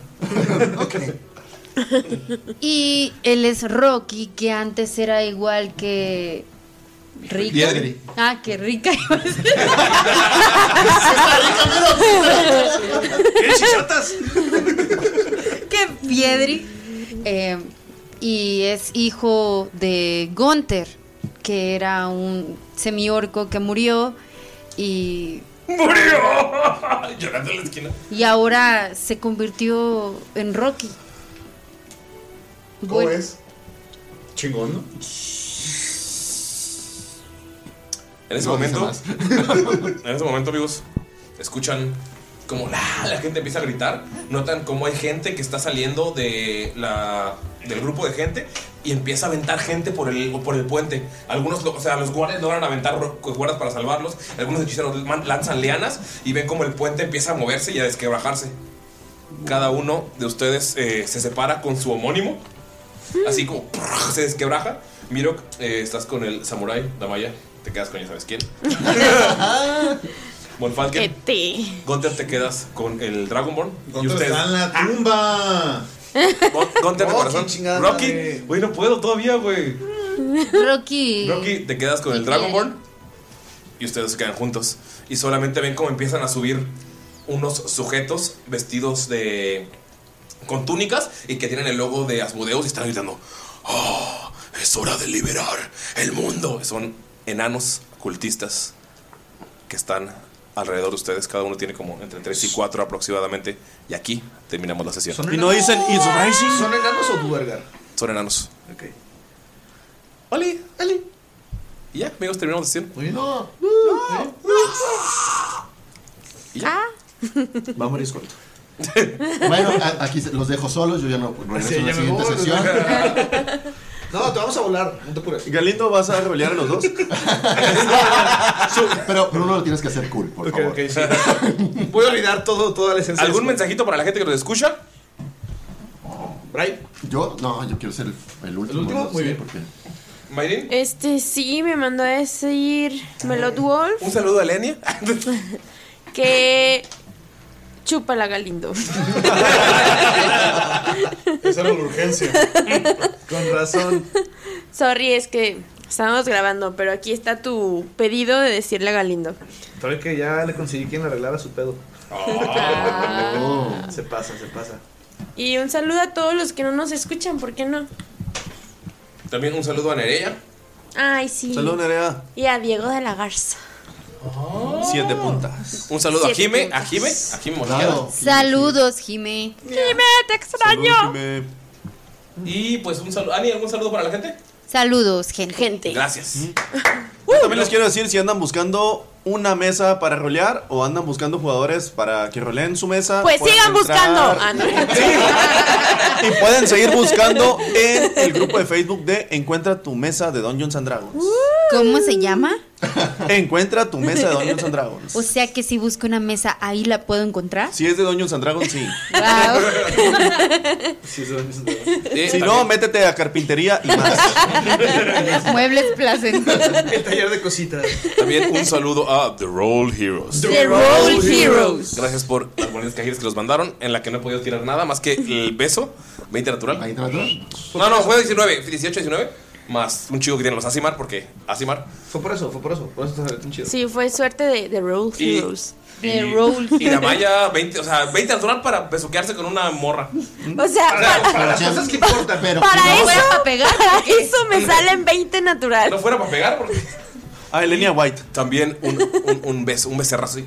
S11: Y él es Rocky, que antes era igual que rica.
S10: Piedri.
S11: Ah, que rica. que piedri. Eh, y es hijo de Gunther, que era un semiorco que murió y
S4: ¡Murió! Llorando en la esquina.
S11: Y ahora se convirtió en Rocky.
S12: ¿Cómo
S11: Bueno,
S12: es? Chingón, ¿no? No,
S4: En ese
S12: dice
S4: momento,
S12: más.
S4: en ese momento, amigos, escuchan como la, la gente empieza a gritar. Notan cómo hay gente que está saliendo de la, del grupo de gente y empieza a aventar gente por el, por el puente. Algunos, lo- o sea, los guardias logran aventar ro- guardas para salvarlos. Algunos hechiceros man- lanzan leanas y ven como el puente empieza a moverse y a desquebrajarse. Cada uno de ustedes eh, se separa con su homónimo. Así como ¡prr! se desquebraja. Mirok, eh, estás con el samurái, Damaya. Te quedas con ya sabes quién. Bonfalken.
S1: Eh.
S6: Ete.
S4: Gunter, te quedas con el Dragonborn. y
S12: Gunter
S4: ustedes.
S12: está en la tumba.
S4: Gun- Gunter
S12: Rocky,
S4: de corazón.
S12: chingada
S4: Rocky.
S12: madre.
S4: Güey, no puedo todavía, güey.
S11: Rocky.
S4: Rocky, te quedas con el Dragonborn. Y ustedes se quedan juntos. Y solamente ven cómo empiezan a subir unos sujetos vestidos de. con túnicas y que tienen el logo de Asmodeus y están gritando. ¡Oh! Es hora de liberar el mundo. Son enanos cultistas que están alrededor de ustedes. Cada uno tiene como entre 3 y 4 aproximadamente. Y aquí terminamos la sesión.
S9: ¿Son enanos? ¿Son enanos o duergar?
S4: Son enanos.
S9: Ok.
S4: Oli, Oli. Y ya, amigos, terminamos la sesión. Muy bien.
S7: Va a morir Skull.
S10: Bueno, a- aquí se- los dejo solos. Yo ya no regreso
S7: Sí,
S10: a la
S7: ya me
S10: siguiente
S7: voy.
S10: sesión.
S9: No, te vamos a volar, no te apures.
S7: Galindo, ¿vas a rolear a los dos?
S10: pero, pero uno lo tienes que hacer cool, por favor.
S9: Voy a olvidar todo, toda la esencia.
S4: ¿Algún mensajito para la gente que nos escucha?
S9: Brian.
S10: Yo, no, yo quiero ser el, el último.
S4: último?
S10: ¿no?
S4: Muy
S10: Sí,
S4: bien.
S10: porque-
S4: Mayrin.
S6: Este sí, me mandó a decir Melod Wolf
S4: Un saludo a Lenia.
S6: que chupa la Galindo.
S12: Es algo de urgencia.
S9: Con razón.
S6: Sorry, es que estábamos grabando, pero aquí está tu pedido de decirle a Galindo.
S9: Sabes que ya le conseguí quien arreglara su pedo. Se pasa, se pasa.
S6: Y un saludo a todos los que no nos escuchan, ¿por qué no?
S4: También un saludo a Nereya.
S6: Ay, sí.
S4: Nerea.
S6: Y a Diego de la Garza.
S4: Siete puntas. Un saludo
S6: Siete
S4: a Jime, a Jime, a Jime Mosqueda.
S11: Saludos, Jimé.
S6: Jimé, te extraño.
S4: Y pues un saludo. Ani, ¿algún saludo para la gente?
S11: Saludos, gente.
S4: Gracias.
S7: Yo también les quiero decir si andan buscando una mesa para rolear o andan buscando jugadores para que roleen su mesa.
S6: Pues
S7: pueden
S6: sigan
S7: entrar
S6: buscando. Ah, no.
S7: Y pueden seguir buscando en el grupo de Facebook de Encuentra tu mesa de Dungeons and Dragons.
S11: ¿Cómo se llama?
S6: Uh.
S7: Encuentra tu mesa de Dungeons and Dragons.
S11: O sea que si busco una mesa, ahí la puedo encontrar.
S7: Si es de Dungeons and Dragons, sí. Si es de Dungeons and Dragons. si no, métete a carpintería y más.
S11: Muebles placenteros.
S9: El taller de cositas.
S4: También un saludo a The Roll Heroes.
S11: The Roll Heroes.
S4: Gracias por las bonitas cajitas que los mandaron, en la que no he podido tirar nada más que el beso. 20 natural. ¿20 natural? No, no, fue 19, 18, 19. Más un chido que tienen los Asimar, porque Asimar.
S9: Fue por eso, fue por eso. Por eso está tan chido.
S6: Sí, fue suerte de, de Roll
S4: Y-
S6: Heroes.
S4: Y,
S6: De Roll
S4: y la malla 20, o sea, 20 natural para besuquearse con una morra.
S6: O sea,
S4: Para-
S6: pa-
S4: para las
S6: pa-
S4: cosas que
S6: pa-
S4: importan. Pero
S6: para
S4: si no-
S6: eso,
S4: Fuera
S6: para,
S4: pa' pegar,
S6: eso me salen 20 natural.
S4: No fuera para pegar, porque.
S9: Ah, Elenia White.
S4: También un, un, un, beso, un becerrazo así,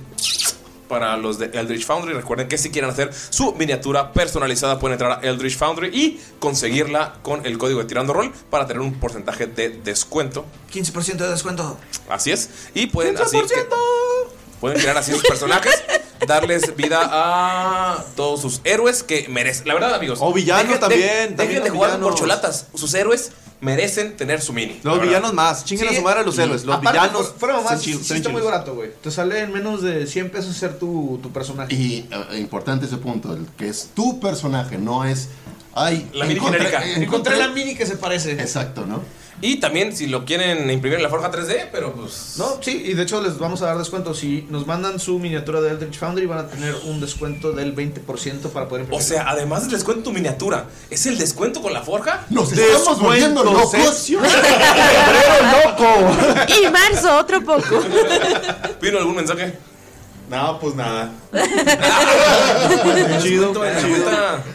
S4: para los de Eldritch Foundry. Recuerden que si quieren hacer su miniatura personalizada, pueden entrar a Eldritch Foundry y conseguirla con el código de Tirando Roll para tener un porcentaje de descuento.
S9: 15% de descuento.
S4: Así es. Y pueden así que- pueden crear así sus personajes, darles vida a todos sus héroes que merecen. La verdad, amigos.
S7: O villanos también,
S4: dejen
S7: también
S4: de
S7: los
S4: jugar
S7: villanos.
S4: por cholatas. Sus héroes merecen tener su mini.
S7: Los
S4: la verdad.
S7: villanos más. Chinguen a su madre a los
S9: y
S7: héroes. Los
S9: aparte,
S7: villanos.
S9: fu- Fuera
S7: están
S9: más, sí
S7: chidos,
S9: está
S7: están
S9: muy
S7: chidos.
S9: barato, güey. Te sale en menos de 100 pesos ser tu, tu personaje.
S10: Y eh, importante ese punto, el que es tu personaje, no es. Ay,
S4: La mini genérica.
S9: Encontré la mini que se parece.
S10: Exacto, ¿no?
S4: Y también si lo quieren imprimir en la forja 3D, pero pues...
S9: No, sí, y de hecho les vamos a dar descuento. Si nos mandan su miniatura de Eldritch Foundry, van a tener un descuento del 20% para poder
S4: O sea, además del descuento tu miniatura, ¿es el descuento con la forja?
S10: ¡Nos
S9: estamos volviendo locos.
S6: Y marzo, otro poco.
S4: ¿Vino algún mensaje?
S5: No, pues nada.
S9: chido,
S4: eh.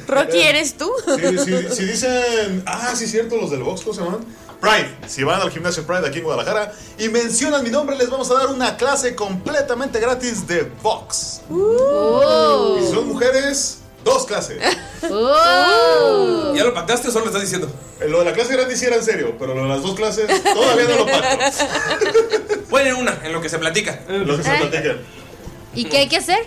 S6: Rocky, ¿eres tú?
S5: Si, si- si dicen, ah, sí, es cierto, los del box, ¿cómo se llaman? Pride. Si van al gimnasio Pride aquí en Guadalajara y mencionan mi nombre, les vamos a dar una clase completamente gratis de box. Y si son mujeres, dos clases. Oh.
S11: Oh.
S4: ¿Ya lo pactaste o solo lo estás diciendo?
S5: Eh, Lo de la clase gratis sí era en serio, pero lo de las dos clases todavía no lo pacto.
S4: Pueden una, en lo que se platica. Eh.
S5: Lo que se platican.
S11: ¿Y qué hay que hacer?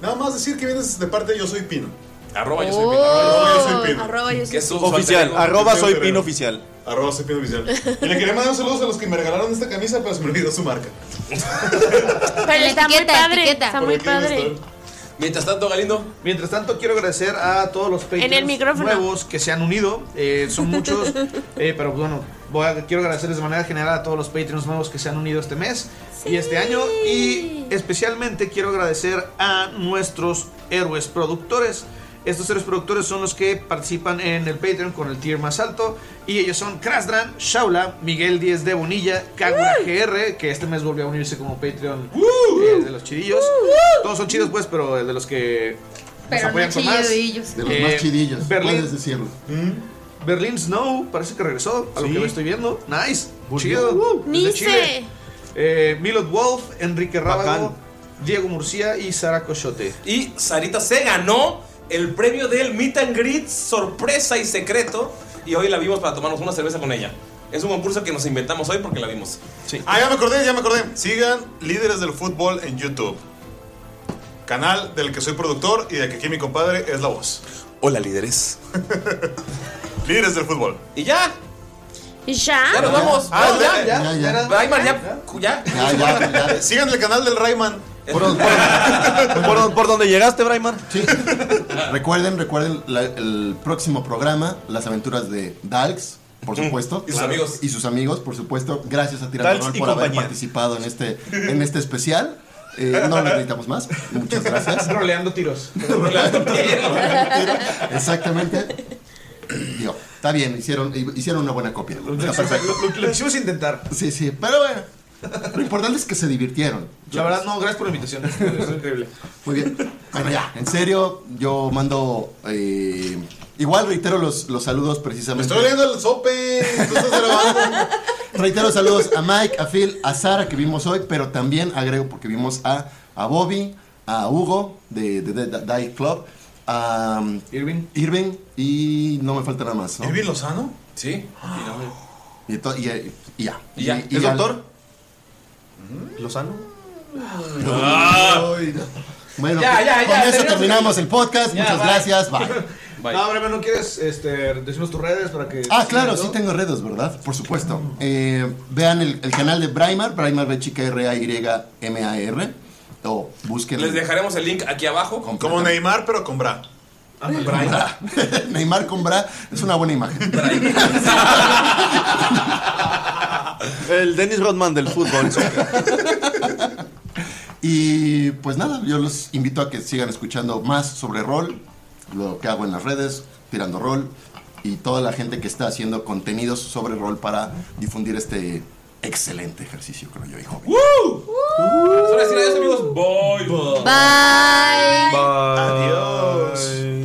S5: Nada más decir que vienes de parte de Yo Soy Pino.
S4: Arroba
S11: Yo Soy Pino. Oh.
S5: Arroba Yo Soy Pino.
S11: Arroba Yo Soy
S4: Que es Pino. su- su
S5: Oficial.
S4: alter ego.
S5: Arroba
S4: Soy
S5: Soy
S4: Pino
S5: Pino Oficial. Arroba Soy Pino Oficial. Y le quería mandar saludos a los que me regalaron esta camisa, pero se me olvidó su marca.
S6: Pero está muy padre. Está muy padre.
S4: Mientras tanto, Galindo.
S9: Mientras tanto, quiero agradecer a todos los
S6: el
S9: Patreons
S6: micrófono.
S9: nuevos que se han unido. Eh, son muchos, eh, pero bueno, voy a- quiero agradecerles de manera general a todos los Patreons nuevos que se han unido este mes y este año. Y especialmente quiero agradecer a nuestros héroes productores. Estos héroes productores son los que participan en el Patreon con el tier más alto. Y ellos son Krasdran, Shaula, Miguel Díez de Bonilla, Kagura
S6: Mm.
S9: GR, que este mes volvió a unirse como Patreon eh, de los chidillos. Todos son chidos, pues, pero el de los que nos
S10: Uh, Pero
S9: apoyan
S10: no
S9: con más.
S10: chidillos. De los
S9: Eh,
S10: más chidillos,
S9: Berlín,
S10: puedes decirlo.
S9: Berlín Snow, parece que regresó, a lo que estoy viendo. Nice, chido. desde
S6: Nice.
S9: Chile. Eh, Milot Wolf, Enrique Rábago, Diego Murcia y Sara Cochote.
S4: Y Sarita se ganó el premio del Meet and Greet sorpresa y secreto. Y hoy la vimos para tomarnos una cerveza con ella. Es un concurso que nos inventamos hoy porque la vimos.
S5: Ah, ya me acordé, ya me acordé. Sigan Líderes del Fútbol en YouTube. Canal del que soy productor y de que aquí mi compadre es la voz.
S4: Hola, líderes.
S5: líderes del fútbol.
S4: Y ya.
S6: ¿Y ya?
S4: Ya nos vamos.
S5: Ah,
S4: No, ya, ya, Rayman, ya. ya.
S5: Sigan el canal del Rayman.
S7: ¿Por, por donde llegaste, Braimar?
S10: Sí. recuerden, recuerden la- el próximo programa, las aventuras de Dalks, por supuesto.
S4: Y sus amigos.
S10: Y sus amigos, por supuesto. Gracias a
S7: Dalks
S10: Tirando
S7: y
S10: por haber
S7: compañía.
S10: participado en este, en este especial. Eh, no necesitamos más. Muchas gracias.
S9: Roleando tiros.
S10: Exactamente. Digo, está bien, hicieron, hicieron una buena copia. Está perfecto.
S9: Lo, lo- lo quisimos intentar.
S10: Sí, sí, pero bueno. Lo importante es que se divirtieron.
S9: La verdad, no, gracias por la invitación. Es increíble.
S10: Muy bien. Bueno, ya, en serio, yo mando. eh, igual reitero los, los saludos precisamente.
S5: Estoy leyendo el sope. Tú estás grabando.
S10: Reitero saludos a Mike, a Phil, a Sara que vimos hoy, pero también agrego porque vimos a, a Bobby, a Hugo de, de, de- de Die Club, a um,
S9: Irving.
S10: y no me falta nada más. ¿no?
S5: ¿Irving Lozano?
S4: Sí.
S10: Y, ento- y, eh, y ya.
S4: Y ya.
S7: ¿Es
S10: al-
S7: doctor? ¿Lozano? Ah,
S10: Ay, no. Bueno,
S7: pues,
S9: Ya, ya,
S10: con
S9: ya,
S10: eso
S9: terminamos.
S10: terminamos el podcast.
S9: Ya,
S10: Muchas
S9: bye.
S10: gracias. Bye.
S9: No, Braimar, ¿no quieres este, decirnos tus redes para que...
S10: Ah, claro, sí tengo redes, ¿verdad? Por supuesto. Eh, vean el, el canal de Braimar, Braimar B chica R A Y M A R. O busquen.
S4: Les dejaremos el link aquí abajo.
S10: Como
S5: Neymar, pero con Bra.
S10: Bra. Neymar con Bra es una buena imagen.
S7: El Dennis Rodman del fútbol.
S10: Y pues nada, yo los invito a que sigan escuchando más sobre rol, lo que hago en las redes, tirando rol, y toda la gente que está haciendo contenidos sobre rol para difundir este excelente ejercicio, creo yo, y hobby.
S4: ¡Woo! Solo decir adiós, amigos. Bye. Bye.
S11: Bye.
S4: Adiós.
S6: Eh,